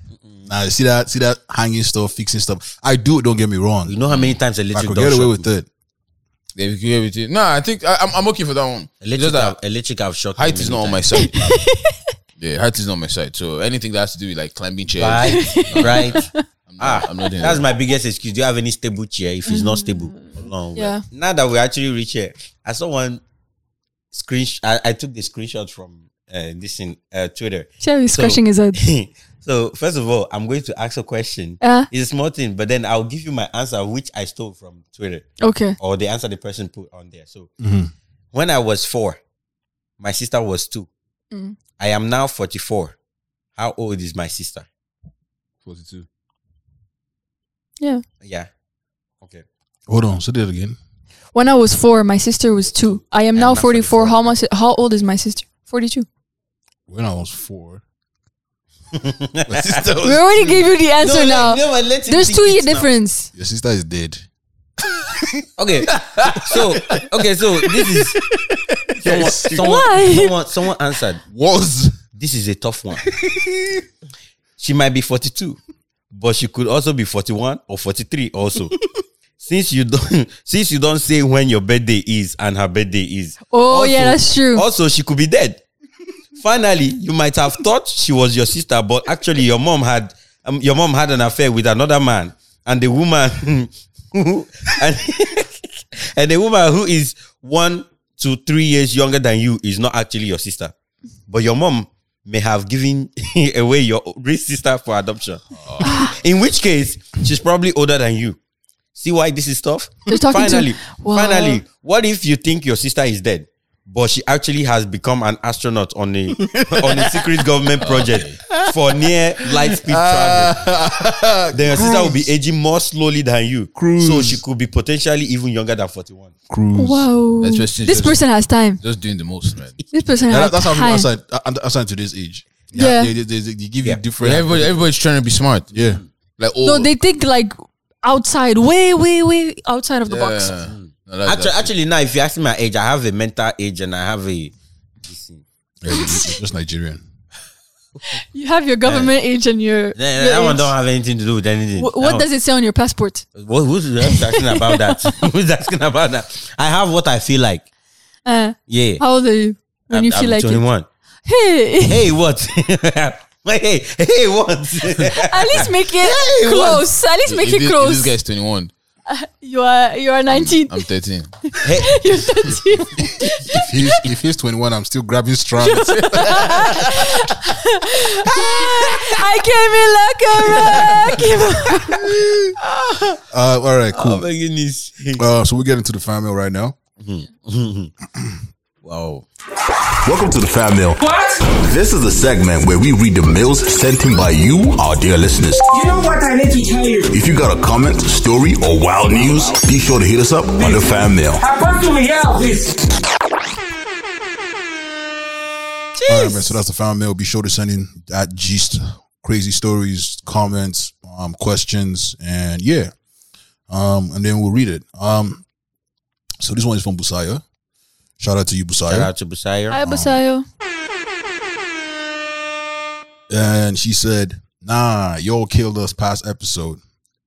S1: Nah, see that, see that hanging stuff, fixing stuff. I do. it, Don't get me wrong.
S2: you know how many times a
S1: I
S2: little
S1: could
S2: dog
S1: get away
S2: shot
S1: with
S2: me?
S1: it.
S3: They give everything. Nah, I think I, I'm I'm okay for that one. It's
S2: Electric,
S3: Just that
S2: have, electric have shocked
S3: height
S2: me
S3: is
S2: many
S3: not on my
S2: times.
S3: side. yeah, height is not on my side. So anything that has to do with like climbing chairs,
S2: Right, right.
S3: I'm,
S2: Ah,
S3: not, I'm not doing
S2: That's
S3: that.
S2: my biggest excuse. Do you have any stable chair? If it's not stable, no.
S4: Mm. Yeah.
S2: well, Now that we actually reach here, I saw one screen. I, I took the screenshot from uh, this in uh, Twitter.
S4: Sherry's
S2: So-
S4: scratching his head.
S2: so first of all, I'm going to ask a question.
S4: Uh,
S2: It's a small thing, but then I'll give you my answer, which I stole from Twitter
S4: Uh, okay.
S2: or the answer the person put on there. So
S1: Mhm.
S2: when I was four, my sister was two.
S4: Mm.
S2: I am now 44. How old is my sister?
S3: 42.
S4: Yeah.
S2: Yeah. Okay.
S1: Hold on. Say that again.
S4: When I was four, my sister was two. I am
S2: I'm
S4: now
S2: not
S4: forty-four.
S2: 44.
S4: How much? How old is my sister? Forty-two.
S1: When I was four,
S2: My
S1: sister
S4: We already gave you the answer now. There's two year difference.
S1: your sister is dead.
S2: Okay. So okay, so this is someone someone,
S4: Why?
S2: someone someone answered.
S1: Was
S2: This is a tough one. she might be 42, but she could also be 41 or 43 also. since you don't since you don't say when your birthday is and her birthday is.
S4: Oh
S2: Also-
S4: yeah, that's true.
S2: Also, she could be dead. Finally, you might have thought she was your sister, but actually, your mom had um, your mom had an affair with another man, and the woman who and, and the woman who is one to three years younger than you is not actually your sister, but your mom may have given away your real sister for adoption. In which case, she's probably older than you. See why this is tough?
S4: They're talking to-
S2: finally,
S4: Wow.
S2: finally, what if you think your sister is dead, but she actually has become an astronaut on a on a secret government project for near light speed travel? then your sister will be aging more slowly than you, so she could be potentially even younger than forty-one.
S1: cruise.
S4: Wow.
S3: That's just-
S4: This
S3: just-
S4: person has time.
S3: Just doing the most, man.
S4: This person
S1: Yeah,
S4: has
S1: that- that's how people
S4: time.
S1: outside uh, and- outside today's age.
S4: Uh, Yeah.
S1: they, they, they, they give
S2: Yeah.
S1: you different.
S3: Everybody, everybody's trying to be smart.
S1: yeah,
S3: Like, oh,
S4: No, they think like outside, way, way, way outside of the box.
S3: Yeah. No, that-
S2: Actually,
S3: that-
S2: actually, now if you ask me my age, I have a mental age and I have a.
S1: Yeah, they- they're just Nigerian.
S4: You have your government age and your.
S2: That,
S4: your
S2: that one
S4: age.
S2: don't have anything to do with anything.
S4: Wh-
S2: That
S4: what
S2: one-
S4: does it say on your passport?
S2: What, who's, who's asking about that? who's asking about that? I have what I feel like.
S4: Uh,
S2: Yeah.
S4: how old are you when
S2: I'm-
S4: you feel
S2: I'm
S4: like
S2: 21.
S4: it? Hey,
S2: Hey, what? hey, hey, what?
S4: at least make it
S2: Hey, what?
S4: close. At least make
S3: if
S4: it
S3: this, If
S4: close.
S3: this guy's 21.
S4: You are you are 19.
S3: I'm 13.
S2: hey,
S4: You're 13.
S1: If he's if he's twenty one, I'm still grabbing strands.
S4: I came in like a wreck.
S1: Uh, all right,
S2: oh
S1: cool.
S2: my goodness.
S1: Uh, so we get into the family right now.
S2: wow.
S5: Welcome to the Fan Mail. What? This is a segment where we read the mails sent in by you, our dear listeners.
S6: You know what I need to tell you?
S5: If you got a comment, story, or wild news, be sure to hit us up on the Fan Mail.
S6: I want to hear of this.
S1: All right, man. So that's the fan mail. Be sure to send in that gist, crazy stories, comments, um, questions, and yeah. Um, and then we'll read it. Um, so this one is from Busaya. Shout out to you,
S2: Shout
S1: Busayo.
S2: out to Busayo.
S4: Hi, Basayo.
S1: And she said, Nah, y'all killed us past episode.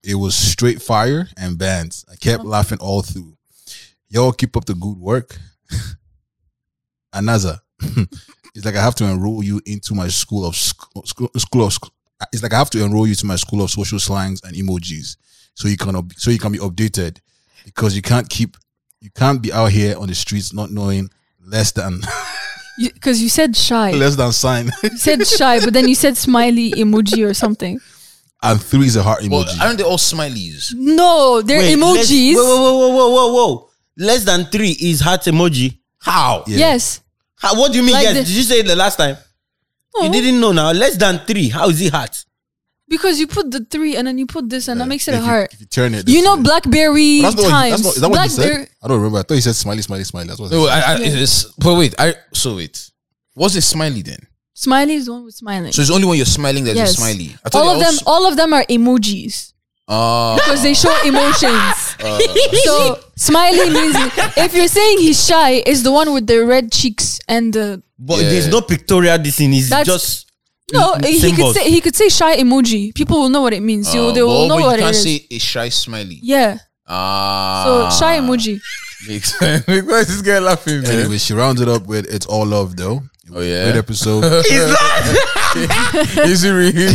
S1: It was straight fire and bands. I kept laughing all through. Y'all keep up the good work. Anaza. it's like I have to enroll you into my school of sc- school, school of sc- it's like I have to enroll you to my school of social slangs and emojis so you can up- so you can be updated because you can't keep you can't be out here on the streets not knowing less than
S4: Because you, said shy.
S1: less than sign
S4: You said shy, but then you said smiley emoji or something.
S1: and three is a heart
S7: Well,
S1: emoji.
S7: aren't they all smileys?
S4: No, they're
S2: let's-
S4: emojis.
S2: Whoa, whoa, whoa, whoa, whoa, whoa. Less than three is heart emoji. How?
S4: Yes.
S2: How- what do you mean?
S4: Like
S2: yes.
S4: the-
S2: Did you say it the last time?
S4: Oh,
S2: You didn't know now. Less than three. How is it heart?
S4: because you put the three and then you put this and that makes it a
S1: If you-
S4: heart.
S1: if you turn it,
S4: You
S1: this
S4: know
S1: way.
S4: BlackBerry
S1: That's not what,
S4: times.
S1: that's not, is that what you
S4: Blackberry.
S1: said? I don't remember. I thought you said smiley, smiley, smiley. That's what I
S3: No, I, I,
S4: Yeah.
S3: it's, but wait, I so wait. What's a smiley then?
S4: Smiley is the one with smiling.
S7: So it's only when you're smiling that
S4: Yes.
S7: you're smiley. I thought
S4: all of
S7: they
S4: them, all of them are emojis
S7: all s-
S4: because they show emotions. so smiley means if you're saying he's shy, it's the one with the red cheeks and the
S2: But
S7: Yeah.
S2: there's no pictorial this in. It's
S4: That's-
S2: just
S4: no.
S2: Mm,
S4: He could
S2: symbols.
S4: say he could say shy emoji. People will know what it means.
S7: uh,
S4: You they
S7: but-
S4: will know
S7: but
S4: what
S7: you
S4: it
S7: can't
S4: is.
S7: say a shy smiley.
S4: yeah. So
S7: Ah,
S4: shy emoji.
S3: Makes sense. Why is this guy laughing?
S1: said.
S3: man?
S1: Anyway, she rounded up with "It's all love, though."
S7: Oh yeah.
S1: Great episode.
S3: Is it really?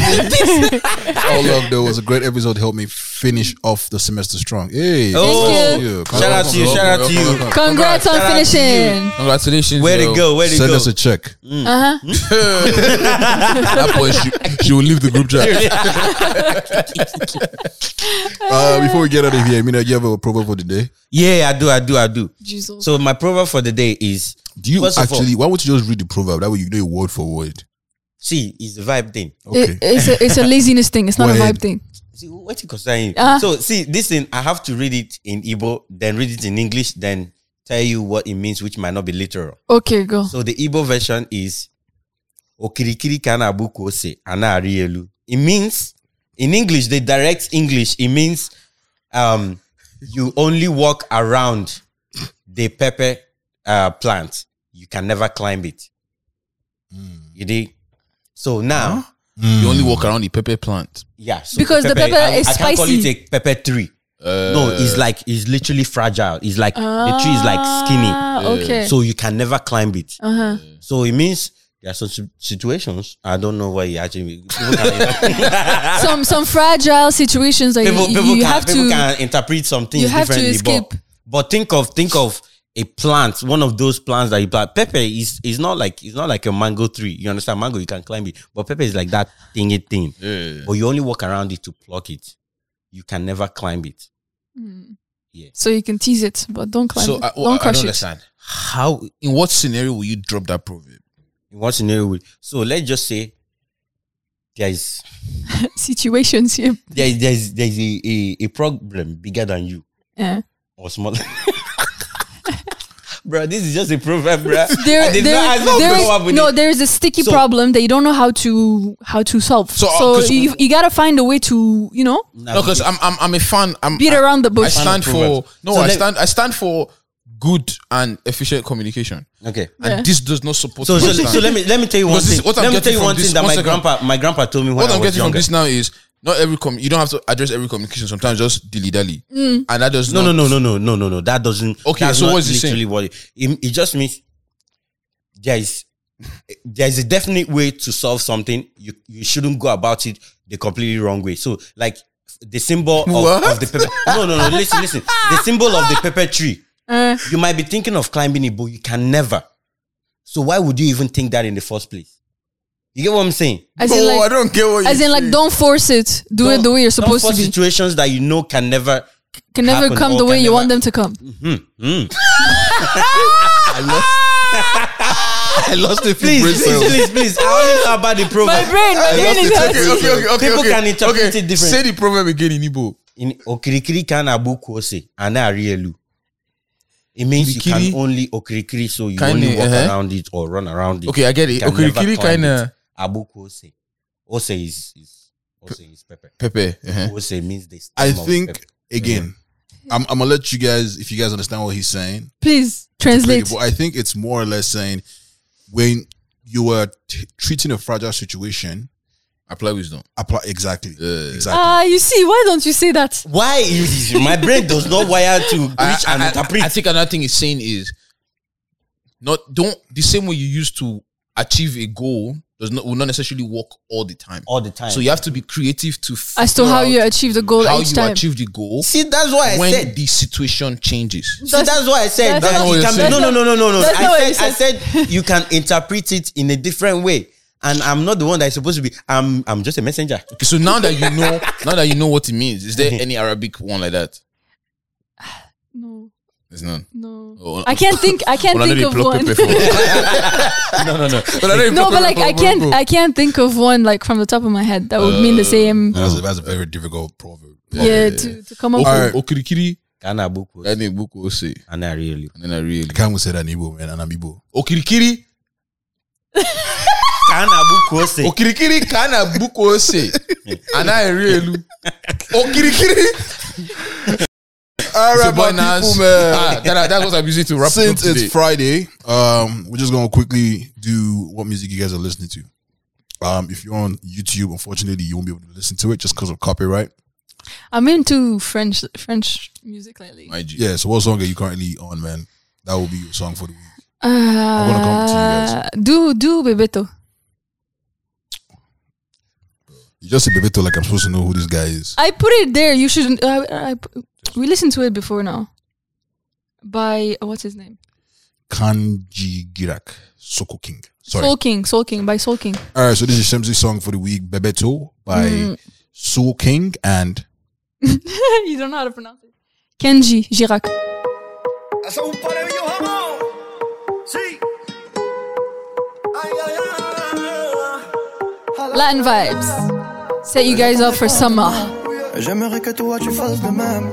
S1: all love though was a great episode. Helped me finish off the semester strong. Hey,
S2: Oh.
S1: congrats
S4: Thank
S1: to you.
S2: shout out to you. Shout out to you.
S4: Congrats, on
S2: Shout out to
S4: finishing.
S3: Congratulations.
S2: Where
S3: yo.
S2: to go? Where to
S1: Send
S2: go?
S1: us a check.
S4: Uh huh.
S3: That point, she, she will leave the group chat.
S1: Uh, before we get out of here, Mina, you have a proverb for the day.
S2: yeah, I do. I do. I do.
S4: Jesus.
S2: So my proverb for the day is
S1: Do you
S2: First of
S1: actually? why would not you just read the proverb? That way you know it word for word.
S2: see is the vibe thing.
S1: Okay.
S4: It, it's a it's a laziness thing. It's not a
S1: Word.
S4: vibe thing.
S2: See what you concerning.
S4: Ah.
S2: So see this thing. I have to read it in Igbo, then read it in English, then tell you what it means, which might not be literal.
S4: Okay, go.
S2: So the Igbo version is Okirikiri kanabuku ose ana arielu. It means in English, the direct English, it means um you only walk around the pepper uh, plant. You can never climb it. You dig? So now
S7: You only walk around the pepper plant.
S2: yeah, so
S4: Because the pepper
S2: I,
S4: is
S2: I can't call
S4: spicy.
S2: it a pepper tree.
S7: Uh,
S2: no, it's like it's literally fragile. It's like the tree is like
S4: Ah,
S2: skinny,
S4: Okay.
S2: so you can never climb it.
S4: uh huh.
S2: So it means there are some si- situations I don't know why you actually people can,
S4: some some fragile situations that
S2: people,
S4: you,
S2: people
S4: you
S2: can,
S4: have
S2: people
S4: to.
S2: can interpret some things
S4: you have to
S2: differently. But,
S4: escape.
S2: but think of think of a plant, one of those plants that you plant. Pepper is is not like it's not like a mango tree. You understand? Mango you can climb it, but pepper is like that thingy thing. But you only walk around it to pluck it. You can never climb it.
S4: So you can tease it, but don't climb.
S7: So I,
S4: it.
S7: well,
S4: don't
S7: I don't
S4: crush it.
S7: understand. How? In what scenario will you drop that proverb?
S2: In what scenario? would- So let's just say there is
S4: Situations here.
S2: there is there is, there is a, a, a problem bigger than you.
S4: Yeah.
S2: or smaller. bro, this is just a proverb, bro. I
S4: There,
S2: did
S4: there,
S2: not, I don't
S4: there
S2: grow
S4: is-
S2: up with
S4: no,
S2: it.
S4: there is a sticky
S2: So-
S4: problem that you don't know how to how to solve. So,
S7: So, uh, 'cause-
S4: you, you gotta find a way to you know
S7: No, because I'm, I'm I'm a fan. I'm
S4: beat
S7: I-
S4: around the
S7: I
S4: bush.
S7: stand for
S2: proverbs.
S7: no.
S2: So
S7: I
S2: let-
S7: stand. I stand for good and efficient communication.
S2: okay.
S7: And
S4: Yeah.
S7: this does not support.
S2: So,
S7: my
S2: so,
S7: stand.
S2: so let me let me tell you one
S7: Because this-
S2: thing.
S7: what I'm
S2: let me
S7: getting
S2: tell you
S7: from
S2: one
S7: this-
S2: thing that
S7: one
S2: my
S7: second.
S2: grandpa my grandpa told me when
S7: what
S2: I
S7: I'm
S2: was
S7: getting
S2: younger.
S7: from this now is not every com. You don't have to address every communication. Sometimes just dilly dally, and that does
S2: no,
S7: not-
S2: no, no, no, no, no, no, no. That doesn't.
S7: Okay,
S2: that's
S7: so
S2: not
S7: what's he
S2: literally
S7: saying?
S2: What it, it, it just means there is there is a definite way to solve something. You you shouldn't go about it the completely wrong way. So like the symbol of, of the pepper. No, no, no. Listen, listen. The symbol of the pepper tree.
S4: Uh.
S2: you might be thinking of climbing it, but you can never. So why would you even think that in the first place? You get what I'm saying?
S4: As in
S7: Oh, I
S4: like,
S7: don't care what.
S4: as
S7: you
S4: in like,
S7: say.
S4: don't force it. Do it the way you're
S2: Don't
S4: supposed to
S2: force
S4: be.
S2: situations that you know can never.
S4: Can never
S2: happen
S4: come
S2: or
S7: Oh,
S4: the
S2: can
S4: way you
S2: never-
S4: want them to come.
S7: I lost a few
S2: Please,
S7: brain
S2: please,
S7: cells.
S2: please, please. I only know about the proverb.
S4: My brain, my
S7: I
S4: brain
S7: lost
S4: is
S7: it. Okay, okay, okay, okay,
S2: People
S7: okay.
S2: can interpret
S7: Okay,
S2: it different.
S7: Say the proverb again in Igbo.
S2: in okirikiri kan abu kwose ana arielu. It means you
S7: Okirikiri?
S2: can only okirikiri, so you
S7: Kinda,
S2: only walk
S7: uh-huh.
S2: around it or run around it.
S7: Okay, I get it.
S2: You can never
S7: Okirikiri
S2: climb
S7: kinda-
S2: it. abu kwose. Ose is is ose is pepper.
S7: Pepe. uh-huh.
S2: Ose means the.
S1: I
S2: stem of
S1: think
S2: pepper.
S1: again, I'm, I'm gonna let you guys, if you guys understand what he's saying,
S4: Please
S1: pretty,
S4: translate.
S1: but I think it's more or less saying when you are t- treating a fragile situation,
S7: Apply wisdom. Uh,
S1: apply exactly, exactly.
S4: Ah, you see, why don't you say that?
S2: Why? is- My brain does not wire to reach
S7: I,
S2: and
S7: I-
S2: interpret.
S7: I think another thing is saying is not don't the same way you used to achieve a goal does not will not necessarily work all the time.
S2: all the time.
S7: So you have to be creative to
S4: As to
S7: figure
S4: how
S7: out
S4: you achieve the goal
S7: how
S4: each
S7: you
S4: time.
S7: achieve the goal
S2: see, that's why I
S7: when
S2: said.
S7: the situation changes.
S2: See, that's why I said
S4: that's not
S2: that
S4: what
S2: it
S4: you
S2: can
S4: said.
S2: be, no, no, no, no, no, no.
S4: That's not what
S2: I
S4: you
S2: said, I said you can interpret it in a different way, and I'm not the one that's supposed to be. I'm, I'm just a messenger.
S7: Okay, so now that you know, now that you know what it means, is there any Arabic one like that?
S4: No,
S7: There's none.
S4: no.
S7: Oh,
S4: I can't think. I can't
S7: Well, I know
S4: think
S7: they
S4: of
S7: pluck
S4: one.
S7: pepper from-
S2: No, no, no.
S7: Well, I know they
S4: No,
S7: pluck
S4: but
S7: pepper
S4: like I
S7: from-
S4: can't. I can't think of one like from the top of my head that would
S1: Uh,
S4: mean the same.
S1: That's, a, that's a very difficult proverb.
S4: Yeah, to, to come up
S7: Oku-
S4: with.
S7: Okirikiri,
S2: Can I book?
S7: I think Buku will say,
S2: And I really
S7: and then I really
S1: I can't even say that in Igbo, man, and I'm Igbo.
S7: Okirikiri,
S2: can I book? Say
S7: Okirikiri kana Buku will say, and I really Oh, Okirikiri. All
S1: right, my people, man.
S7: Ah, that, that's what I'm using to wrap it up
S1: Since
S7: today.
S1: it's Friday, um, we're just gonna quickly do what music you guys are listening to. Um, if you're on YouTube, unfortunately, you won't be able to listen to it just because of copyright.
S4: I'm into French French music lately.
S7: My G.
S1: Yeah. So, what song are you currently on, man? That will be your song for the week. gonna come to you
S4: Uh, do do Bebeto.
S1: You just say Bebeto like I'm supposed to know who this guy is.
S4: I put it there. You shouldn't. Uh, I, we listened to it before now. By uh, what's his name?
S1: Kanji Girak Soko King. Sorry.
S4: Soul King. Soul King by Soul King.
S1: All right. So this is Shemzi's song for the week, Bebeto by Soul King and
S4: you don't know how to pronounce it. Kenji Girac.
S8: Essa é um parelinho, Ramon! Sim! Ai, ai, ai!
S4: Latin vibes. Set you guys up for summer.
S8: J'aimerais que toi tu fasses de même.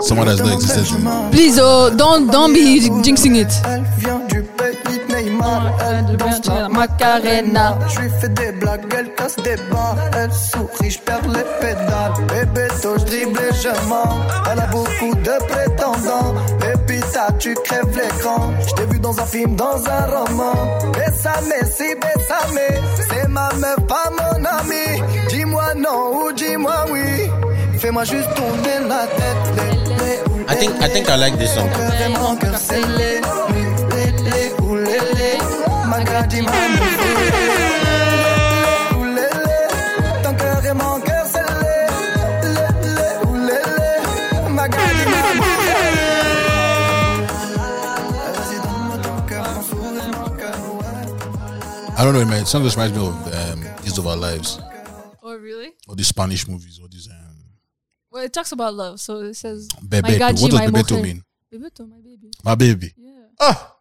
S1: someone that's not existed.
S4: Please, oh, don't don't be jinxing it.
S8: Elle vient du pays de Neymar. Elle danse la
S4: Macarena.
S8: Je lui fais des blagues, elle casse des barres. Elle sourit, je perds les pédales. Bébé, tôt, je dribble et je mens. Elle a beaucoup de prétendants. Et puis ça, tu crèves l'écran. Je t'ai vu dans un film, dans un roman. Bessame, si bessame. C'est ma meuf, pas mon ami. Dis-moi non ou dis-moi oui. Fais-moi juste tourner la tête. Lé, lé, ou
S2: I think- I think I like this song.
S8: Lé, lé, mon cœur, c'est lé. Lé, lé, ou lé, lé. Ma gars, dis-moi non. Oulélé, ton cœur et mon cœur c'est lé, lé, lé, oulélé, ma gueule et ma bouche. Vas-y, donne-moi ton cœur, mon sourire, mon cœur, ouais.
S1: I don't know, man. Song just reminds me of um, Days of Our Lives,
S4: Oh really?
S1: all these Spanish movies, all these. Um,
S4: Well, it talks about love, so it says.
S1: Bebeto.
S4: gaji,
S1: what does
S4: my
S1: Bebeto
S4: mujer.
S1: mean?
S4: Bebeto, my baby.
S1: My baby.
S4: Yeah.
S1: Ah,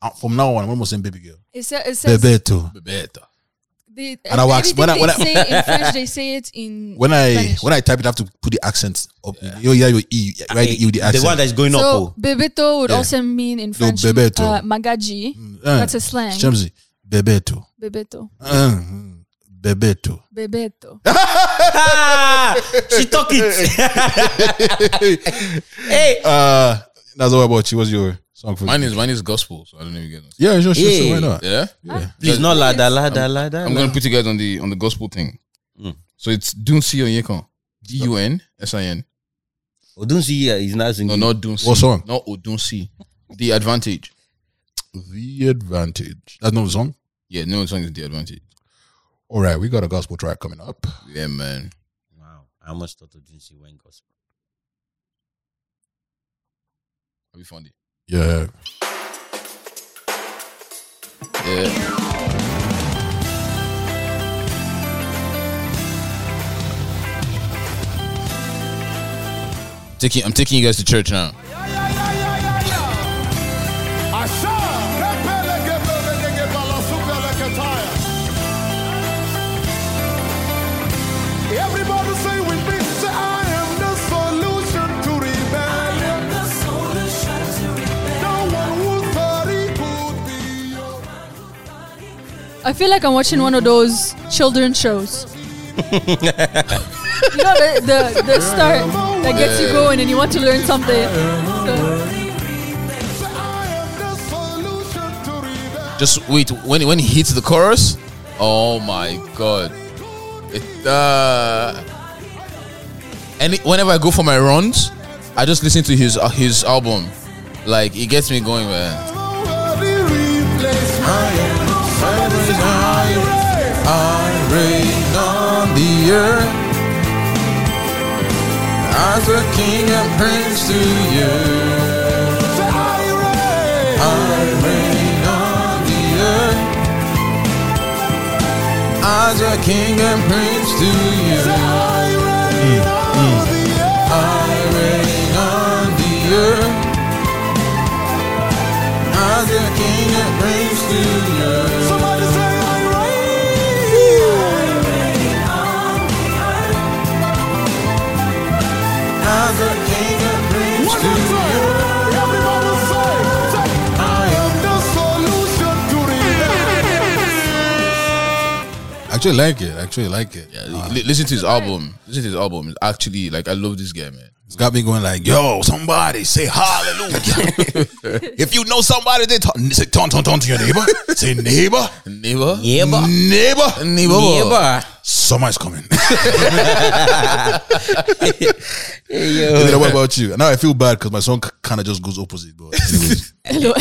S1: Uh, from now on, I'm almost saying baby girl.
S4: It, sa- it says.
S1: Bebeto.
S7: Bebeto.
S4: They,
S1: And I was-
S4: everything
S1: when I-
S4: they
S1: when I-
S4: say in French, they say it in
S1: When I
S4: Spanish.
S1: when I type it, I have to put the accent up. You hear your e, right? You the accent.
S2: the one that's going up.
S4: so
S2: Oh.
S4: Bebeto would
S1: Yeah.
S4: also mean in French
S1: Bebeto.
S4: uh, Magaji.
S1: Eh,
S4: That's a slang.
S1: Shamsi, Bebeto.
S4: Bebeto.
S1: Uh, Bebeto.
S4: Bebeto.
S2: Ah, she talk it. hey,
S1: Uh, that's all about you. What's your song for?
S7: Mine is mine is gospel, so I don't know if you get it.
S1: yeah, sure, sure, sure. Why
S2: Yeah.
S1: not?
S7: Yeah.
S2: please not la da la da la da.
S7: I'm
S2: la.
S7: gonna put you guys on the on the gospel thing. So it's Dunsi Onyekan. D U N S I N.
S2: Odunsi here is uh, not
S7: No,
S2: singing.
S7: not Dunsi.
S1: What song?
S7: Not Odunsi. The advantage.
S1: The advantage. That's not the song.
S7: Yeah, no song is the advantage.
S1: All right, we got a gospel track coming up.
S7: Yeah, man.
S2: Wow, I almost thought Odunsi went gospel.
S7: Have you found it?
S1: Yeah,
S7: Yeah. Taking, I'm taking you guys to church now.
S9: Everybody say with me, say I am the solution to rebellion. No one who thought he could be your
S4: I feel like I'm watching one of those children shows. you know the the, the start. that gets you going and you want to learn something. So,
S7: Just wait when when he hits the chorus. Oh my god! It uh. Any whenever I go for my runs, I just listen to his uh, his album. Like it gets me going, man. I reign on the earth as a king and prince to you. I reign on the earth as a king and prince to you.
S1: Mm,
S7: I reign on the earth as a king and prince to you. As a king and prince to you.
S1: Actually, like it. Actually, like it.
S7: Li- listen to his album. Listen to his album. It's Actually, like I love this guy, man.
S1: It's got me going like, yo, somebody say hallelujah. if you know somebody, they talk, say turn, turn, turn to your neighbor. Say neighbor,
S7: Neighbor,
S2: Neighbor.
S1: neighbor,
S7: neighbor,
S2: Neighbor.
S1: somebody's coming.
S2: Yo.
S1: And then what about you? Now I feel bad because my song kind of just goes opposite. But anyways,
S4: hello.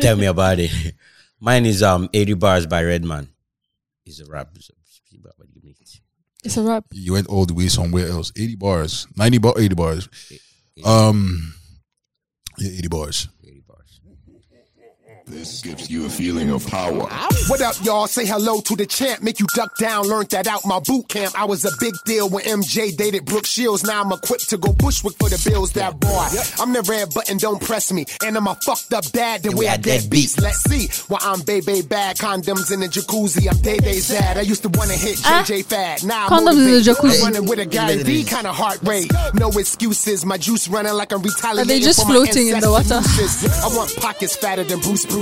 S2: Tell me about it. Mine is um 80 bars by Redman. It's a rap. It's a-
S4: it's a wrap.
S1: you went all the way somewhere else. Eighty bars, ninety bar, eighty bars. Um, yeah, eighty bars.
S9: What up, y'all? Say hello to the champ. Make you duck down. Learned that out my boot camp. I was a big deal when MJ dated Brooke Shields. Now I'm equipped to go Bushwick for the bills that boy. I'm the red button, don't press me. And I'm a fucked up dad the way I dead beats. Let's see. While I'm baby bad, condoms in the jacuzzi. I'm day day's dad. I used to wanna hit JJ Fad. Now I'm
S4: Condoms in the
S9: motivated.
S4: jacuzzi.
S9: Running with a guy D kind of heart rate. No excuses. My juice running like I'm retaliating.
S4: just
S9: for my
S4: floating in the
S9: ancestors'
S4: water?
S9: bruises. I want pockets fatter than Bruce Bruce's. I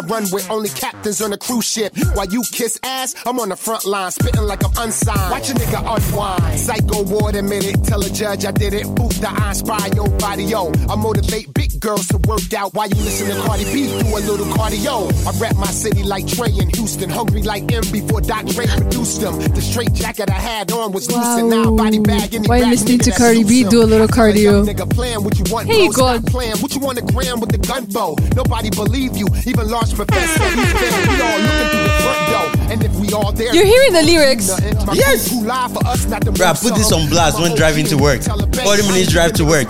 S9: run with only captains on a cruise ship. While you kiss ass, I'm on the front line, spitting like I'm unsigned. Watch a nigga unwind. Psycho ward admitted, tell a judge I did it. Boot the I inspire your body, yo. I motivate big girls to work out while you listen to Cardi B do a little cardio. I rap my city like Trey in Houston, hungry like M before Doc Dre produced them. The straight jacket I had on was loose and now body bag in the
S4: Why
S9: back,
S4: listening
S9: nigga,
S4: to
S9: that
S4: Cardi
S9: suits
S4: B
S9: him.
S4: do a little
S9: I tell a young
S4: cardio?
S9: nigga, plan what you want,
S4: Hey,
S9: bro, stop
S4: God.
S9: plan. What you want to gram with the gun for? Nobody believe you. Even large professor, he's there. We all looking through the front door. And if we all there,
S4: You're hearing the lyrics.
S9: Yes. Bro,
S2: Bruh, put this on blast when driving to work. 40 minutes drive to work.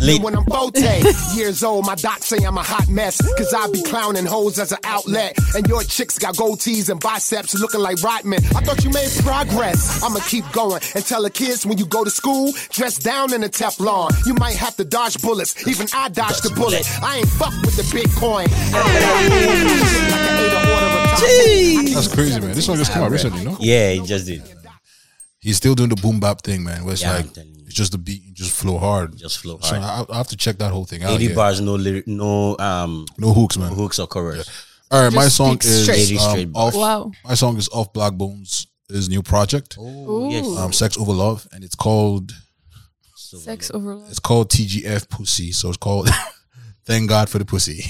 S2: Late.
S9: When I'm 40 years old, my doc say I'm a hot mess. Cause I be clowning hoes as an outlet. And your chicks got gold tees and biceps looking like Rodman. I thought you made progress. I'ma keep going and tell the kids when you go to school, dress down in a Teflon. You might have to dodge bullets. Even I dodged the bullet. I ain't fuck with the Bitcoin.
S1: That's crazy, man. This song just came out recently, no?
S2: Yeah, he just did.
S1: He's still doing the boom bap thing, man. Where it's
S2: Yeah, I'm
S1: like
S2: telling you.
S1: it's just the beat, you just flow hard.
S2: Just flow
S1: So
S2: hard.
S1: I, I have to check that whole thing out.
S2: 80
S1: yeah.
S2: bars, no lyric, no um
S1: no hooks, man.
S2: hooks or chorus.
S1: All right, my song
S4: speaks
S1: is
S4: straight.
S1: um,
S2: Straight
S1: off.
S4: Wow.
S1: My song is off Black Bones' his new project,
S2: Oh.
S4: Ooh.
S2: yes.
S1: um, "Sex Over Love," and it's called
S4: Sex overload.
S1: it's called TGF Pussy. So it's called "Thank God for the Pussy."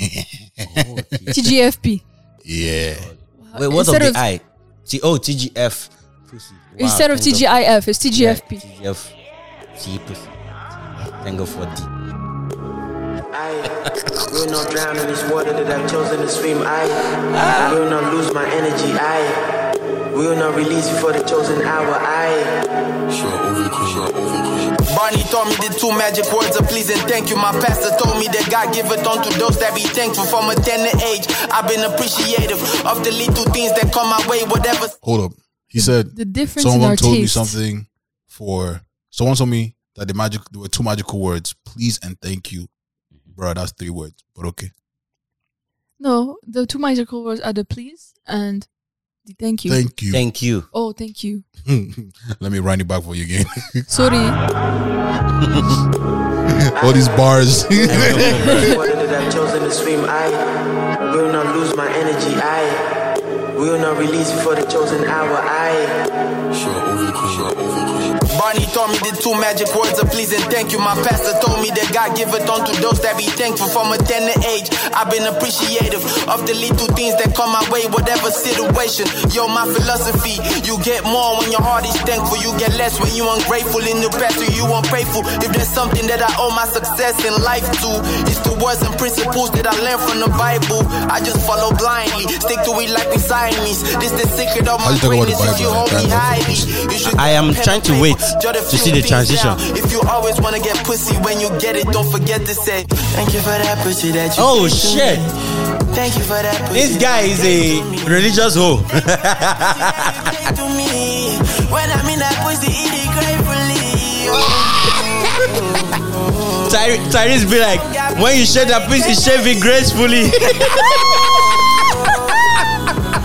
S4: TGFP.
S1: yeah,
S2: Wait, what of
S4: Instead
S2: the
S4: of-
S2: I? T O T G F. Pussy. Wow,
S4: Instead of
S2: thank God.
S4: TGIF, it's TGFP.
S2: Yeah, TGF. See, pussy. Thank God for D.
S10: I will not drown in this water that I've chosen to swim. I, I will not lose my energy. I will not release before the chosen hour. I.
S11: Barney taught me the two magic words of please and thank you. My pastor told me that God giveth unto those that be thankful. From a tender age, I've been appreciative of the little things that come my way. Whatever
S1: hold up. He said
S4: The difference in
S1: someone
S4: our
S1: told me
S4: taste.
S1: something for someone told me that the magic there were two magical words, please and thank you,
S2: Mm-hmm.
S1: bro. That's three words, but okay.
S4: No, the two magical words are the please and the thank you.
S1: Thank you.
S2: Thank you.
S4: oh, thank you.
S1: Let me run it back for you Ah, again.
S4: Sorry.
S1: All these bars.
S10: the water that I've chosen to swim. I will not lose my energy. I will not release before the chosen hour. I.
S11: Barney Barney taught me the two magic words of please and thank you. My pastor told me that God giveth unto those that be thankful from a tender age. I've been appreciative of the little things that come my way, whatever situation. Yo, my philosophy, you get more when your heart is thankful. You get less when you ungrateful. In the past, when you ungrateful. If there's something that I owe my success in life to, it's the words and principles that I learned from the Bible. I just follow blindly, stick to it like we Siamese. This the secret of
S1: How
S11: my
S1: you talk about the
S11: greatness. If
S1: Bible
S11: you
S1: like
S11: hold
S1: that,
S11: me
S1: that's
S11: highly, you should
S2: I am trying to wait
S11: Jot a
S2: to
S11: few
S2: see the
S11: things
S2: transition.
S11: down. If you always wanna get pussy when you get it, don't forget to say thank you for that pussy that you.
S2: Oh,
S11: gave to
S2: shit.
S11: me. Thank you for that pussy.
S2: This guy is a religious hoe.
S11: to me. When I'm in that pussy, eat it gratefully. Oh.
S2: Ty- Tyrese be like, when you shave that pussy, shave it gracefully.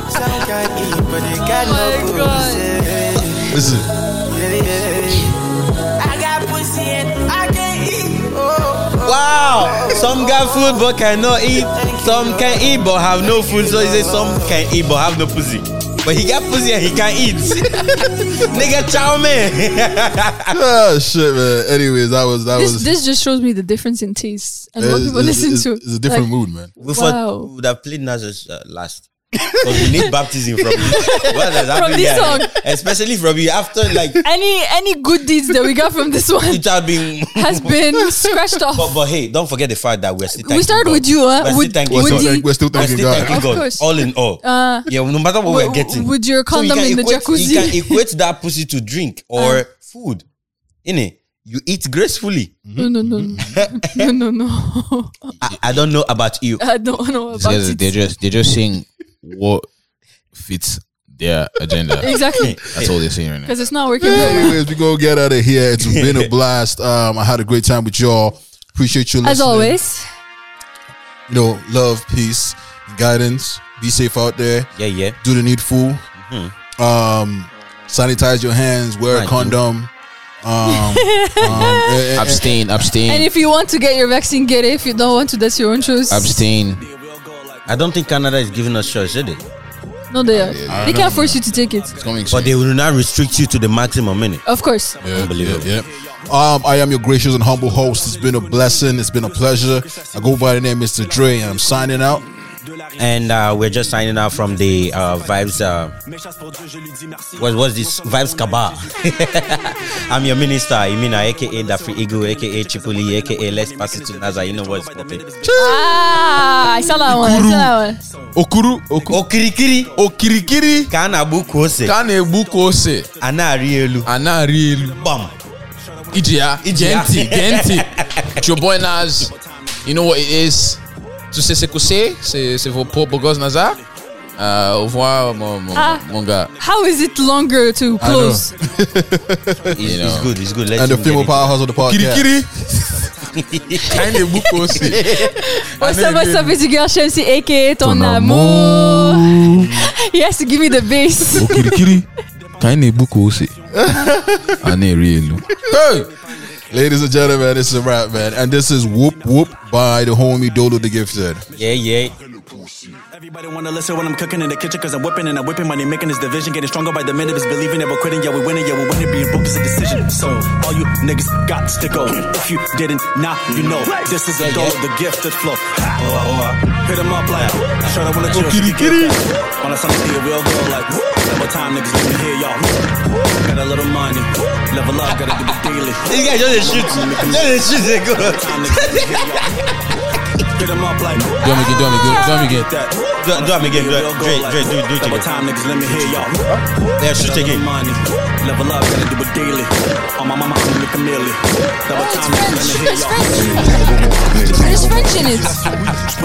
S11: Some can eat, but they got no pussy.
S1: Listen,
S11: Yeah, yeah. I got pussy and I can't eat. Oh, oh.
S2: Wow! Some got food but cannot eat. Some can eat but have no food. So he says some can eat but have no pussy. But he got pussy and he can eat. Nigga, chow man.
S1: ah,
S2: Oh,
S1: shit, man. Anyways, that was that
S4: This,
S1: was.
S4: this just shows me the difference in tastes and
S1: it's-
S4: what people
S1: it's-
S4: listen
S1: it's-
S4: to.
S1: It's a different
S4: Like,
S1: mood, man.
S2: We for-
S4: Wow.
S2: we would have played Nazareth uh, last. Because we need baptism from this. What has happened
S4: this
S2: here?
S4: song.
S2: Especially from you. After, like,
S4: Any any good deeds that we got from this one
S2: it had been.
S4: has been scratched off.
S2: But, but hey, don't forget the fact that we're still thanking
S4: we started
S2: God.
S4: with you, huh?
S2: We're still
S4: With,
S2: thanking
S1: We're
S4: with
S1: still,
S2: God.
S4: the-
S1: thank- we're still
S2: We're
S1: thanking
S2: still
S1: God.
S2: thanking
S4: Of
S2: God.
S4: course.
S2: All in all.
S4: Uh,
S2: yeah, no matter what we're
S4: with-
S2: getting.
S4: with your
S2: So you
S4: condom
S2: can
S4: in the
S2: equate-
S4: jacuzzi. Uh.
S2: You can equate that pussy to drink or food. Innit? You eat gracefully.
S4: no, no, no, no, no, no, no.
S2: I, I don't know about you.
S4: I don't know
S3: These
S4: about
S3: guys,
S4: it.
S3: they're just they're just saying what fits their agenda.
S4: Exactly,
S3: That's all they're saying right now.
S4: because it's not working.
S1: Anyways, we gonna get out of here. It's been a blast. Um, I had a great time with y'all. Appreciate you. Listening.
S4: As always,
S1: you know, love, peace, guidance. Be safe out there.
S2: Yeah, yeah.
S1: Do the needful. Um, sanitize your hands. Wear a
S2: Right.
S1: condom. Um, um, eh, eh, eh,
S3: Abstain,
S4: and
S3: abstain,
S4: if you want to get your vaccine, get it. If you don't want to, that's your own choice.
S3: abstain.
S2: I don't think Canada is giving us choice, should they?
S4: No, they are. They can't force you to take it.
S3: It's coming
S2: But
S3: soon.
S2: they will not restrict you to the maximum minute.
S4: Of course.
S2: Unbelievable.
S1: yeah, yeah. Um, I am your gracious and humble host. It's been a blessing. It's been a pleasure. I go by the name Mr. Dre, and I'm signing out.
S2: And uh, we're just signing out from the uh, Vibes. Uh, what was this? Vibes Kaba. I'm your minister, uh, Imina, aka Dafri Igu, aka Chipuli, aka Let's Pass It to Naza. You know what's popping.
S4: Ah, I saw that one. I saw that one.
S3: Okuru, oku-
S2: Okirikiri,
S3: okirikiri,
S2: Kanabu Kose,
S3: kanebu kose,
S2: Anarielu,
S3: anari elu.
S2: Bam.
S3: Ijia,
S2: Ijia.
S3: Genti, Genti. It's your boy Naz. You know what it is. Tu sais ce que c'est? C'est c'est vos pauvres beaux gosses Nazar. Euh, au revoir, mon, mon,
S4: Ah.
S3: mon gars.
S4: How is it longer to close?
S2: It's,
S3: You
S2: it's
S3: know.
S2: good, it's good. Let's
S1: And the female powerhouse of the podcast.
S3: Kirikiri. Kaine buko se.
S4: What's up, what's up? It's your girl Shamsi, aka Ton Amour. He has to give me the
S3: Oh,
S4: bass.
S3: Okirikiri. Kaine buko se. Ane rielu. Hey!
S1: Ladies and gentlemen, this is a wrap, man. And this is Whoop Whoop by the homie Dolo the Gifted.
S2: Yeah, yeah.
S8: Everybody wanna listen when I'm cooking in the kitchen cause I'm whipping and I'm whipping money making this division getting stronger by the minute is believing that we're quitting yeah we winning yeah we winning being broke is a decision so all you niggas got to go if you didn't now you know this is a dog the gifted flow Ha, oh, oh, oh. hit 'em up like shut up wanna chill Oh, kitty kitty on a Sunday here we'll go like several time niggas let me hear y'all got a little money level up gotta do the daily
S2: This guy just a shoot. Just a shoot. they go.
S8: time niggas let me hear y'all hit 'em up like
S3: Do him again, do him again, do him again.
S8: that
S2: Do, do it again. Do it. Do it. Do it. Do it. Do it
S8: Double
S2: again.
S8: time niggas let me hear y'all
S2: Yeah, shoot again.
S8: Money. Level up, gotta do it daily. On my mama, I'm like a million. Double
S4: It's
S8: time, let me
S4: French.
S8: hit
S4: There's
S8: y'all.
S4: French. There's French in it.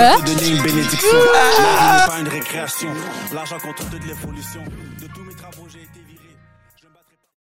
S4: Huh?
S8: De name bénédiction. Je n'ai pas une régression. L'argent contre toute l'évolution. De tous mes travaux, j'ai